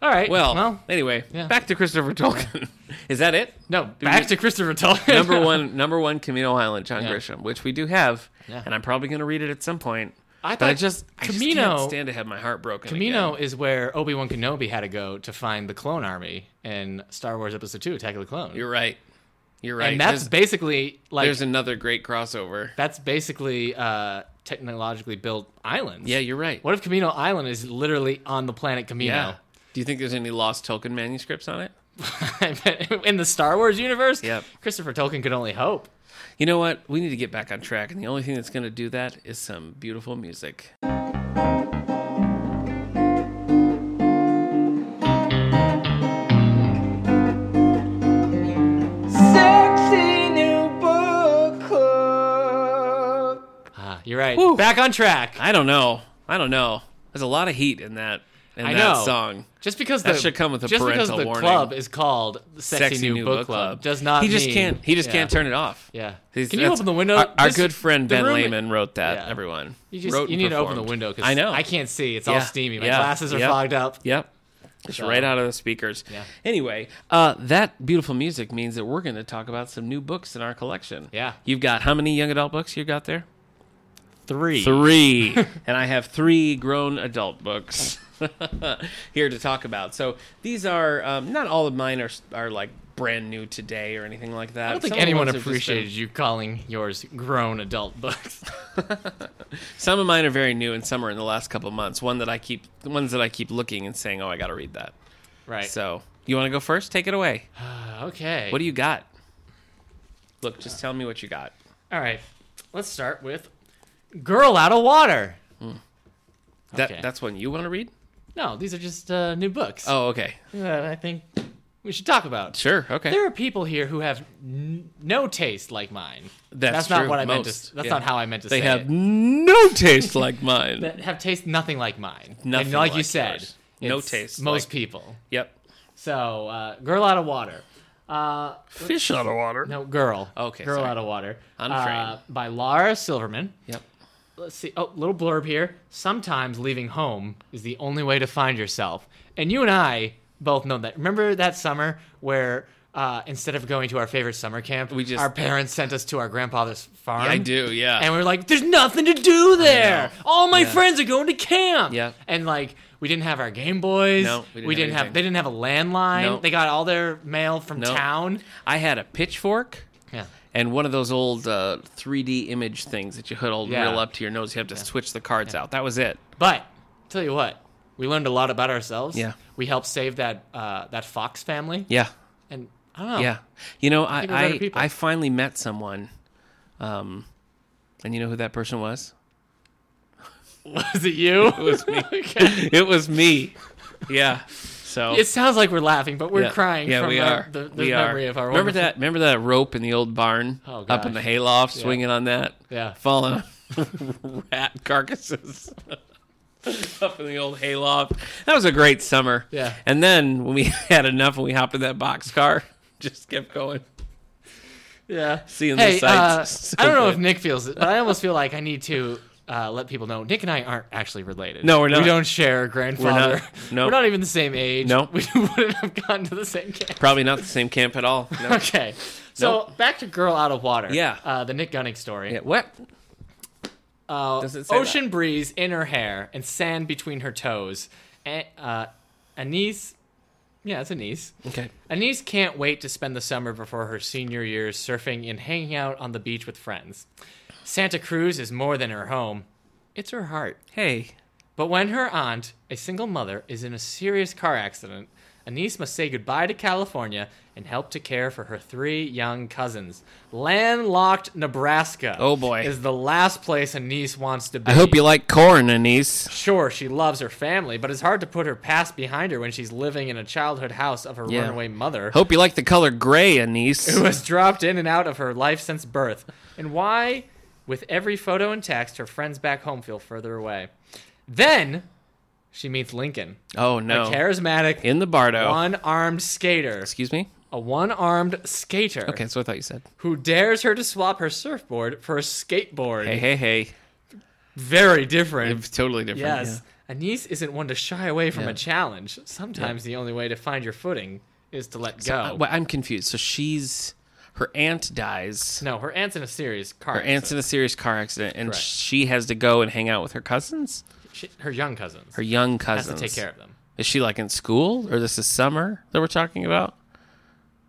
[SPEAKER 1] All right.
[SPEAKER 2] Well,
[SPEAKER 1] well
[SPEAKER 2] anyway,
[SPEAKER 1] yeah.
[SPEAKER 2] back to Christopher Tolkien. Is that it?
[SPEAKER 1] No,
[SPEAKER 2] Did
[SPEAKER 1] back
[SPEAKER 2] we-
[SPEAKER 1] to Christopher Tolkien.
[SPEAKER 2] number one, number one, Camino Island, John
[SPEAKER 1] Yeah.
[SPEAKER 2] Grisham, which we do have,
[SPEAKER 1] Yeah.
[SPEAKER 2] and I'm probably going to read it at some point.
[SPEAKER 1] I
[SPEAKER 2] but I
[SPEAKER 1] thought
[SPEAKER 2] just I just
[SPEAKER 1] Camino-
[SPEAKER 2] can't stand to have my heart broken.
[SPEAKER 1] Camino
[SPEAKER 2] again.
[SPEAKER 1] is where Obi Wan Kenobi had to go to find the clone army in Star Wars Episode Two: Attack of the Clone.
[SPEAKER 2] You're right. You're right.
[SPEAKER 1] And that's
[SPEAKER 2] There's-
[SPEAKER 1] basically like
[SPEAKER 2] There's another great crossover.
[SPEAKER 1] that's basically uh, technologically built islands.
[SPEAKER 2] Yeah, you're right.
[SPEAKER 1] What if Camino Island is literally on the planet Camino?
[SPEAKER 2] Yeah. Do you think there's any lost Tolkien manuscripts on it?
[SPEAKER 1] I bet- in the Star Wars universe?
[SPEAKER 2] Yep.
[SPEAKER 1] Christopher Tolkien could only hope.
[SPEAKER 2] You know what? We need to get back on track, and the only thing that's going to do that is some beautiful music.
[SPEAKER 3] Sexy new book club.
[SPEAKER 1] Ah, you're right. Back on track.
[SPEAKER 2] I don't know. I don't know. There's a lot of heat in that in
[SPEAKER 1] I
[SPEAKER 2] that
[SPEAKER 1] know.
[SPEAKER 2] song.
[SPEAKER 1] Just because the
[SPEAKER 2] That should come with a
[SPEAKER 1] just because
[SPEAKER 2] parental
[SPEAKER 1] the
[SPEAKER 2] warning.
[SPEAKER 1] club is called Sexy, New, Book, Club, does not.
[SPEAKER 2] He just
[SPEAKER 1] mean-
[SPEAKER 2] can't. He just
[SPEAKER 1] Yeah.
[SPEAKER 2] can't turn it off.
[SPEAKER 1] Yeah.
[SPEAKER 2] He's-
[SPEAKER 1] Can you
[SPEAKER 2] that's-
[SPEAKER 1] open the window?
[SPEAKER 2] Our, our
[SPEAKER 1] This-
[SPEAKER 2] good friend
[SPEAKER 1] the
[SPEAKER 2] Ben
[SPEAKER 1] room-
[SPEAKER 2] Lehman wrote that.
[SPEAKER 1] Yeah.
[SPEAKER 2] Everyone.
[SPEAKER 1] You just
[SPEAKER 2] Wrote
[SPEAKER 1] you
[SPEAKER 2] and
[SPEAKER 1] need to open the
[SPEAKER 2] performed.
[SPEAKER 1] window because
[SPEAKER 2] I know.
[SPEAKER 1] I can't see. It's all
[SPEAKER 2] Yeah.
[SPEAKER 1] steamy. My
[SPEAKER 2] Yeah.
[SPEAKER 1] glasses are
[SPEAKER 2] Yep.
[SPEAKER 1] fogged up.
[SPEAKER 2] Yep. It's
[SPEAKER 1] So-
[SPEAKER 2] right out of the speakers.
[SPEAKER 1] Yeah.
[SPEAKER 2] Anyway, uh, that beautiful music means that we're going to talk about some new books in our collection.
[SPEAKER 1] Yeah.
[SPEAKER 2] You've got how many young adult books you got there?
[SPEAKER 1] Three.
[SPEAKER 2] Three. and I have three grown adult books here to talk about. So these are um, not all of mine are are like brand new today or anything like that.
[SPEAKER 1] I don't think anyone appreciated you calling yours grown adult books.
[SPEAKER 2] Some of mine are very new, and some are in the last couple of months. One that I keep, the ones that I keep looking and saying, "Oh, I got to read that."
[SPEAKER 1] right. Uh,
[SPEAKER 2] So you want to go first? Take it away.
[SPEAKER 1] okay.
[SPEAKER 2] What do you got? Look, just tell me what you got.
[SPEAKER 1] All right. Let's start with Girl Out of Water.
[SPEAKER 2] That
[SPEAKER 1] Okay.
[SPEAKER 2] that's one you want to read?
[SPEAKER 1] No, these are just uh, new books
[SPEAKER 2] Oh, okay.
[SPEAKER 1] that I think we should talk about.
[SPEAKER 2] Sure. Okay.
[SPEAKER 1] There are people here who have n- no taste like mine.
[SPEAKER 2] That's
[SPEAKER 1] not
[SPEAKER 2] true.
[SPEAKER 1] what I meant to.
[SPEAKER 2] Most.
[SPEAKER 1] s- That's
[SPEAKER 2] Yeah.
[SPEAKER 1] not how I meant to
[SPEAKER 2] they
[SPEAKER 1] say
[SPEAKER 2] have
[SPEAKER 1] it.
[SPEAKER 2] no taste like mine.
[SPEAKER 1] that have taste nothing like mine.
[SPEAKER 2] Nothing
[SPEAKER 1] and like, you
[SPEAKER 2] like
[SPEAKER 1] said,
[SPEAKER 2] yours. No
[SPEAKER 1] it's
[SPEAKER 2] taste
[SPEAKER 1] Most
[SPEAKER 2] like-
[SPEAKER 1] people.
[SPEAKER 2] yep.
[SPEAKER 1] So, uh, girl out of water. Uh,
[SPEAKER 2] Fish out of water.
[SPEAKER 1] no, girl.
[SPEAKER 2] Okay,
[SPEAKER 1] girl
[SPEAKER 2] sorry.
[SPEAKER 1] out of water.
[SPEAKER 2] Unframed.
[SPEAKER 1] Uh, by Laura Silverman.
[SPEAKER 2] Yep.
[SPEAKER 1] Let's see. Oh, little blurb here. Sometimes leaving home is the only way to find yourself. And you and I both know that. Remember that summer where. Uh, instead of going to our favorite summer camp,
[SPEAKER 2] We just-
[SPEAKER 1] our parents sent us to our grandfather's farm.
[SPEAKER 2] I do. Yeah.
[SPEAKER 1] And we were like, there's nothing to do there. All my
[SPEAKER 2] Yeah.
[SPEAKER 1] friends are going to camp.
[SPEAKER 2] Yeah.
[SPEAKER 1] And like, we didn't have our Game Boys.
[SPEAKER 2] No, we didn't have
[SPEAKER 1] have,
[SPEAKER 2] anything.
[SPEAKER 1] they didn't have a landline.
[SPEAKER 2] No.
[SPEAKER 1] They got all their mail from
[SPEAKER 2] No.
[SPEAKER 1] town.
[SPEAKER 2] I had a pitchfork.
[SPEAKER 1] Yeah.
[SPEAKER 2] And one of those old uh, 3D image things that you hold
[SPEAKER 1] Yeah.
[SPEAKER 2] reel up to your nose, you have to switch the cards out. That was it.
[SPEAKER 1] But tell you what, we learned a lot about ourselves.
[SPEAKER 2] Yeah.
[SPEAKER 1] We helped save that, uh, that Fox family.
[SPEAKER 2] Yeah,
[SPEAKER 1] And I don't know.
[SPEAKER 2] yeah. You know, I
[SPEAKER 1] think we're better
[SPEAKER 2] I,
[SPEAKER 1] people.
[SPEAKER 2] I finally met someone, um, and you know who that person was?
[SPEAKER 1] Was it you? It was me.
[SPEAKER 2] it was me. Yeah. So
[SPEAKER 1] It sounds like we're laughing, but we're
[SPEAKER 2] yeah.
[SPEAKER 1] crying
[SPEAKER 2] Yeah,
[SPEAKER 1] from
[SPEAKER 2] we
[SPEAKER 1] our-
[SPEAKER 2] are.
[SPEAKER 1] the, the
[SPEAKER 2] we
[SPEAKER 1] memory
[SPEAKER 2] are.
[SPEAKER 1] of our
[SPEAKER 2] remember
[SPEAKER 1] wonderful-
[SPEAKER 2] that. Remember that rope in the old barn
[SPEAKER 1] Oh,
[SPEAKER 2] up in the
[SPEAKER 1] gosh.
[SPEAKER 2] hayloft, swinging on that,
[SPEAKER 1] Yeah.
[SPEAKER 2] falling on rat carcasses. Up in the old hayloft. That was a great summer.
[SPEAKER 1] Yeah.
[SPEAKER 2] And then when we had enough and we hopped in that box car, just kept going.
[SPEAKER 1] Yeah.
[SPEAKER 2] Seeing the
[SPEAKER 1] hey,
[SPEAKER 2] sights
[SPEAKER 1] uh,
[SPEAKER 2] is so
[SPEAKER 1] I don't know
[SPEAKER 2] good.
[SPEAKER 1] if Nick feels it, but I almost feel like I need to uh, let people know Nick and I aren't actually related.
[SPEAKER 2] No, we're not.
[SPEAKER 1] We don't share a grandfather.
[SPEAKER 2] We're not. No.
[SPEAKER 1] We're not even the same age.
[SPEAKER 2] No.
[SPEAKER 1] We wouldn't have gotten to the same camp.
[SPEAKER 2] Probably not the same camp at all. No.
[SPEAKER 1] Okay. So back to Girl Out of Water.
[SPEAKER 2] Yeah.
[SPEAKER 1] Uh, the Nick Gunning story.
[SPEAKER 2] Yeah, what?
[SPEAKER 1] Uh,
[SPEAKER 2] Does it say
[SPEAKER 1] ocean breeze in her hair and sand between her toes. A- uh, Anise. Yeah, it's Anise.
[SPEAKER 2] Okay.
[SPEAKER 1] Anise can't wait to spend the summer before her senior year surfing and hanging out on the beach with friends. Santa Cruz is more than her home, it's her heart.
[SPEAKER 2] Hey.
[SPEAKER 1] But when her aunt, a single mother, is in a serious car accident, Anise must say goodbye to California and help to care for her three young cousins. Landlocked Nebraska.
[SPEAKER 2] Oh, boy.
[SPEAKER 1] Is the last place Anise wants to be.
[SPEAKER 2] I hope you like corn, Anise.
[SPEAKER 1] Sure, she loves her family, but it's hard to put her past behind her when she's living in a childhood house of her
[SPEAKER 2] Yeah.
[SPEAKER 1] runaway mother
[SPEAKER 2] Hope you like the color gray, Anise.
[SPEAKER 1] who has dropped in and out of her life since birth, and why, with every photo and text, her friends back home feel further away. Then she meets Lincoln,
[SPEAKER 2] Oh,
[SPEAKER 1] a
[SPEAKER 2] no.
[SPEAKER 1] charismatic,
[SPEAKER 2] In the Bardo.
[SPEAKER 1] one armed skater,
[SPEAKER 2] Excuse me?
[SPEAKER 1] a one armed skater
[SPEAKER 2] Okay, that's what I thought you said.
[SPEAKER 1] who dares her to swap her surfboard for a skateboard.
[SPEAKER 2] Hey, hey, hey.
[SPEAKER 1] Very different.
[SPEAKER 2] It's totally different.
[SPEAKER 1] Yes. Anise isn't one to shy away from
[SPEAKER 2] Yeah.
[SPEAKER 1] a challenge. Sometimes the only way to find your footing is to let go.
[SPEAKER 2] Uh, well, I'm confused. So she's her aunt dies.
[SPEAKER 1] no, her aunt's in a serious car.
[SPEAKER 2] Her aunt's in a serious car accident, and
[SPEAKER 1] Correct.
[SPEAKER 2] she has to go and hang out with her cousins,
[SPEAKER 1] She, her young cousins.
[SPEAKER 2] her young
[SPEAKER 1] has to
[SPEAKER 2] cousins.
[SPEAKER 1] take care of them.
[SPEAKER 2] Is she like in school, or this is summer that we're talking about?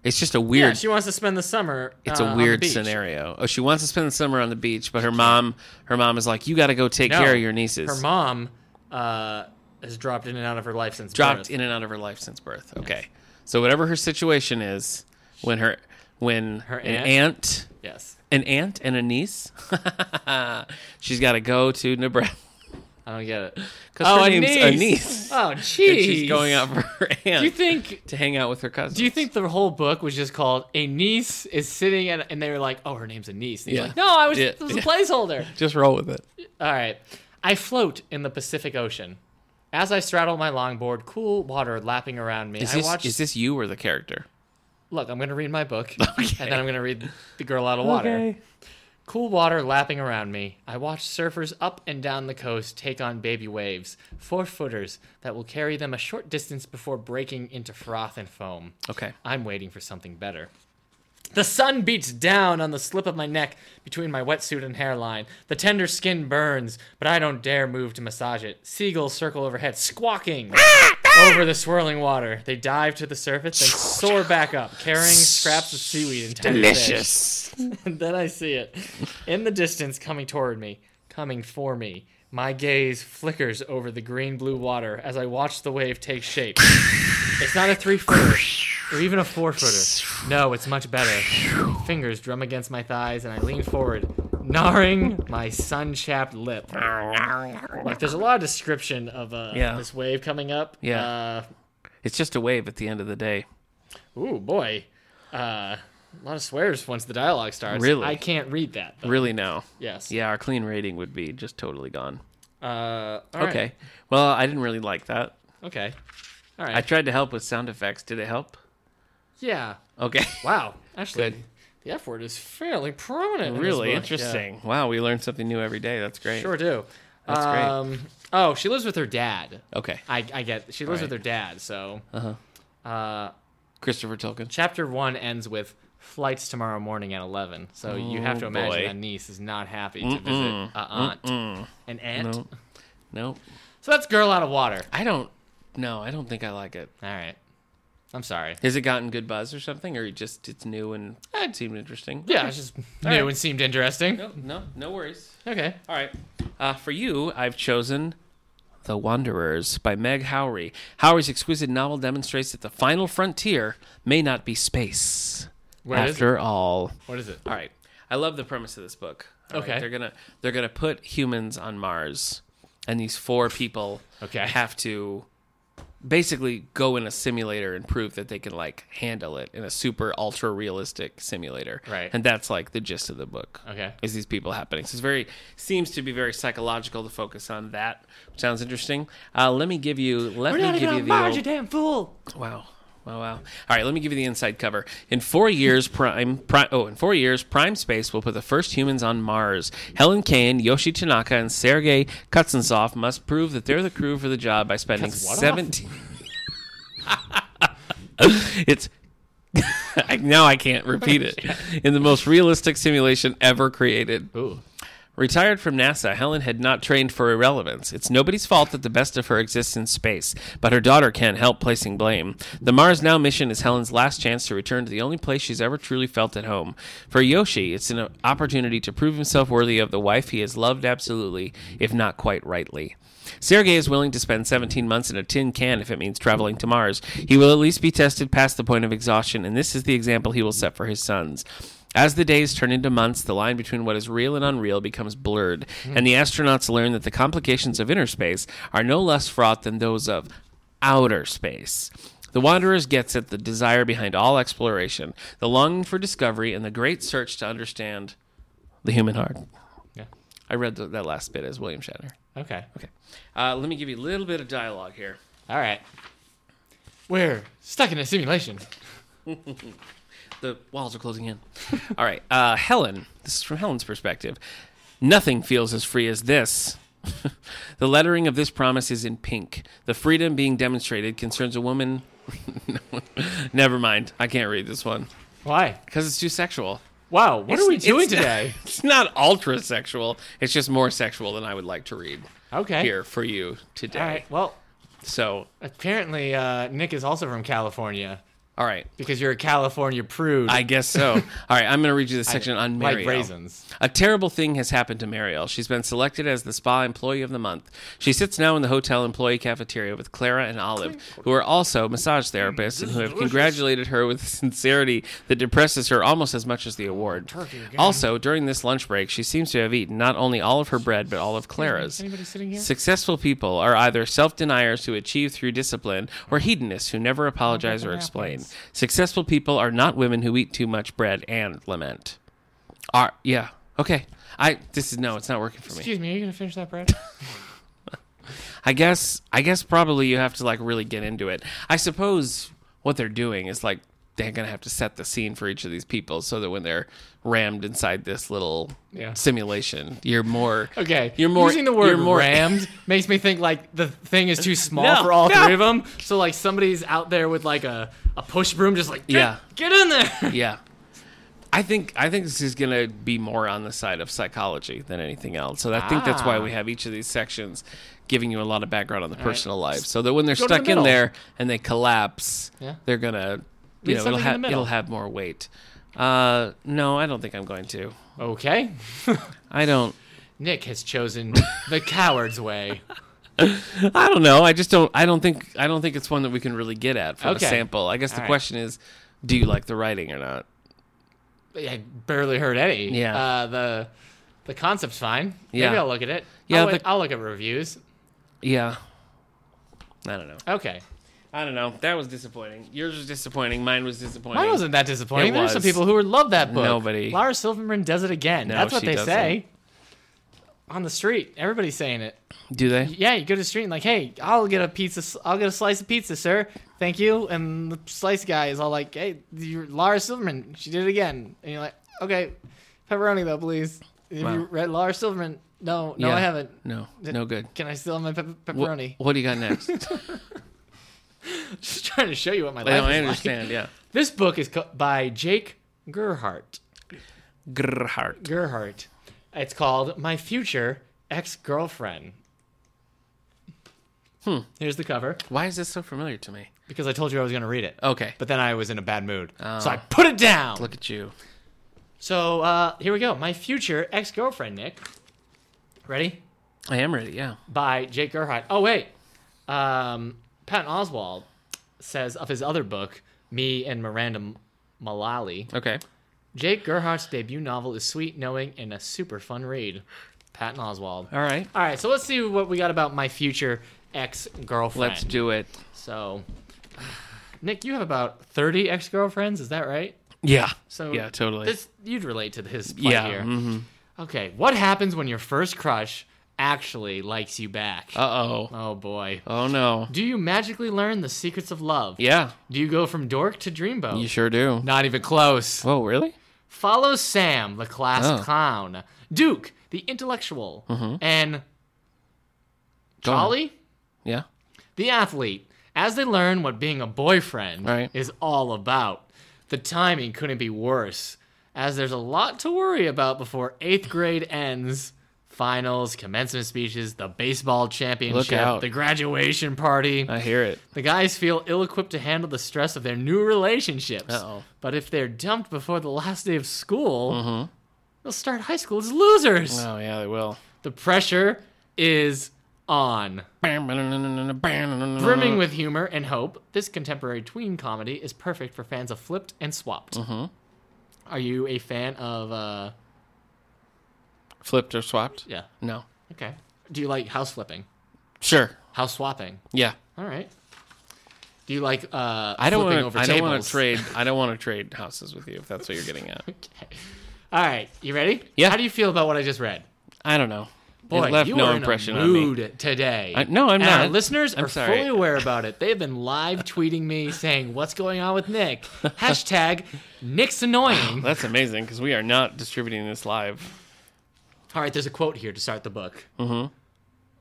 [SPEAKER 2] It's just a
[SPEAKER 1] Yeah,
[SPEAKER 2] weird.
[SPEAKER 1] she wants to spend the summer.
[SPEAKER 2] it's
[SPEAKER 1] uh,
[SPEAKER 2] a
[SPEAKER 1] on the
[SPEAKER 2] weird
[SPEAKER 1] beach.
[SPEAKER 2] scenario. Oh, she wants to spend the summer on the beach, but her mom, her mom is like, "You got to go take
[SPEAKER 1] No,
[SPEAKER 2] care of your nieces."
[SPEAKER 1] Her mom uh, has dropped in and out of her life since
[SPEAKER 2] dropped
[SPEAKER 1] birth.
[SPEAKER 2] in and out of her life since birth. Okay, so whatever her situation is, when her when
[SPEAKER 1] Her
[SPEAKER 2] an
[SPEAKER 1] aunt?
[SPEAKER 2] aunt,
[SPEAKER 1] Yes,
[SPEAKER 2] an aunt and a niece, she's got to go to Nebraska
[SPEAKER 1] I don't get it.
[SPEAKER 2] because her name's a niece.
[SPEAKER 1] Oh,
[SPEAKER 2] And
[SPEAKER 1] jeez.
[SPEAKER 2] she's going out for her aunt
[SPEAKER 1] Do you think?
[SPEAKER 2] to hang out with her cousin.
[SPEAKER 1] Do you think the whole book was just called "A Niece Is Sitting at," and they were like, "Oh, her name's a niece." And he's
[SPEAKER 2] Yeah.
[SPEAKER 1] like, "No, I was,
[SPEAKER 2] Yeah,
[SPEAKER 1] it was
[SPEAKER 2] yeah.
[SPEAKER 1] a placeholder."
[SPEAKER 2] just roll with it?
[SPEAKER 1] All right. I float in the Pacific Ocean. As I straddle my longboard, cool water lapping around me.
[SPEAKER 2] Is
[SPEAKER 1] I
[SPEAKER 2] this
[SPEAKER 1] watch.
[SPEAKER 2] is this you or the character?
[SPEAKER 1] Look, I'm going to read my book, and then I'm going to read "The Girl Out of Water."
[SPEAKER 2] Okay.
[SPEAKER 1] Cool water lapping around me. I watch surfers up and down the coast take on baby waves, four footers that will carry them a short distance before breaking into froth and foam.
[SPEAKER 2] Okay.
[SPEAKER 1] I'm waiting for something better. The sun beats down on the slip of my neck between my wetsuit and hairline. The tender skin burns, but I don't dare move to massage it. Seagulls circle overhead, squawking over the swirling water. They dive to the surface and soar back up, carrying scraps of seaweed and tiny fish. And then I see it in the distance coming toward me, coming for me. My gaze flickers over the green blue water as I watch the wave take shape. It's not a three footer or even a four footer. No, it's much better. Fingers drum against my thighs and I lean forward, gnawing my sun chapped lip. Like, there's a lot of description of uh,
[SPEAKER 2] Yeah.
[SPEAKER 1] this wave coming up.
[SPEAKER 2] Yeah.
[SPEAKER 1] Uh,
[SPEAKER 2] It's just a wave at the end of the day.
[SPEAKER 1] ooh, boy. Uh, a lot of swears once the dialogue starts.
[SPEAKER 2] Really?
[SPEAKER 1] I can't read that. Though.
[SPEAKER 2] Really now.
[SPEAKER 1] Yes.
[SPEAKER 2] Yeah, our clean rating would be just totally gone.
[SPEAKER 1] Uh, all right.
[SPEAKER 2] Okay. Well, I didn't really like that.
[SPEAKER 1] Okay. All right.
[SPEAKER 2] I tried to help with sound effects. Did it help?
[SPEAKER 1] yeah.
[SPEAKER 2] Okay.
[SPEAKER 1] Wow. Actually,
[SPEAKER 2] Good.
[SPEAKER 1] the F word is fairly prominent. in this
[SPEAKER 2] really
[SPEAKER 1] book.
[SPEAKER 2] interesting. Wow, we learn something new every day. That's great.
[SPEAKER 1] Yeah, sure do.
[SPEAKER 2] That's great.
[SPEAKER 1] um, great. Oh, she lives with her dad.
[SPEAKER 2] Okay.
[SPEAKER 1] I, I get. She lives
[SPEAKER 2] All
[SPEAKER 1] with her dad. So. Uh-huh.
[SPEAKER 2] Christopher Tolkien.
[SPEAKER 1] Chapter one ends with flights tomorrow morning at eleven. So you have to imagine
[SPEAKER 2] Oh, boy.
[SPEAKER 1] that niece is not happy to visit a aunt, an aunt.
[SPEAKER 2] No. Nope.
[SPEAKER 1] So that's girl out of water.
[SPEAKER 2] I don't no, I don't think I like it.
[SPEAKER 1] All right. I'm sorry.
[SPEAKER 2] Has it gotten good buzz or something? Or just it's new and eh, it seemed interesting?
[SPEAKER 1] Yeah, it's just new
[SPEAKER 2] right.
[SPEAKER 1] and seemed interesting.
[SPEAKER 2] No, no, no worries.
[SPEAKER 1] Okay.
[SPEAKER 2] All right. Uh, for you, I've chosen The Wanderers by Meg Howry. Howry's exquisite novel demonstrates that the final frontier may not be space.
[SPEAKER 1] Where is
[SPEAKER 2] after all.
[SPEAKER 1] What is it?
[SPEAKER 2] All right. I love the premise of this book. All right,
[SPEAKER 1] Okay.
[SPEAKER 2] They're gonna they're gonna put humans on Mars and these four people
[SPEAKER 1] Okay.
[SPEAKER 2] have to basically go in a simulator and prove that they can like handle it in a super ultra realistic simulator.
[SPEAKER 1] Right.
[SPEAKER 2] And that's like the gist of the book
[SPEAKER 1] Okay.
[SPEAKER 2] is these people happening. So it's very seems to be very psychological to focus on that. Sounds interesting. Uh, let me give you let
[SPEAKER 1] We're
[SPEAKER 2] me
[SPEAKER 1] not
[SPEAKER 2] give
[SPEAKER 1] even
[SPEAKER 2] you
[SPEAKER 1] on
[SPEAKER 2] the
[SPEAKER 1] Mars,
[SPEAKER 2] old-
[SPEAKER 1] you damn fool.
[SPEAKER 2] Wow. Wow, wow. All right, let me give you the inside cover. In four years, Prime, Prime oh, in four years, Prime Space will put the first humans on Mars. Helen Kane, Yoshi Tanaka, and Sergei Kuznetsov must prove that they're the crew for the job by spending
[SPEAKER 1] Kuznetsov?
[SPEAKER 2] seventeen. it's I, now I can't repeat it in the most realistic simulation ever created.
[SPEAKER 1] Ooh.
[SPEAKER 2] Retired from NASA, Helen had not trained for irrelevance. It's nobody's fault that the best of her exists in space, but her daughter can't help placing blame. The Mars Now mission is Helen's last chance to return to the only place she's ever truly felt at home. For Yoshi, it's an opportunity to prove himself worthy of the wife he has loved absolutely, if not quite rightly. Sergei is willing to spend 17 months in a tin can if it means traveling to Mars. He will at least be tested past the point of exhaustion, and this is the example he will set for his sons. As the days turn into months, the line between what is real and unreal becomes blurred, and the astronauts learn that the complications of inner space are no less fraught than those of outer space. The Wanderers gets at the desire behind all exploration, the longing for discovery, and the great search to understand the human heart.
[SPEAKER 1] Yeah.
[SPEAKER 2] I read th that last bit as William Shatner.
[SPEAKER 1] Okay.
[SPEAKER 2] Okay. Uh, let me give you a little bit of dialogue here.
[SPEAKER 1] All right. We're stuck in a simulation.
[SPEAKER 2] The walls are closing in. All right. Uh, Helen, this is from Helen's perspective. Nothing feels as free as this. the lettering of this promise is in pink. The freedom being demonstrated concerns a woman. Never mind. I can't read this one
[SPEAKER 1] Why?
[SPEAKER 2] because it's too sexual.
[SPEAKER 1] Wow. What
[SPEAKER 2] It's-
[SPEAKER 1] are we doing
[SPEAKER 2] it's not-
[SPEAKER 1] today?
[SPEAKER 2] it's not ultra sexual. It's just more sexual than I would like to read
[SPEAKER 1] Okay.
[SPEAKER 2] here for you today.
[SPEAKER 1] All right. Well,
[SPEAKER 2] So
[SPEAKER 1] apparently uh, Nick is also from California.
[SPEAKER 2] All right.
[SPEAKER 1] because you're a California prude.
[SPEAKER 2] I guess so. All right, I'm going to read you the section on
[SPEAKER 1] like
[SPEAKER 2] Mariel.
[SPEAKER 1] raisins.
[SPEAKER 2] A terrible thing has happened to Mariel. She's been selected as the spa employee of the month. She sits now in the hotel employee cafeteria with Clara and Olive, who are also massage therapists and who have congratulated her with sincerity that depresses her almost as much as the award. Also, during this lunch break, she seems to have eaten not only all of her bread but all of Clara's.
[SPEAKER 1] Anybody sitting here?
[SPEAKER 2] Successful people are either self deniers who achieve through discipline or hedonists who never apologize or explain. Successful people are not women who eat too much bread and lament. Are yeah. Okay. I this is no, it's not working for me.
[SPEAKER 1] Excuse me, are you gonna finish that bread?
[SPEAKER 2] I guess I guess probably you have to like really get into it. I suppose what they're doing is like they're gonna have to set the scene for each of these people so that when they're rammed inside this little
[SPEAKER 1] Yeah.
[SPEAKER 2] simulation, you're more
[SPEAKER 1] Okay,
[SPEAKER 2] You're more
[SPEAKER 1] using the word
[SPEAKER 2] you're more
[SPEAKER 1] rammed makes me think like the thing is too small
[SPEAKER 2] No,
[SPEAKER 1] for all
[SPEAKER 2] no.
[SPEAKER 1] three of them. So like somebody's out there with like a, a push broom, just like get,
[SPEAKER 2] Yeah.
[SPEAKER 1] get in there.
[SPEAKER 2] Yeah. I think I think this is going to be more on the side of psychology than anything else. So I think that's why
[SPEAKER 1] Ah.
[SPEAKER 2] we have each of these sections giving you a lot of background on the personal life so that when they're
[SPEAKER 1] Go to the
[SPEAKER 2] stuck in
[SPEAKER 1] middle.
[SPEAKER 2] there and they collapse,
[SPEAKER 1] Yeah.
[SPEAKER 2] they're going to
[SPEAKER 1] Read
[SPEAKER 2] you know, it'll
[SPEAKER 1] something in the
[SPEAKER 2] have
[SPEAKER 1] middle.
[SPEAKER 2] it'll have more weight. Uh, no, I don't think I'm going to.
[SPEAKER 1] Okay,
[SPEAKER 2] I don't
[SPEAKER 1] Nick has chosen the coward's way.
[SPEAKER 2] I don't know. I just don't I don't think I don't think it's one that we can really get at from
[SPEAKER 1] Okay.
[SPEAKER 2] a sample. I guess the
[SPEAKER 1] right.
[SPEAKER 2] question is do you like the writing or not?
[SPEAKER 1] I barely heard any.
[SPEAKER 2] Yeah.
[SPEAKER 1] uh, the the concept's fine.
[SPEAKER 2] Yeah.
[SPEAKER 1] Maybe I'll look at it.
[SPEAKER 2] Yeah,
[SPEAKER 1] I'll, wait-
[SPEAKER 2] the-
[SPEAKER 1] I'll look at reviews.
[SPEAKER 2] Yeah. I don't know.
[SPEAKER 1] Okay,
[SPEAKER 2] I don't know. That was disappointing. Yours was disappointing. Mine was disappointing.
[SPEAKER 1] mine wasn't that disappointing.
[SPEAKER 2] It
[SPEAKER 1] There's some
[SPEAKER 2] was.
[SPEAKER 1] people who would love that book.
[SPEAKER 2] Nobody.
[SPEAKER 1] Laura Silverman does it again.
[SPEAKER 2] No,
[SPEAKER 1] That's what
[SPEAKER 2] she
[SPEAKER 1] they
[SPEAKER 2] doesn't.
[SPEAKER 1] say. On the street, everybody's saying it.
[SPEAKER 2] Do they?
[SPEAKER 1] Yeah, you go to the street and like, hey, I'll get a pizza. I'll get a slice of pizza, sir. Thank you. And the slice guy is all like, hey, you're Laura Silverman. She did it again. And you're like, okay, pepperoni though, please. Have
[SPEAKER 2] Wow.
[SPEAKER 1] you read Laura Silverman? No, no,
[SPEAKER 2] Yeah.
[SPEAKER 1] I haven't.
[SPEAKER 2] No.
[SPEAKER 1] Th-
[SPEAKER 2] No good.
[SPEAKER 1] Can I still have my pe-
[SPEAKER 2] Wha-
[SPEAKER 1] pepperoni?
[SPEAKER 2] What do you got next?
[SPEAKER 1] Just trying to show you what my
[SPEAKER 2] I,
[SPEAKER 1] life
[SPEAKER 2] don't, I
[SPEAKER 1] is like.
[SPEAKER 2] understand. Yeah.
[SPEAKER 1] This book is co- by Jake Gerhart.
[SPEAKER 2] Gerhardt.
[SPEAKER 1] Gerhart. It's called My Future Ex-Girlfriend. Hmm. Here's the cover
[SPEAKER 2] Why is this so familiar to me?
[SPEAKER 1] because I told you I was going to read it.
[SPEAKER 2] Okay.
[SPEAKER 1] but then I was in a bad mood. so
[SPEAKER 2] Oh.
[SPEAKER 1] I put it down.
[SPEAKER 2] Look at you.
[SPEAKER 1] So uh, here we go. My future ex girlfriend, Nick. Ready?
[SPEAKER 2] I am ready. Yeah.
[SPEAKER 1] By Jake Gerhardt. Oh, wait. Um, Patton Oswald says of his other book, Me and Miranda M- Mullally,
[SPEAKER 2] Okay.
[SPEAKER 1] Jake Gerhardt's debut novel is sweet, knowing, and a super fun read. Patton Oswald.
[SPEAKER 2] All right.
[SPEAKER 1] All right, so let's see what we got about my future ex girlfriend.
[SPEAKER 2] Let's do it.
[SPEAKER 1] So, Nick, you have about 30 ex girlfriends, is that right?
[SPEAKER 2] Yeah.
[SPEAKER 1] So
[SPEAKER 2] yeah, totally.
[SPEAKER 1] This you'd relate to his plight
[SPEAKER 2] yeah.
[SPEAKER 1] here.
[SPEAKER 2] Mm-hmm.
[SPEAKER 1] Okay, what happens when your first crush actually likes you back?
[SPEAKER 2] Uh oh.
[SPEAKER 1] oh boy.
[SPEAKER 2] Oh no.
[SPEAKER 1] Do you magically learn the secrets of love?
[SPEAKER 2] Yeah.
[SPEAKER 1] Do you go from dork to dreamboat?
[SPEAKER 2] You sure do.
[SPEAKER 1] Not even close.
[SPEAKER 2] Oh really?
[SPEAKER 1] Follow Sam, the class
[SPEAKER 2] Oh. Mm-hmm.
[SPEAKER 1] clown, Duke, the intellectual, and
[SPEAKER 2] Go on.
[SPEAKER 1] Ollie,
[SPEAKER 2] Yeah.
[SPEAKER 1] the athlete, as they learn what being a boyfriend
[SPEAKER 2] Right.
[SPEAKER 1] is all about. The timing couldn't be worse, as there's a lot to worry about before eighth grade ends. Finals, commencement speeches, the baseball championship,
[SPEAKER 2] out.
[SPEAKER 1] the graduation party.
[SPEAKER 2] I hear it.
[SPEAKER 1] The guys feel ill equipped to handle the stress of their new relationships.
[SPEAKER 2] Uh-oh.
[SPEAKER 1] But if they're dumped before the last day of school, they'll start high school as losers.
[SPEAKER 2] Oh Mm-hmm. yeah, they will.
[SPEAKER 1] The pressure is on.
[SPEAKER 2] Uh,
[SPEAKER 1] Brimming with humor and hope, this contemporary tween comedy is perfect for fans of Flipped and Swapped.
[SPEAKER 2] Mm-hmm.
[SPEAKER 1] Are you a fan of, uh,
[SPEAKER 2] Flipped or swapped?
[SPEAKER 1] yeah,
[SPEAKER 2] No.
[SPEAKER 1] okay. Do you like house flipping?
[SPEAKER 2] Sure.
[SPEAKER 1] House swapping?
[SPEAKER 2] Yeah.
[SPEAKER 1] All right. Do you like, uh,
[SPEAKER 2] I don't
[SPEAKER 1] flipping
[SPEAKER 2] want
[SPEAKER 1] over
[SPEAKER 2] to. I don't want
[SPEAKER 1] tables?
[SPEAKER 2] to trade. I don't want to trade houses with you if that's what you're getting at.
[SPEAKER 1] Okay. All right, you ready?
[SPEAKER 2] Yeah.
[SPEAKER 1] How do you feel about what I just read?
[SPEAKER 2] I don't know.
[SPEAKER 1] Boy,
[SPEAKER 2] it left
[SPEAKER 1] you
[SPEAKER 2] no
[SPEAKER 1] are
[SPEAKER 2] impression
[SPEAKER 1] in a
[SPEAKER 2] on me.
[SPEAKER 1] mood today.
[SPEAKER 2] I- no, I'm
[SPEAKER 1] and Our
[SPEAKER 2] not.
[SPEAKER 1] listeners
[SPEAKER 2] I'm
[SPEAKER 1] are
[SPEAKER 2] sorry.
[SPEAKER 1] fully aware about it. They've been live tweeting me saying, "What's going on with Nick?" Hashtag Nick's annoying.
[SPEAKER 2] That's amazing because we are not distributing this live.
[SPEAKER 1] All right, there's a quote here to start the book. Mm-hmm.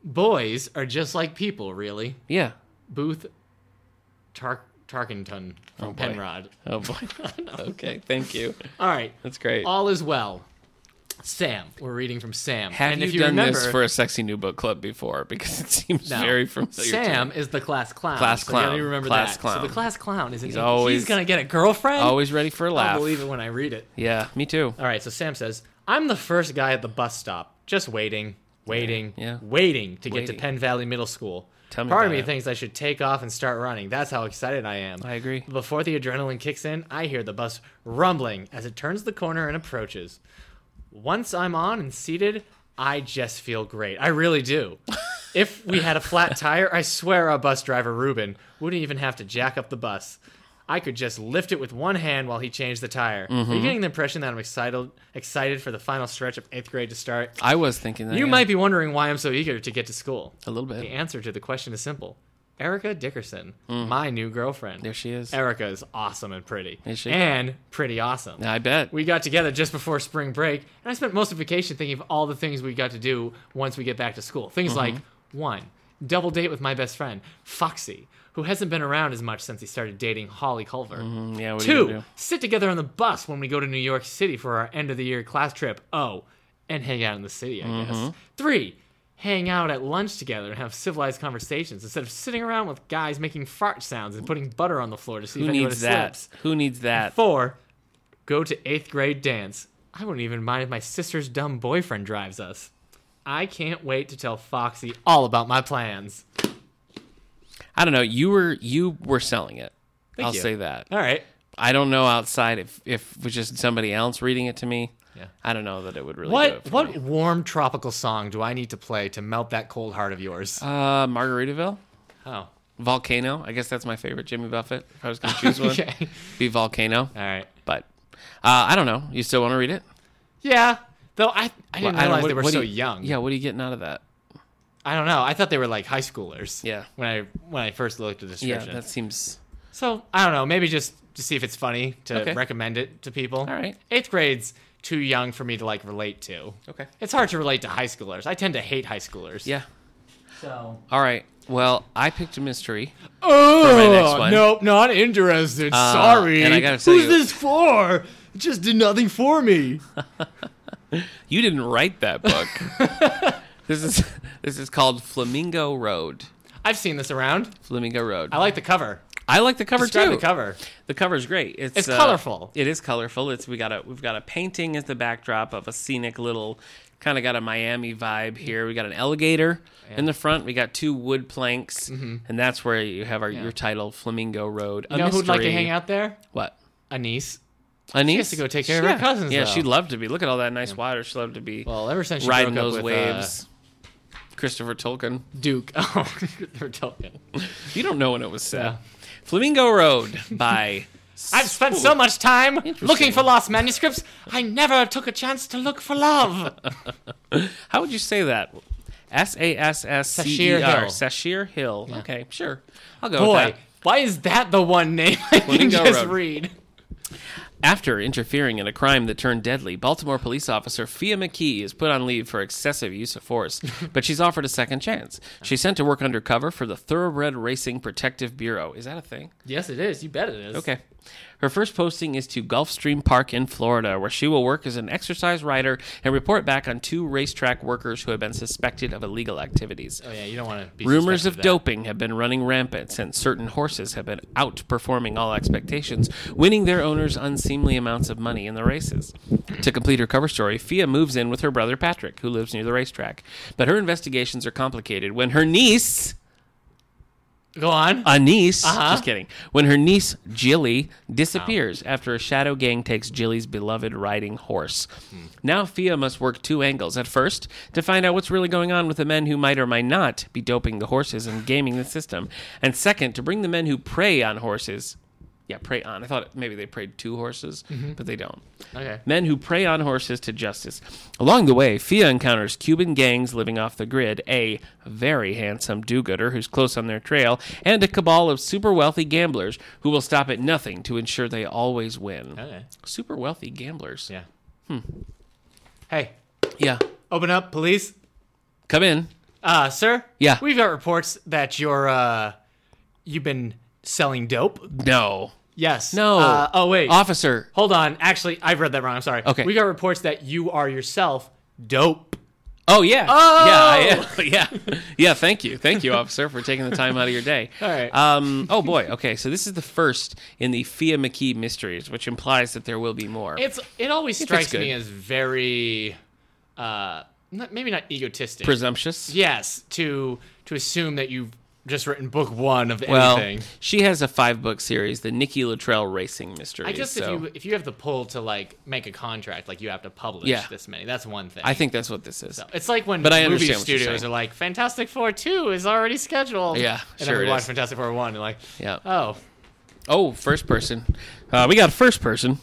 [SPEAKER 1] Boys are just like people, really.
[SPEAKER 2] Yeah.
[SPEAKER 1] Booth Tar- Tarkenton from
[SPEAKER 2] Oh, boy.
[SPEAKER 1] Penrod.
[SPEAKER 2] Oh boy. okay. Thank you.
[SPEAKER 1] All right,
[SPEAKER 2] That's great.
[SPEAKER 1] all is well. Sam. We're reading from Sam.
[SPEAKER 2] Have
[SPEAKER 1] and
[SPEAKER 2] you,
[SPEAKER 1] if you
[SPEAKER 2] done
[SPEAKER 1] remember,
[SPEAKER 2] this for a sexy new book club before? Because it seems
[SPEAKER 1] No.
[SPEAKER 2] very familiar.
[SPEAKER 1] Sam
[SPEAKER 2] to me.
[SPEAKER 1] is the class clown.
[SPEAKER 2] Class
[SPEAKER 1] So you gotta
[SPEAKER 2] clown.
[SPEAKER 1] remember
[SPEAKER 2] Class
[SPEAKER 1] that.
[SPEAKER 2] clown.
[SPEAKER 1] So the class clown is an, he's,
[SPEAKER 2] always-
[SPEAKER 1] gonna get a girlfriend.
[SPEAKER 2] always ready for a laugh.
[SPEAKER 1] I'll believe it when I read it.
[SPEAKER 2] Yeah, me too.
[SPEAKER 1] All right, so Sam says, I'm the first guy at the bus stop, just waiting, waiting,
[SPEAKER 2] Yeah.
[SPEAKER 1] waiting to get
[SPEAKER 2] Waiting.
[SPEAKER 1] to Penn Valley Middle School.
[SPEAKER 2] Tell me
[SPEAKER 1] Part of
[SPEAKER 2] about
[SPEAKER 1] me
[SPEAKER 2] it.
[SPEAKER 1] thinks I should take off and start running. That's how excited I am.
[SPEAKER 2] I agree.
[SPEAKER 1] Before the adrenaline kicks in, I hear the bus rumbling as it turns the corner and approaches. Once I'm on and seated, I just feel great. I really do. if we had a flat tire, I swear our bus driver, Ruben, wouldn't even have to jack up the bus. I could just lift it with one hand while he changed the tire. Are
[SPEAKER 2] Mm-hmm.
[SPEAKER 1] you getting the impression that I'm excited excited for the final stretch of eighth grade to start?
[SPEAKER 2] I was thinking that
[SPEAKER 1] You
[SPEAKER 2] yeah,
[SPEAKER 1] might be wondering why I'm so eager to get to school.
[SPEAKER 2] a little
[SPEAKER 1] The
[SPEAKER 2] bit.
[SPEAKER 1] answer to the question is simple. Erica Dickerson, my new girlfriend.
[SPEAKER 2] Mm. There she is.
[SPEAKER 1] Erica is awesome and pretty.
[SPEAKER 2] Is she?
[SPEAKER 1] And pretty awesome.
[SPEAKER 2] I bet.
[SPEAKER 1] We got together just before spring break, and I spent most of vacation thinking of all the things we got to do once we get back to school. Things like
[SPEAKER 2] Mm-hmm.
[SPEAKER 1] one, double date with my best friend, Foxy, who hasn't been around as much since he started dating Holly Culver.
[SPEAKER 2] Mm, yeah, what do you
[SPEAKER 1] Two,
[SPEAKER 2] do?
[SPEAKER 1] sit together on the bus when we go to New York City for our end of the year class trip. Oh, and hang out in the city, I
[SPEAKER 2] Mm-hmm.
[SPEAKER 1] guess. Three, hang out at lunch together and have civilized conversations instead of sitting around with guys making fart sounds and putting butter on the floor to see
[SPEAKER 2] Who
[SPEAKER 1] if anyone
[SPEAKER 2] needs that?
[SPEAKER 1] slips.
[SPEAKER 2] Who needs that?
[SPEAKER 1] Four, go to eighth grade dance. I wouldn't even mind if my sister's dumb boyfriend drives us. I can't wait to tell Foxy all about my plans.
[SPEAKER 2] I don't know. You were you were selling it. I'll
[SPEAKER 1] you.
[SPEAKER 2] say that.
[SPEAKER 1] All right.
[SPEAKER 2] I don't know outside if if it was just somebody else reading it to me.
[SPEAKER 1] Yeah.
[SPEAKER 2] I don't know that it would really. do it
[SPEAKER 1] What
[SPEAKER 2] for
[SPEAKER 1] what
[SPEAKER 2] me.
[SPEAKER 1] warm tropical song do I need to play to melt that cold heart of yours?
[SPEAKER 2] Uh, Margaritaville,
[SPEAKER 1] oh,
[SPEAKER 2] Volcano. I guess that's my favorite Jimmy Buffett. If I was going to choose one,
[SPEAKER 1] okay.
[SPEAKER 2] be Volcano.
[SPEAKER 1] All right.
[SPEAKER 2] But uh, I don't know. You still want to read it?
[SPEAKER 1] Yeah. Though I I didn't
[SPEAKER 2] I don't
[SPEAKER 1] realize
[SPEAKER 2] know.
[SPEAKER 1] they were
[SPEAKER 2] what do
[SPEAKER 1] so
[SPEAKER 2] you-
[SPEAKER 1] young.
[SPEAKER 2] Yeah. What are you getting out of that?
[SPEAKER 1] I don't know. I thought they were like high schoolers.
[SPEAKER 2] Yeah.
[SPEAKER 1] When I when I first looked at the
[SPEAKER 2] Yeah.
[SPEAKER 1] description.
[SPEAKER 2] That seems.
[SPEAKER 1] So I don't know. Maybe just to see if it's funny to
[SPEAKER 2] Okay.
[SPEAKER 1] recommend it to people. All
[SPEAKER 2] right.
[SPEAKER 1] Eighth grade's too young for me to like relate to.
[SPEAKER 2] Okay.
[SPEAKER 1] It's hard to relate to high schoolers. I tend to hate high schoolers.
[SPEAKER 2] Yeah.
[SPEAKER 1] So.
[SPEAKER 2] All right. Well, I picked a mystery.
[SPEAKER 1] Oh
[SPEAKER 2] next one.
[SPEAKER 1] nope, not interested.
[SPEAKER 2] Uh,
[SPEAKER 1] Sorry.
[SPEAKER 2] and I gotta tell
[SPEAKER 1] Who's
[SPEAKER 2] you-
[SPEAKER 1] this for? It just did nothing for me.
[SPEAKER 2] You didn't write that book. this is this is called Flamingo Road.
[SPEAKER 1] I've seen this around.
[SPEAKER 2] Flamingo Road.
[SPEAKER 1] I like the cover.
[SPEAKER 2] I like the cover
[SPEAKER 1] Describe
[SPEAKER 2] too.
[SPEAKER 1] the cover.
[SPEAKER 2] The cover's great. It's, uh,
[SPEAKER 1] It's colorful.
[SPEAKER 2] It is colorful. It's we got a we've got a painting as the backdrop of a scenic little kind of got a Miami vibe here. We got an alligator in the front. We got two wood planks, and that's where you have our, your title, Flamingo Road.
[SPEAKER 1] Mm-hmm. You know who'd like to hang out there?
[SPEAKER 2] What?
[SPEAKER 1] A niece.
[SPEAKER 2] Anise?
[SPEAKER 1] has to go take care of her
[SPEAKER 2] Yeah.
[SPEAKER 1] cousins,
[SPEAKER 2] Yeah,
[SPEAKER 1] though.
[SPEAKER 2] she'd love to be. Look at all that nice water. She'd love to be
[SPEAKER 1] Well, ever since she
[SPEAKER 2] riding
[SPEAKER 1] broke
[SPEAKER 2] those
[SPEAKER 1] up with uh,
[SPEAKER 2] waves. Christopher Tolkien.
[SPEAKER 1] Duke. Oh, they're talking.
[SPEAKER 2] You don't know when it was set. Flamingo Road by
[SPEAKER 1] I've spent so much time looking
[SPEAKER 2] Interesting.
[SPEAKER 1] for lost manuscripts. I never took a chance to look for love.
[SPEAKER 2] How would you say that? S A S S C E R. Sashir Hill. Okay, sure. I'll go with
[SPEAKER 1] Boy,
[SPEAKER 2] Oh, that.
[SPEAKER 1] why is that the one name I can
[SPEAKER 2] Flamingo
[SPEAKER 1] just
[SPEAKER 2] Road.
[SPEAKER 1] read?
[SPEAKER 2] After interfering in a crime that turned deadly, Baltimore police officer Fia McKee is put on leave for excessive use of force, but she's offered a second chance. She's sent to work undercover for the Thoroughbred Racing Protective Bureau. Is that a thing?
[SPEAKER 1] Yes, it is. You bet it is.
[SPEAKER 2] Okay. Her first posting is to Gulfstream Park in Florida, where she will work as an exercise rider and report back on two racetrack workers who have been suspected of illegal activities.
[SPEAKER 1] Oh yeah, you don't want to be.
[SPEAKER 2] Rumors
[SPEAKER 1] suspected
[SPEAKER 2] of doping have been running rampant since certain horses have been outperforming all expectations, winning their owners unseemly amounts of money in the races. To complete her cover story, Fia moves in with her brother Patrick, who lives near the racetrack. But her investigations are complicated when her niece,
[SPEAKER 1] that. Go on.
[SPEAKER 2] a niece,
[SPEAKER 1] Uh-huh.
[SPEAKER 2] just kidding, when her niece Jilly disappears after a shadow gang takes Jilly's beloved riding horse. Now Fia must work two angles. At first, to find out what's really going on with the men who might or might not be doping the horses and gaming the system, and second, to bring the men who prey on horses. Yeah, prey on. I thought maybe they preyed two horses, but they don't
[SPEAKER 1] okay.
[SPEAKER 2] men who prey on horses to justice. Along the way, Fia encounters Cuban gangs living off the grid, a very handsome do gooder who's close on their trail, and a cabal of super wealthy gamblers who will stop at nothing to ensure they always win.
[SPEAKER 1] Okay.
[SPEAKER 2] Super wealthy gamblers.
[SPEAKER 1] Yeah. Hmm. Hey,
[SPEAKER 2] Yeah.
[SPEAKER 1] open up, police.
[SPEAKER 2] Come in.
[SPEAKER 1] Uh, sir.
[SPEAKER 2] Yeah.
[SPEAKER 1] We've got reports that you're uh, you've been selling dope.
[SPEAKER 2] No.
[SPEAKER 1] Yes.
[SPEAKER 2] No.
[SPEAKER 1] Uh, oh wait.
[SPEAKER 2] Officer.
[SPEAKER 1] Hold on. Actually, I've read that wrong. I'm sorry.
[SPEAKER 2] Okay.
[SPEAKER 1] We got reports that you are yourself dope.
[SPEAKER 2] Oh yeah.
[SPEAKER 1] Oh!
[SPEAKER 2] Yeah. I, yeah. Yeah. Thank you. Thank you, officer, for taking the time out of your day.
[SPEAKER 1] All right.
[SPEAKER 2] Um. Oh boy. Okay. So this is the first in the Fia McKee mysteries, which implies that there will be more.
[SPEAKER 1] It's it always strikes
[SPEAKER 2] good.
[SPEAKER 1] me as very, uh, not, maybe not egotistic.
[SPEAKER 2] Presumptuous.
[SPEAKER 1] yes, to to assume that you've just written book one of
[SPEAKER 2] Well,
[SPEAKER 1] anything.
[SPEAKER 2] she has a five book series, the Nikki Luttrell Racing Mysteries.
[SPEAKER 1] I guess
[SPEAKER 2] so
[SPEAKER 1] if you if you have the pull to like make a contract, like you have to publish
[SPEAKER 2] Yeah.
[SPEAKER 1] this many. That's one thing.
[SPEAKER 2] I think that's what this is.
[SPEAKER 1] So, it's like when
[SPEAKER 2] But I
[SPEAKER 1] movie
[SPEAKER 2] understand what you're
[SPEAKER 1] studios
[SPEAKER 2] saying.
[SPEAKER 1] are like, Fantastic Four two is already scheduled.
[SPEAKER 2] Yeah,
[SPEAKER 1] and
[SPEAKER 2] sure
[SPEAKER 1] then we
[SPEAKER 2] it
[SPEAKER 1] watch
[SPEAKER 2] is.
[SPEAKER 1] Fantastic Four one and like,
[SPEAKER 2] Yeah.
[SPEAKER 1] oh,
[SPEAKER 2] Oh, first person. Uh, we got first person.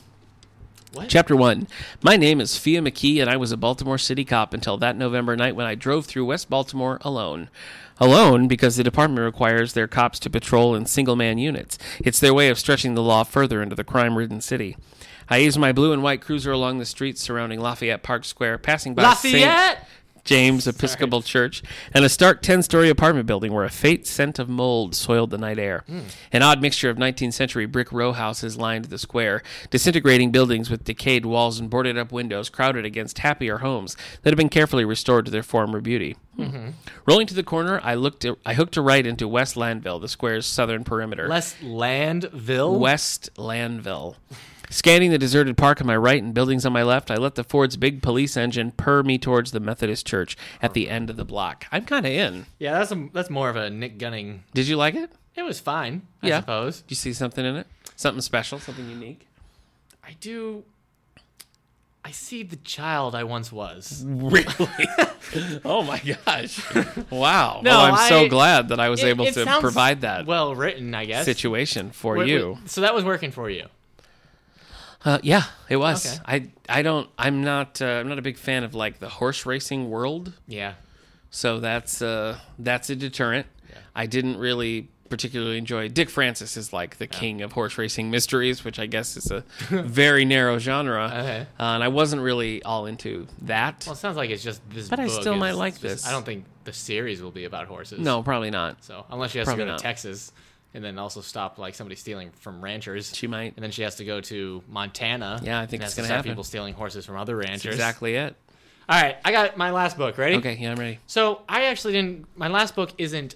[SPEAKER 1] What?
[SPEAKER 2] Chapter one. My name is Fia McKee, and I was a Baltimore City cop until that November night when I drove through West Baltimore alone. Alone because the department requires their cops to patrol in single man units. It's their way of stretching the law further into the crime ridden city. I eased my blue and white cruiser along the streets surrounding Lafayette Park Square, passing by Saint-
[SPEAKER 1] Lafayette.
[SPEAKER 2] James Episcopal Church, and a stark 10 story apartment building where a faint scent of mold soiled the night air. An odd mixture of 19th century brick row houses lined the square, disintegrating buildings with decayed walls and boarded up windows crowded against happier homes that had been carefully restored to their former beauty. Hmm. Rolling to the corner, I looked. I hooked a right into West Landville, the square's southern perimeter.
[SPEAKER 1] Les Landville.
[SPEAKER 2] West Landville. Scanning the deserted park on my right and buildings on my left, I let the Ford's big police engine purr me towards the Methodist Church at the end of the block. I'm kind of in.
[SPEAKER 1] yeah, that's a, that's more of a Nick Gunning.
[SPEAKER 2] Did you like it?
[SPEAKER 1] It was fine, I
[SPEAKER 2] Yeah.
[SPEAKER 1] suppose.
[SPEAKER 2] Did you see something in it? Something special? Something unique?
[SPEAKER 1] I do. I see the child I once was.
[SPEAKER 2] Really? oh my gosh! Wow. well, I'm so
[SPEAKER 1] I-
[SPEAKER 2] glad that I was
[SPEAKER 1] It-
[SPEAKER 2] able
[SPEAKER 1] it
[SPEAKER 2] to
[SPEAKER 1] sounds
[SPEAKER 2] provide that
[SPEAKER 1] Uh, well written, I guess.
[SPEAKER 2] situation for
[SPEAKER 1] Wait,
[SPEAKER 2] you.
[SPEAKER 1] wait, so that was working for you.
[SPEAKER 2] Uh, yeah, it was.
[SPEAKER 1] Okay.
[SPEAKER 2] I I don't. I'm not. Uh, I'm not a big fan of like the horse racing world.
[SPEAKER 1] Yeah.
[SPEAKER 2] So that's uh, that's a deterrent. I didn't really particularly enjoy. Dick Francis is like the king of horse racing mysteries, which I guess is a very narrow genre,
[SPEAKER 1] Okay.
[SPEAKER 2] uh, and I wasn't really all into that.
[SPEAKER 1] Well, it sounds like it's just this.
[SPEAKER 2] But I
[SPEAKER 1] book
[SPEAKER 2] still
[SPEAKER 1] is
[SPEAKER 2] might like
[SPEAKER 1] just-
[SPEAKER 2] this.
[SPEAKER 1] I don't think the series will be about horses.
[SPEAKER 2] no, probably not.
[SPEAKER 1] So unless she has
[SPEAKER 2] Probably
[SPEAKER 1] to go
[SPEAKER 2] not.
[SPEAKER 1] to Texas, and then also stop like somebody stealing from ranchers,
[SPEAKER 2] She might.
[SPEAKER 1] And then she has to go to Montana.
[SPEAKER 2] Yeah, I think
[SPEAKER 1] and has
[SPEAKER 2] it's
[SPEAKER 1] to
[SPEAKER 2] gonna
[SPEAKER 1] stop
[SPEAKER 2] happen.
[SPEAKER 1] People stealing horses from other ranchers.
[SPEAKER 2] That's exactly it.
[SPEAKER 1] All right, I got my last book. Ready?
[SPEAKER 2] Okay, yeah, I'm ready.
[SPEAKER 1] So I actually didn't. My last book isn't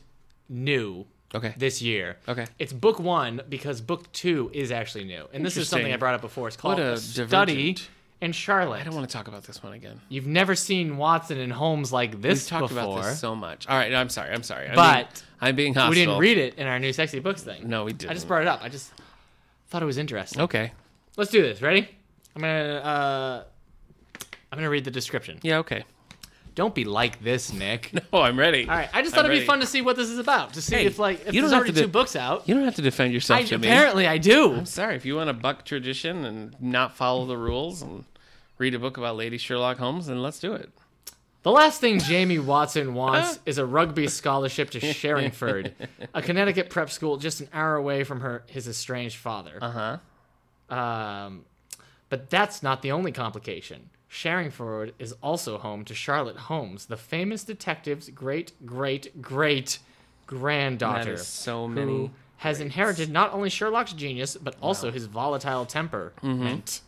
[SPEAKER 1] new
[SPEAKER 2] Okay,
[SPEAKER 1] this year.
[SPEAKER 2] Okay.
[SPEAKER 1] It's book one because book two is actually new, and this is something
[SPEAKER 2] Interesting.
[SPEAKER 1] I brought up before. It's called
[SPEAKER 2] What a
[SPEAKER 1] a study
[SPEAKER 2] divergent.
[SPEAKER 1] in Charlotte.
[SPEAKER 2] I don't want to talk about this one again.
[SPEAKER 1] You've never seen Watson and Holmes like
[SPEAKER 2] We've
[SPEAKER 1] this
[SPEAKER 2] talked
[SPEAKER 1] before.
[SPEAKER 2] about this so much. All right, I'm sorry. I'm sorry. I'm
[SPEAKER 1] But
[SPEAKER 2] being- I'm being hostile.
[SPEAKER 1] we didn't read it in our new sexy books thing.
[SPEAKER 2] No, we
[SPEAKER 1] I
[SPEAKER 2] didn't.
[SPEAKER 1] just brought it up. I just thought it was interesting.
[SPEAKER 2] Okay.
[SPEAKER 1] Let's do this. Ready? I'm gonna uh, I'm gonna read the description.
[SPEAKER 2] Yeah. Okay.
[SPEAKER 1] Don't be like this, Nick.
[SPEAKER 2] Oh, I'm ready.
[SPEAKER 1] All right. I just
[SPEAKER 2] I'm
[SPEAKER 1] thought it'd
[SPEAKER 2] ready.
[SPEAKER 1] be fun to see what this is about. To see
[SPEAKER 2] Hey,
[SPEAKER 1] if like if
[SPEAKER 2] you
[SPEAKER 1] there's
[SPEAKER 2] don't have
[SPEAKER 1] already
[SPEAKER 2] to do-
[SPEAKER 1] two books out.
[SPEAKER 2] You don't have to defend yourself
[SPEAKER 1] I,
[SPEAKER 2] to me.
[SPEAKER 1] apparently, I do.
[SPEAKER 2] Sorry, if you want to buck tradition and not follow the rules and read a book about Lady Sherlock Holmes, then let's do it.
[SPEAKER 1] The last thing Jamie Watson wants is a rugby scholarship to Sherringford, a Connecticut prep school just an hour away from her his estranged father. Uh huh. Um, but that's not the only complication. Sherringford is also home to Charlotte Holmes, the famous detective's great, great, great granddaughter,
[SPEAKER 2] That is so
[SPEAKER 1] who
[SPEAKER 2] many.
[SPEAKER 1] has inherited not only Sherlock's genius but also his volatile temper.
[SPEAKER 2] Mm-hmm.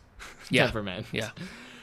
[SPEAKER 2] Yeah.
[SPEAKER 1] temperament.
[SPEAKER 2] Yeah.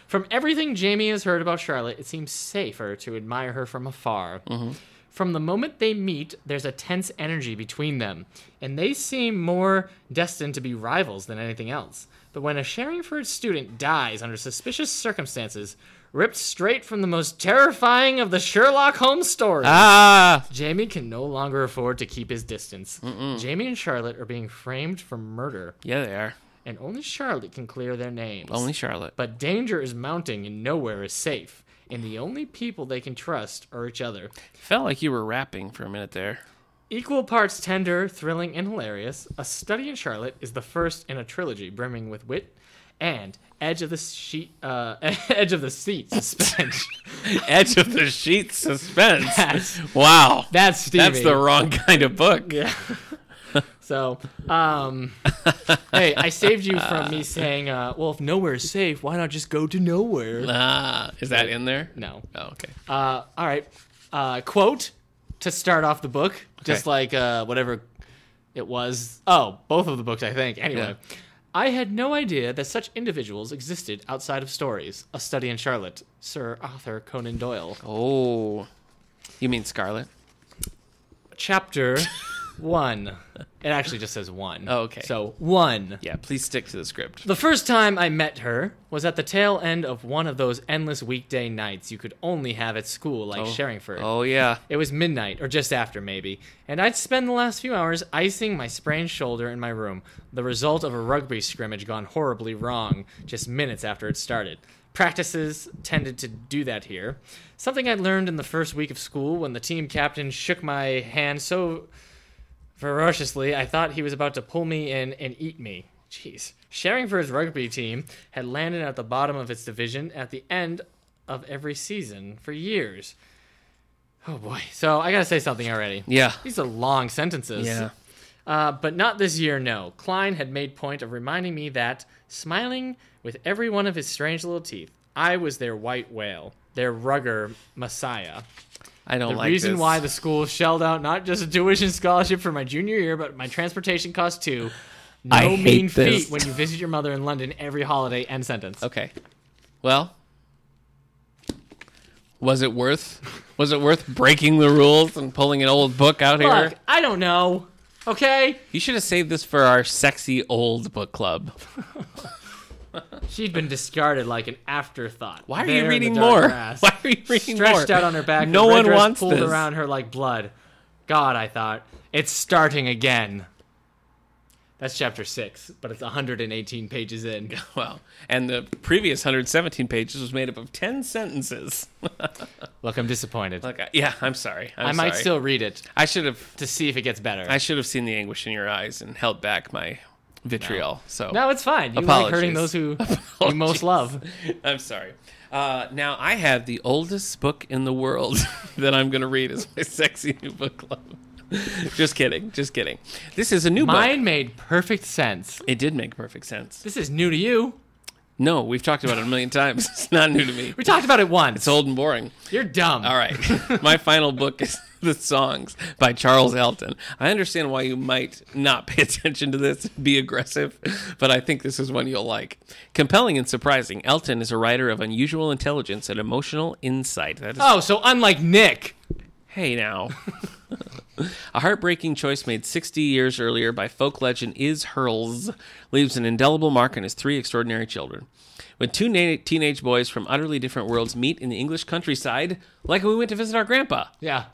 [SPEAKER 1] From everything Jamie has heard about Charlotte, it seems safer to admire her from afar.
[SPEAKER 2] Mm-hmm.
[SPEAKER 1] From the moment they meet, there's a tense energy between them, and they seem more destined to be rivals than anything else. But when a Sherringford student dies under suspicious circumstances, ripped straight from the most terrifying of the Sherlock Holmes stories,
[SPEAKER 2] Ah,
[SPEAKER 1] Jamie can no longer afford to keep his distance. Jamie and Charlotte are being framed for murder,
[SPEAKER 2] yeah, they are.
[SPEAKER 1] and only Charlotte can clear their names.
[SPEAKER 2] Only Charlotte.
[SPEAKER 1] But danger is mounting and nowhere is safe. And the only people they can trust are each other.
[SPEAKER 2] Felt like you were rapping for a minute there.
[SPEAKER 1] Equal parts tender, thrilling, and hilarious, A Study in Charlotte is the first in a trilogy brimming with wit and edge of the sheet, uh, edge of the seat suspense.
[SPEAKER 2] Edge of the sheet suspense.
[SPEAKER 1] That's-
[SPEAKER 2] wow,
[SPEAKER 1] That's Stevie.
[SPEAKER 2] that's the wrong kind of book.
[SPEAKER 1] yeah. so, um, hey, I saved you from me saying, uh, well, if nowhere is safe, why not just go to nowhere?
[SPEAKER 2] Ah, is that in there?
[SPEAKER 1] No.
[SPEAKER 2] Oh, okay.
[SPEAKER 1] Uh, all right. Uh, quote to start off the book, just like uh, whatever It was oh, both of the books, I think. Anyway, I had no idea that such individuals existed outside of stories. A Study in Charlotte, Sir Arthur Conan Doyle.
[SPEAKER 2] Oh, you mean Scarlet?
[SPEAKER 1] Chapter one. It actually just says one.
[SPEAKER 2] Oh, okay.
[SPEAKER 1] So one.
[SPEAKER 2] Yeah, please stick to the script.
[SPEAKER 1] The first time I met her was at the tail end of one of those endless weekday nights you could only have at school, like Sherringford.
[SPEAKER 2] Oh yeah,
[SPEAKER 1] It was midnight, or just after, maybe, and I'd spend the last few hours icing my sprained shoulder in my room, the result of a rugby scrimmage gone horribly wrong just minutes after it started. Practices tended to do that here. Something I learned in the first week of school when the team captain shook my hand so ferociously, I thought he was about to pull me in and eat me. Jeez. Sherringford's rugby team had landed at the bottom of its division at the end of every season for years. Oh boy. So I gotta say something already.
[SPEAKER 2] yeah,
[SPEAKER 1] These are long sentences.
[SPEAKER 2] yeah.
[SPEAKER 1] Uh, but not this year, no. Klein had made point of reminding me that, smiling with every one of his strange little teeth, I was their white whale, their rugger messiah.
[SPEAKER 2] I don't
[SPEAKER 1] The
[SPEAKER 2] like
[SPEAKER 1] reason
[SPEAKER 2] this.
[SPEAKER 1] why the school shelled out not just a tuition scholarship for my junior year, but my transportation cost too. No
[SPEAKER 2] I hate
[SPEAKER 1] mean
[SPEAKER 2] this.
[SPEAKER 1] feat when you visit your mother in London every holiday. End sentence.
[SPEAKER 2] Okay. Well, was it worth was it worth breaking the rules and pulling an old book out here?
[SPEAKER 1] Fuck, I don't know. Okay,
[SPEAKER 2] You should have saved this for our sexy old book club.
[SPEAKER 1] she'd been discarded like an afterthought.
[SPEAKER 2] Why are
[SPEAKER 1] there in
[SPEAKER 2] you
[SPEAKER 1] the
[SPEAKER 2] reading
[SPEAKER 1] dark
[SPEAKER 2] more?
[SPEAKER 1] grass.
[SPEAKER 2] Why are you reading more?
[SPEAKER 1] stretched out on her back. her
[SPEAKER 2] No
[SPEAKER 1] red
[SPEAKER 2] one
[SPEAKER 1] dress
[SPEAKER 2] wants
[SPEAKER 1] pulled
[SPEAKER 2] this.
[SPEAKER 1] around her like blood. God, I thought it's starting again. That's chapter six, but it's 118 pages in.
[SPEAKER 2] Well, and the previous 117 pages was made up of 10 sentences.
[SPEAKER 1] Look, I'm disappointed.
[SPEAKER 2] Like, I- yeah, I'm sorry. I'm
[SPEAKER 1] I might
[SPEAKER 2] sorry.
[SPEAKER 1] still read it
[SPEAKER 2] I should have.
[SPEAKER 1] to see if it gets better.
[SPEAKER 2] I should have seen the anguish in your eyes and held back my vitriol. So
[SPEAKER 1] no, it's fine. You like hurting those who you most
[SPEAKER 2] Apologies.
[SPEAKER 1] love.
[SPEAKER 2] I'm sorry. Uh, now I have the oldest book in the world that I'm going to read as my sexy new book club. just kidding, just kidding. This is a new book.
[SPEAKER 1] Mine made perfect sense.
[SPEAKER 2] It did make perfect sense.
[SPEAKER 1] This is new to you.
[SPEAKER 2] No, we've talked about it a million times. It's not new to me.
[SPEAKER 1] We talked about it once.
[SPEAKER 2] It's old and boring.
[SPEAKER 1] You're dumb.
[SPEAKER 2] All right. My final book is The Songs by Charles Elton. I understand why you might not pay attention to this, be aggressive, but I think this is one you'll like. Compelling and surprising, Elton is a writer of unusual intelligence and emotional insight. That is
[SPEAKER 1] Oh, so unlike Nick.
[SPEAKER 2] Hey now. a heartbreaking choice made 60 years earlier by folk legend Is Hurls leaves an indelible mark on his three extraordinary children. When two na- teenage boys from utterly different worlds meet in the English countryside, like when we went to visit our grandpa.
[SPEAKER 1] Yeah.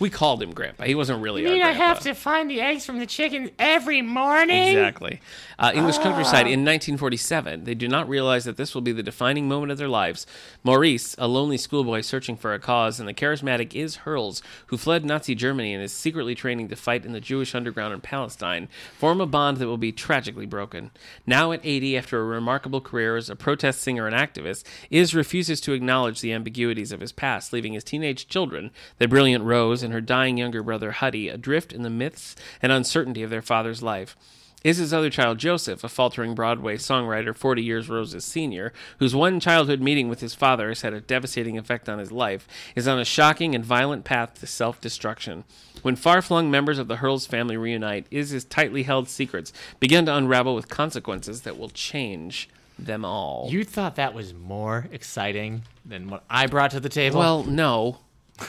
[SPEAKER 2] We called him grandpa. He wasn't really our
[SPEAKER 1] mean I
[SPEAKER 2] grandpa.
[SPEAKER 1] have to find the eggs from the chickens every morning?
[SPEAKER 2] Exactly. Uh, English countryside in 1947. They do not realize that this will be the defining moment of their lives. Maurice, a lonely schoolboy searching for a cause, and the charismatic Is Hurls, who fled Nazi Germany and is secretly training to fight in the Jewish underground in Palestine, form a bond that will be tragically broken. Now at 80, after a remarkable career as a protest singer and activist, Is refuses to acknowledge the ambiguities of his past, leaving his teenage children, the brilliant Rose and her dying younger brother Huddy, adrift in the myths and uncertainty of their father's life is his other child Joseph, a faltering Broadway songwriter 40 years Rose's senior, whose one childhood meeting with his father has had a devastating effect on his life, is on a shocking and violent path to self destruction. When far flung members of the Hurls family reunite, is his tightly held secrets begin to unravel with consequences that will change them all.
[SPEAKER 1] You thought that was more exciting than what I brought to the table?
[SPEAKER 2] well, no.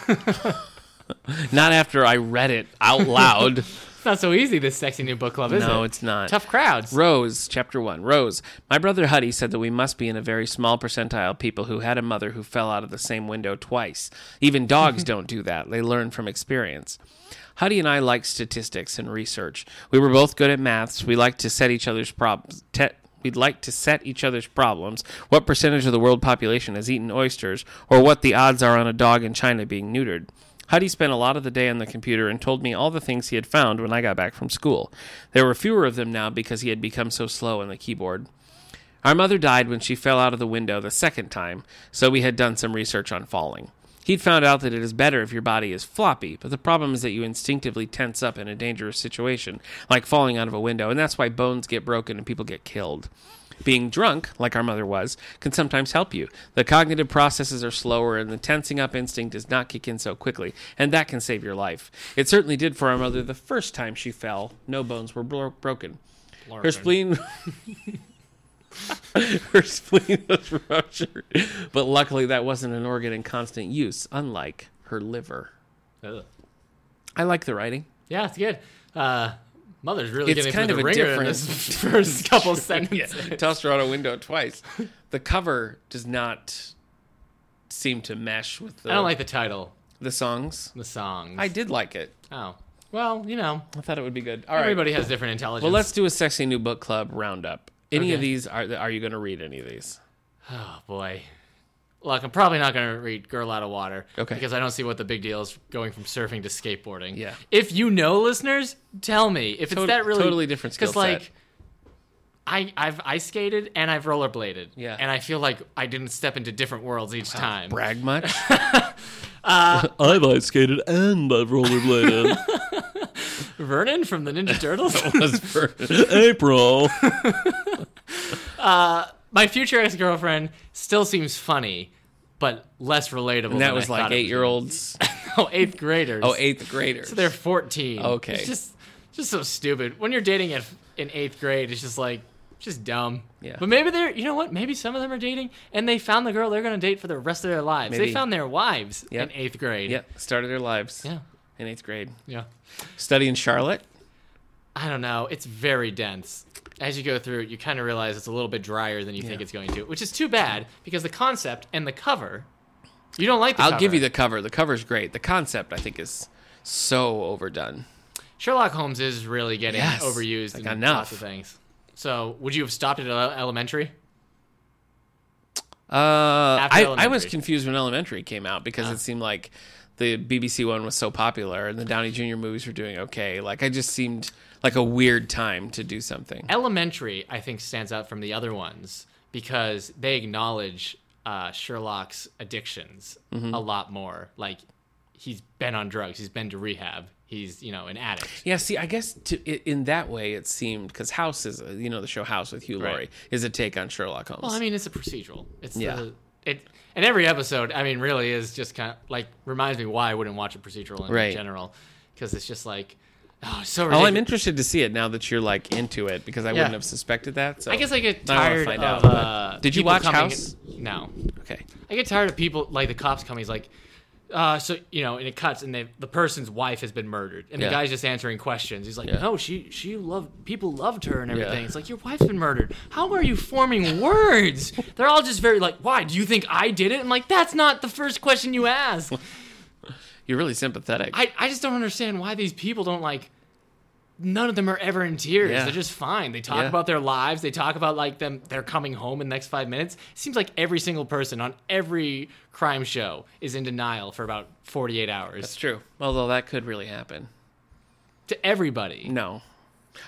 [SPEAKER 2] Not after I read it out loud.
[SPEAKER 1] it's not so easy, this sexy new book club, is it?
[SPEAKER 2] no, it's not.
[SPEAKER 1] Tough crowds.
[SPEAKER 2] Rose, chapter one. Rose, my brother Huddy said that we must be in a very small percentile of people who had a mother who fell out of the same window twice. Even dogs don't do that, they learn from experience. Huddy and I liked statistics and research. We were both good at maths. We liked to set each other's problems. Te- We'd like to set each other's problems, what percentage of the world population has eaten oysters, or what the odds are on a dog in China being neutered. Huddy spent a lot of the day on the computer and told me all the things he had found when I got back from school. There were fewer of them now because he had become so slow on the keyboard. Our mother died when she fell out of the window the second time, so we had done some research on falling. He'd found out that it is better if your body is floppy, but the problem is that you instinctively tense up in a dangerous situation, like falling out of a window, and that's why bones get broken and people get killed. Being drunk, like our mother was, can sometimes help you. The cognitive processes are slower and the tensing up instinct does not kick in so quickly, and that can save your life. It certainly did for our mother the first time she fell. No bones were bro- broken. Her spleen. Her spleen was ruptured, but luckily that wasn't an organ in constant use, unlike her liver.
[SPEAKER 1] Ugh.
[SPEAKER 2] I like the writing.
[SPEAKER 1] uh, Yeah, it's good. Uh, Mother's really
[SPEAKER 2] It's
[SPEAKER 1] giving
[SPEAKER 2] kind
[SPEAKER 1] me
[SPEAKER 2] of
[SPEAKER 1] the
[SPEAKER 2] a
[SPEAKER 1] ringer in
[SPEAKER 2] different-
[SPEAKER 1] this first couple sentences.
[SPEAKER 2] Tossed her out a window twice. The cover does not seem to mesh with the
[SPEAKER 1] I don't like the title,
[SPEAKER 2] the songs.
[SPEAKER 1] the songs.
[SPEAKER 2] I did like it.
[SPEAKER 1] oh, well, you know,
[SPEAKER 2] I thought it would be good. All right.
[SPEAKER 1] everybody has different intelligence.
[SPEAKER 2] Well, let's do a sexy new book club roundup. Any of
[SPEAKER 1] Okay.
[SPEAKER 2] these are are you going to read any of these?
[SPEAKER 1] Oh boy. Look, I'm probably not going to read Girl Out of Water.
[SPEAKER 2] Okay.
[SPEAKER 1] Because I don't see what the big deal is going from surfing to skateboarding.
[SPEAKER 2] Yeah.
[SPEAKER 1] If you know, listeners, tell me. If
[SPEAKER 2] Tot-
[SPEAKER 1] it's that really.
[SPEAKER 2] totally different skill
[SPEAKER 1] Because, like,
[SPEAKER 2] set.
[SPEAKER 1] I, I've ice skated and I've rollerbladed.
[SPEAKER 2] Yeah.
[SPEAKER 1] And I feel like I didn't step into different worlds each time.
[SPEAKER 2] Brag much?
[SPEAKER 4] I've ice skated and I've rollerbladed.
[SPEAKER 1] Vernon from the Ninja Turtles.
[SPEAKER 4] April.
[SPEAKER 1] My future ex girlfriend still seems funny, but less relatable.
[SPEAKER 2] and
[SPEAKER 1] than
[SPEAKER 2] that was
[SPEAKER 1] I thought
[SPEAKER 2] like
[SPEAKER 1] it
[SPEAKER 2] eight year olds.
[SPEAKER 1] was. Oh, eighth graders.
[SPEAKER 2] Oh, eighth graders.
[SPEAKER 1] So they're 14.
[SPEAKER 2] Okay.
[SPEAKER 1] It's just, just so stupid. When you're dating at, in eighth grade, it's just like, it's just dumb.
[SPEAKER 2] Yeah.
[SPEAKER 1] But maybe they're, you know what? Maybe some of them are dating and they found the girl they're going to date for the rest of their lives.
[SPEAKER 2] Maybe.
[SPEAKER 1] They found their wives
[SPEAKER 2] Yep.
[SPEAKER 1] in eighth grade.
[SPEAKER 2] yeah, started their lives
[SPEAKER 1] Yeah.
[SPEAKER 2] in eighth grade.
[SPEAKER 1] Yeah.
[SPEAKER 2] Study in Charlotte.
[SPEAKER 1] I don't know. It's very dense. As you go through it, you kind of realize it's a little bit drier than you think it's going to, which is too bad because the concept and the cover, you don't like the
[SPEAKER 2] I'll
[SPEAKER 1] cover.
[SPEAKER 2] give you the cover. The cover's great. The concept I think is so overdone.
[SPEAKER 1] Sherlock Holmes is really getting
[SPEAKER 2] Yes.
[SPEAKER 1] overused
[SPEAKER 2] Like,
[SPEAKER 1] in
[SPEAKER 2] enough.
[SPEAKER 1] lots of things. So, would you have stopped it at ele- elementary?
[SPEAKER 2] Uh,
[SPEAKER 1] After
[SPEAKER 2] I, I
[SPEAKER 1] Elementary. Ah.
[SPEAKER 2] was confused when Elementary came out because it seemed like the BBC one was so popular and the Downey Jr. movies were doing okay. Like I just seemed like a weird time to do something.
[SPEAKER 1] Elementary, I think, stands out from the other ones because they acknowledge uh, Sherlock's addictions
[SPEAKER 2] Mm-hmm.
[SPEAKER 1] a lot more. Like, he's been on drugs, he's been to rehab, he's, you know, an addict.
[SPEAKER 2] Yeah, see, I guess to, i in that way it seemed because House is you know the show House with Hugh Laurie
[SPEAKER 1] Right.
[SPEAKER 2] is a take on Sherlock Holmes.
[SPEAKER 1] Well, I mean, it's a procedural. It's
[SPEAKER 2] Yeah.
[SPEAKER 1] the. It, and every episode, I mean, really is just kind of like reminds me why I wouldn't watch a procedural in
[SPEAKER 2] Right.
[SPEAKER 1] general because it's just like, oh, it's so
[SPEAKER 2] oh,
[SPEAKER 1] ridiculous.
[SPEAKER 2] I'm interested to see it now that you're like into it because I
[SPEAKER 1] Yeah.
[SPEAKER 2] wouldn't have suspected that. So
[SPEAKER 1] I guess I get
[SPEAKER 2] wanna
[SPEAKER 1] tired
[SPEAKER 2] find out,
[SPEAKER 1] of.
[SPEAKER 2] but-
[SPEAKER 1] uh,
[SPEAKER 2] Did you
[SPEAKER 1] people
[SPEAKER 2] watch
[SPEAKER 1] coming
[SPEAKER 2] House?
[SPEAKER 1] No,
[SPEAKER 2] okay.
[SPEAKER 1] I get tired of people like the cops coming. He's like, uh, so you know, and it cuts, and they, the person's wife has been murdered, and
[SPEAKER 2] Yeah.
[SPEAKER 1] the guy's just answering questions. He's like,
[SPEAKER 2] Yeah.
[SPEAKER 1] no, she she loved people loved her and everything.
[SPEAKER 2] Yeah.
[SPEAKER 1] It's like your wife's been murdered. How are you forming words? They're all just very like, why do you think I did it? I'm like, that's not the first question you ask.
[SPEAKER 2] You're really sympathetic.
[SPEAKER 1] I I just don't understand why these people don't like. None of them are ever in tears.
[SPEAKER 2] Yeah.
[SPEAKER 1] They're just fine. They talk
[SPEAKER 2] Yeah.
[SPEAKER 1] about their lives. They talk about like them. They're coming home in the next five minutes. seems like every single person on every crime show is in denial for about forty-eight
[SPEAKER 2] It's
[SPEAKER 1] hours.
[SPEAKER 2] true. Although that could really happen.
[SPEAKER 1] To everybody.
[SPEAKER 2] No.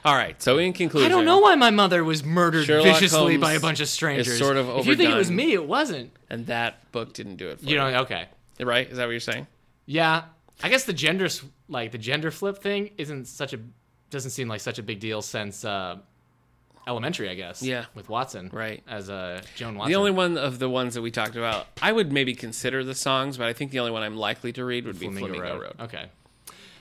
[SPEAKER 2] All right. So in conclusion,
[SPEAKER 1] I don't know why my mother was murdered
[SPEAKER 2] Sherlock
[SPEAKER 1] viciously
[SPEAKER 2] Holmes
[SPEAKER 1] by a bunch of strangers.
[SPEAKER 2] is sort of
[SPEAKER 1] if you think it was
[SPEAKER 2] overdone.
[SPEAKER 1] me, it wasn't.
[SPEAKER 2] And that book didn't do it for
[SPEAKER 1] You know. Okay.
[SPEAKER 2] right? Is that what you're saying?
[SPEAKER 1] Yeah. I guess the gender s- like the gender flip thing isn't such a doesn't seem like such a big deal since uh, elementary, I guess.
[SPEAKER 2] Yeah.
[SPEAKER 1] With Watson.
[SPEAKER 2] Right.
[SPEAKER 1] As uh, Joan Watson.
[SPEAKER 2] The only one of the ones that we talked about, I would maybe consider the songs, but I think the only one I'm likely to read would be Flamingo, Road.
[SPEAKER 1] Okay.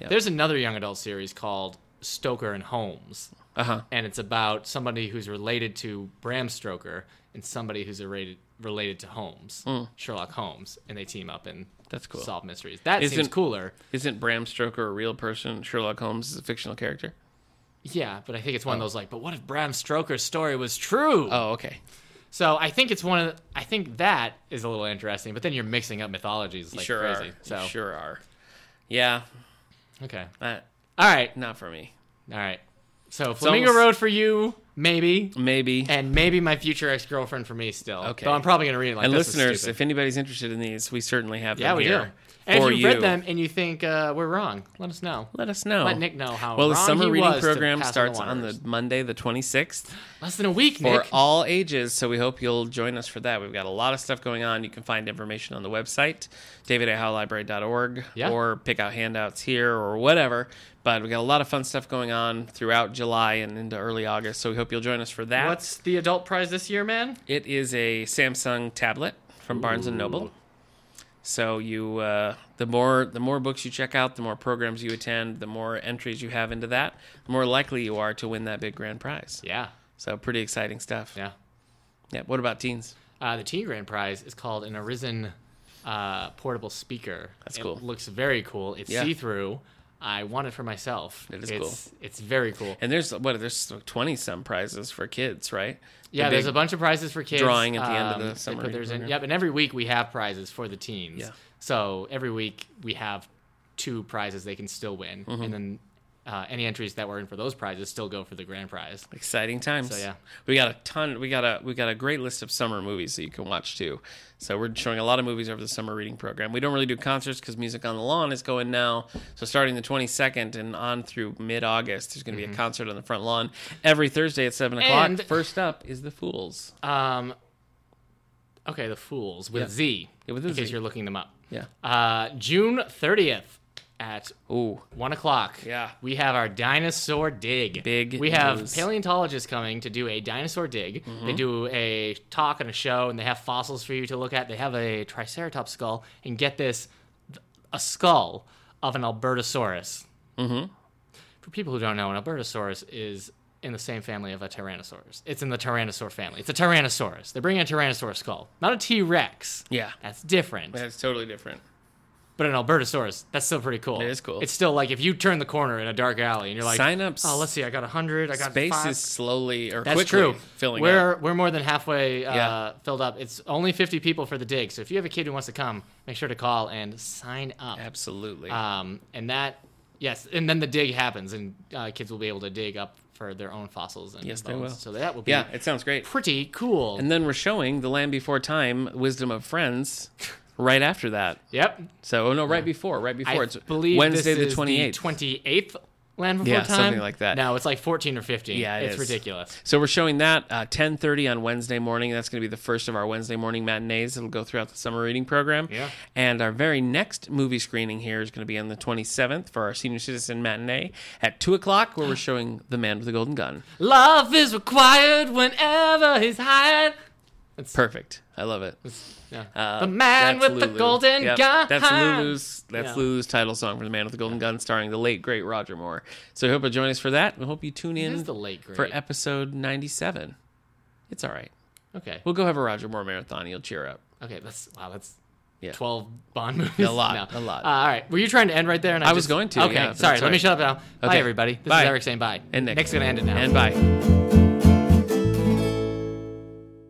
[SPEAKER 1] There's another young adult series called Stoker and Holmes.
[SPEAKER 2] Uh huh.
[SPEAKER 1] And it's about somebody who's related to Bram Stoker and somebody who's related related to Holmes, Sherlock Holmes, and they team up and
[SPEAKER 2] Hmm. That's cool.
[SPEAKER 1] solve mysteries. That seems
[SPEAKER 2] Isn't-
[SPEAKER 1] cooler.
[SPEAKER 2] Isn't Bram Stoker a real person? Sherlock Holmes is a fictional character.
[SPEAKER 1] Yeah, but I think it's one of those like, but what if Bram Stoker's story was true?
[SPEAKER 2] Oh, okay.
[SPEAKER 1] So I think it's one of the, I think that is a little interesting, but then you're mixing up mythologies like
[SPEAKER 2] sure
[SPEAKER 1] crazy.
[SPEAKER 2] are.
[SPEAKER 1] So
[SPEAKER 2] You sure are. Yeah.
[SPEAKER 1] okay,
[SPEAKER 2] That,
[SPEAKER 1] all right,
[SPEAKER 2] not for me.
[SPEAKER 1] all right. So Flamingo
[SPEAKER 2] almost-
[SPEAKER 1] Road for you, maybe,
[SPEAKER 2] Maybe.
[SPEAKER 1] and maybe my future ex girlfiend for me still.
[SPEAKER 2] Okay.
[SPEAKER 1] Okay, though I'm probably gonna read it. Like
[SPEAKER 2] and
[SPEAKER 1] this is
[SPEAKER 2] listeners,
[SPEAKER 1] stupid.
[SPEAKER 2] if anybody's interested in these, we certainly have them
[SPEAKER 1] yeah, we do.
[SPEAKER 2] here
[SPEAKER 1] And
[SPEAKER 2] for
[SPEAKER 1] if you've
[SPEAKER 2] you.
[SPEAKER 1] read them and you think uh, we're wrong, let us know.
[SPEAKER 2] Let us know.
[SPEAKER 1] Let Nick know how
[SPEAKER 2] Well, the
[SPEAKER 1] wrong
[SPEAKER 2] summer
[SPEAKER 1] he
[SPEAKER 2] reading
[SPEAKER 1] was to
[SPEAKER 2] program
[SPEAKER 1] pass on the
[SPEAKER 2] starts on the
[SPEAKER 1] waters.
[SPEAKER 2] Monday, the 26th.
[SPEAKER 1] Less than a week,
[SPEAKER 2] for
[SPEAKER 1] Nick.
[SPEAKER 2] all ages. So we hope you'll join us for that. We've got a lot of stuff going on. You can find information on the website, davidahowlibrary.org,
[SPEAKER 1] Yeah.
[SPEAKER 2] or pick out handouts here or whatever. But we got a lot of fun stuff going on throughout July and into early August. So we hope you'll join us for that.
[SPEAKER 1] What's the adult prize this year, man?
[SPEAKER 2] It is a Samsung tablet from Barnes and Noble. So you, uh, the more the more books you check out, the more programs you attend, the more entries you have into that, the more likely you are to win that big grand prize.
[SPEAKER 1] Yeah.
[SPEAKER 2] So pretty exciting stuff.
[SPEAKER 1] Yeah.
[SPEAKER 2] Yeah. What about teens?
[SPEAKER 1] Uh, the teen grand prize is called an Arisen uh, portable speaker.
[SPEAKER 2] That's
[SPEAKER 1] It
[SPEAKER 2] cool.
[SPEAKER 1] looks very cool. It's
[SPEAKER 2] Yeah.
[SPEAKER 1] see through. I want it for myself.
[SPEAKER 2] It is
[SPEAKER 1] it's, cool. It's very cool.
[SPEAKER 2] And there's what there's twenty some prizes for kids, right? The
[SPEAKER 1] yeah, there's
[SPEAKER 2] big-
[SPEAKER 1] a bunch of prizes for kids. um,
[SPEAKER 2] drawing at the end of the
[SPEAKER 1] they
[SPEAKER 2] summer
[SPEAKER 1] put theirs in-
[SPEAKER 2] program.
[SPEAKER 1] yep, and every week we have prizes for the teens.
[SPEAKER 2] Yeah.
[SPEAKER 1] So every week we have two prizes they can still win,
[SPEAKER 2] Mm-hmm.
[SPEAKER 1] and then uh, any entries that were in for those prizes still go for the grand prize.
[SPEAKER 2] Exciting times.
[SPEAKER 1] So, yeah.
[SPEAKER 2] we got a ton. We got a we got a great list of summer movies that you can watch too. So we're showing a lot of movies over the summer reading program. We don't really do concerts because music on the lawn is going now. So starting the twenty second and on through mid August, there's going to be a concert on the front lawn every Thursday at seven o'clock.
[SPEAKER 1] Mm-hmm. And-
[SPEAKER 2] First up is the Fools.
[SPEAKER 1] Um, okay, the Fools with
[SPEAKER 2] Yeah.
[SPEAKER 1] Z.
[SPEAKER 2] Yeah, with a
[SPEAKER 1] in case
[SPEAKER 2] Z.
[SPEAKER 1] you're looking them up.
[SPEAKER 2] yeah.
[SPEAKER 1] Uh, June 30th at
[SPEAKER 2] Ooh.
[SPEAKER 1] one o'clock.
[SPEAKER 2] Yeah.
[SPEAKER 1] We have our dinosaur dig.
[SPEAKER 2] Big
[SPEAKER 1] We have
[SPEAKER 2] news. Mm-hmm.
[SPEAKER 1] paleontologists coming to do a dinosaur dig. They do a talk and a show, and they have fossils for you to look at. They have a triceratops skull, and get this, th- a skull of an albertosaurus. Mm-hmm. For people who don't know, an albertosaurus is in the same family of a tyrannosaurus. It's in the tyrannosaur family. It's a tyrannosaurus. They bring a tyrannosaurus skull, not a T Rex.
[SPEAKER 2] Yeah.
[SPEAKER 1] That's different.
[SPEAKER 2] That's totally different.
[SPEAKER 1] But an Albertosaurus, that's still pretty cool.
[SPEAKER 2] It is cool.
[SPEAKER 1] It's still like if you turn the corner in a dark alley and you're like,
[SPEAKER 2] Sign ups.
[SPEAKER 1] Oh, let's see, I got hundred, I got
[SPEAKER 2] Space
[SPEAKER 1] five.
[SPEAKER 2] is slowly or
[SPEAKER 1] that's
[SPEAKER 2] quickly
[SPEAKER 1] true.
[SPEAKER 2] filling up.
[SPEAKER 1] we're we're more than halfway uh,
[SPEAKER 2] Yeah.
[SPEAKER 1] filled up. It's only fifty people for the dig. So if you have a kid who wants to come, make sure to call and sign up.
[SPEAKER 2] Absolutely.
[SPEAKER 1] Um, and that yes, and then the dig happens, and uh, kids will be able to dig up for their own fossils and
[SPEAKER 2] Yes, they
[SPEAKER 1] bones.
[SPEAKER 2] will.
[SPEAKER 1] So that will be
[SPEAKER 2] yeah, it sounds great.
[SPEAKER 1] pretty cool.
[SPEAKER 2] And then we're showing The Land Before Time, Wisdom of Friends, right after that.
[SPEAKER 1] yep,
[SPEAKER 2] So, oh no, right before, right before.
[SPEAKER 1] I
[SPEAKER 2] it's
[SPEAKER 1] believe
[SPEAKER 2] Wednesday
[SPEAKER 1] this
[SPEAKER 2] the
[SPEAKER 1] is
[SPEAKER 2] 28th.
[SPEAKER 1] the 28th Land Before
[SPEAKER 2] Yeah,
[SPEAKER 1] Time.
[SPEAKER 2] something like that.
[SPEAKER 1] No, it's like 14 or 15.
[SPEAKER 2] Yeah, it
[SPEAKER 1] it's
[SPEAKER 2] is.
[SPEAKER 1] ridiculous.
[SPEAKER 2] so we're showing that uh, 10.30 on Wednesday morning. That's going to be the first of our Wednesday morning matinees. It'll go throughout the summer reading program.
[SPEAKER 1] Yeah.
[SPEAKER 2] And our very next movie screening here is going to be on the 27th for our senior citizen matinee at 2 o'clock where we're showing The Man with the Golden Gun.
[SPEAKER 1] Love is required whenever he's hired.
[SPEAKER 2] Perfect. I love it.
[SPEAKER 1] Yeah.
[SPEAKER 2] Uh,
[SPEAKER 1] the man
[SPEAKER 2] that's
[SPEAKER 1] with the
[SPEAKER 2] Lulu.
[SPEAKER 1] golden
[SPEAKER 2] Yep,
[SPEAKER 1] gun.
[SPEAKER 2] That's Lulu's. That's
[SPEAKER 1] Yeah.
[SPEAKER 2] Lulu's title song for the Man with the Golden Gun, starring the late great Roger Moore. So we hope you'll join us for that. We hope you tune
[SPEAKER 1] It
[SPEAKER 2] in
[SPEAKER 1] is the late great.
[SPEAKER 2] for episode ninety-seven. It's all right.
[SPEAKER 1] okay.
[SPEAKER 2] We'll go have a Roger Moore marathon. You'll cheer up.
[SPEAKER 1] Okay. That's wow. That's
[SPEAKER 2] Yeah.
[SPEAKER 1] 12 Bond movies.
[SPEAKER 2] A lot,
[SPEAKER 1] No.
[SPEAKER 2] a lot.
[SPEAKER 1] Uh, all right. Were you trying to end right there? And I,
[SPEAKER 2] I was
[SPEAKER 1] just-
[SPEAKER 2] going to,
[SPEAKER 1] Okay.
[SPEAKER 2] yeah, but
[SPEAKER 1] sorry.
[SPEAKER 2] it's
[SPEAKER 1] Let me
[SPEAKER 2] all
[SPEAKER 1] shut up now. Bye,
[SPEAKER 2] Okay.
[SPEAKER 1] everybody. This
[SPEAKER 2] Bye.
[SPEAKER 1] is Eric saying bye.
[SPEAKER 2] And Nick.
[SPEAKER 1] Nick's gonna end it now.
[SPEAKER 2] And bye.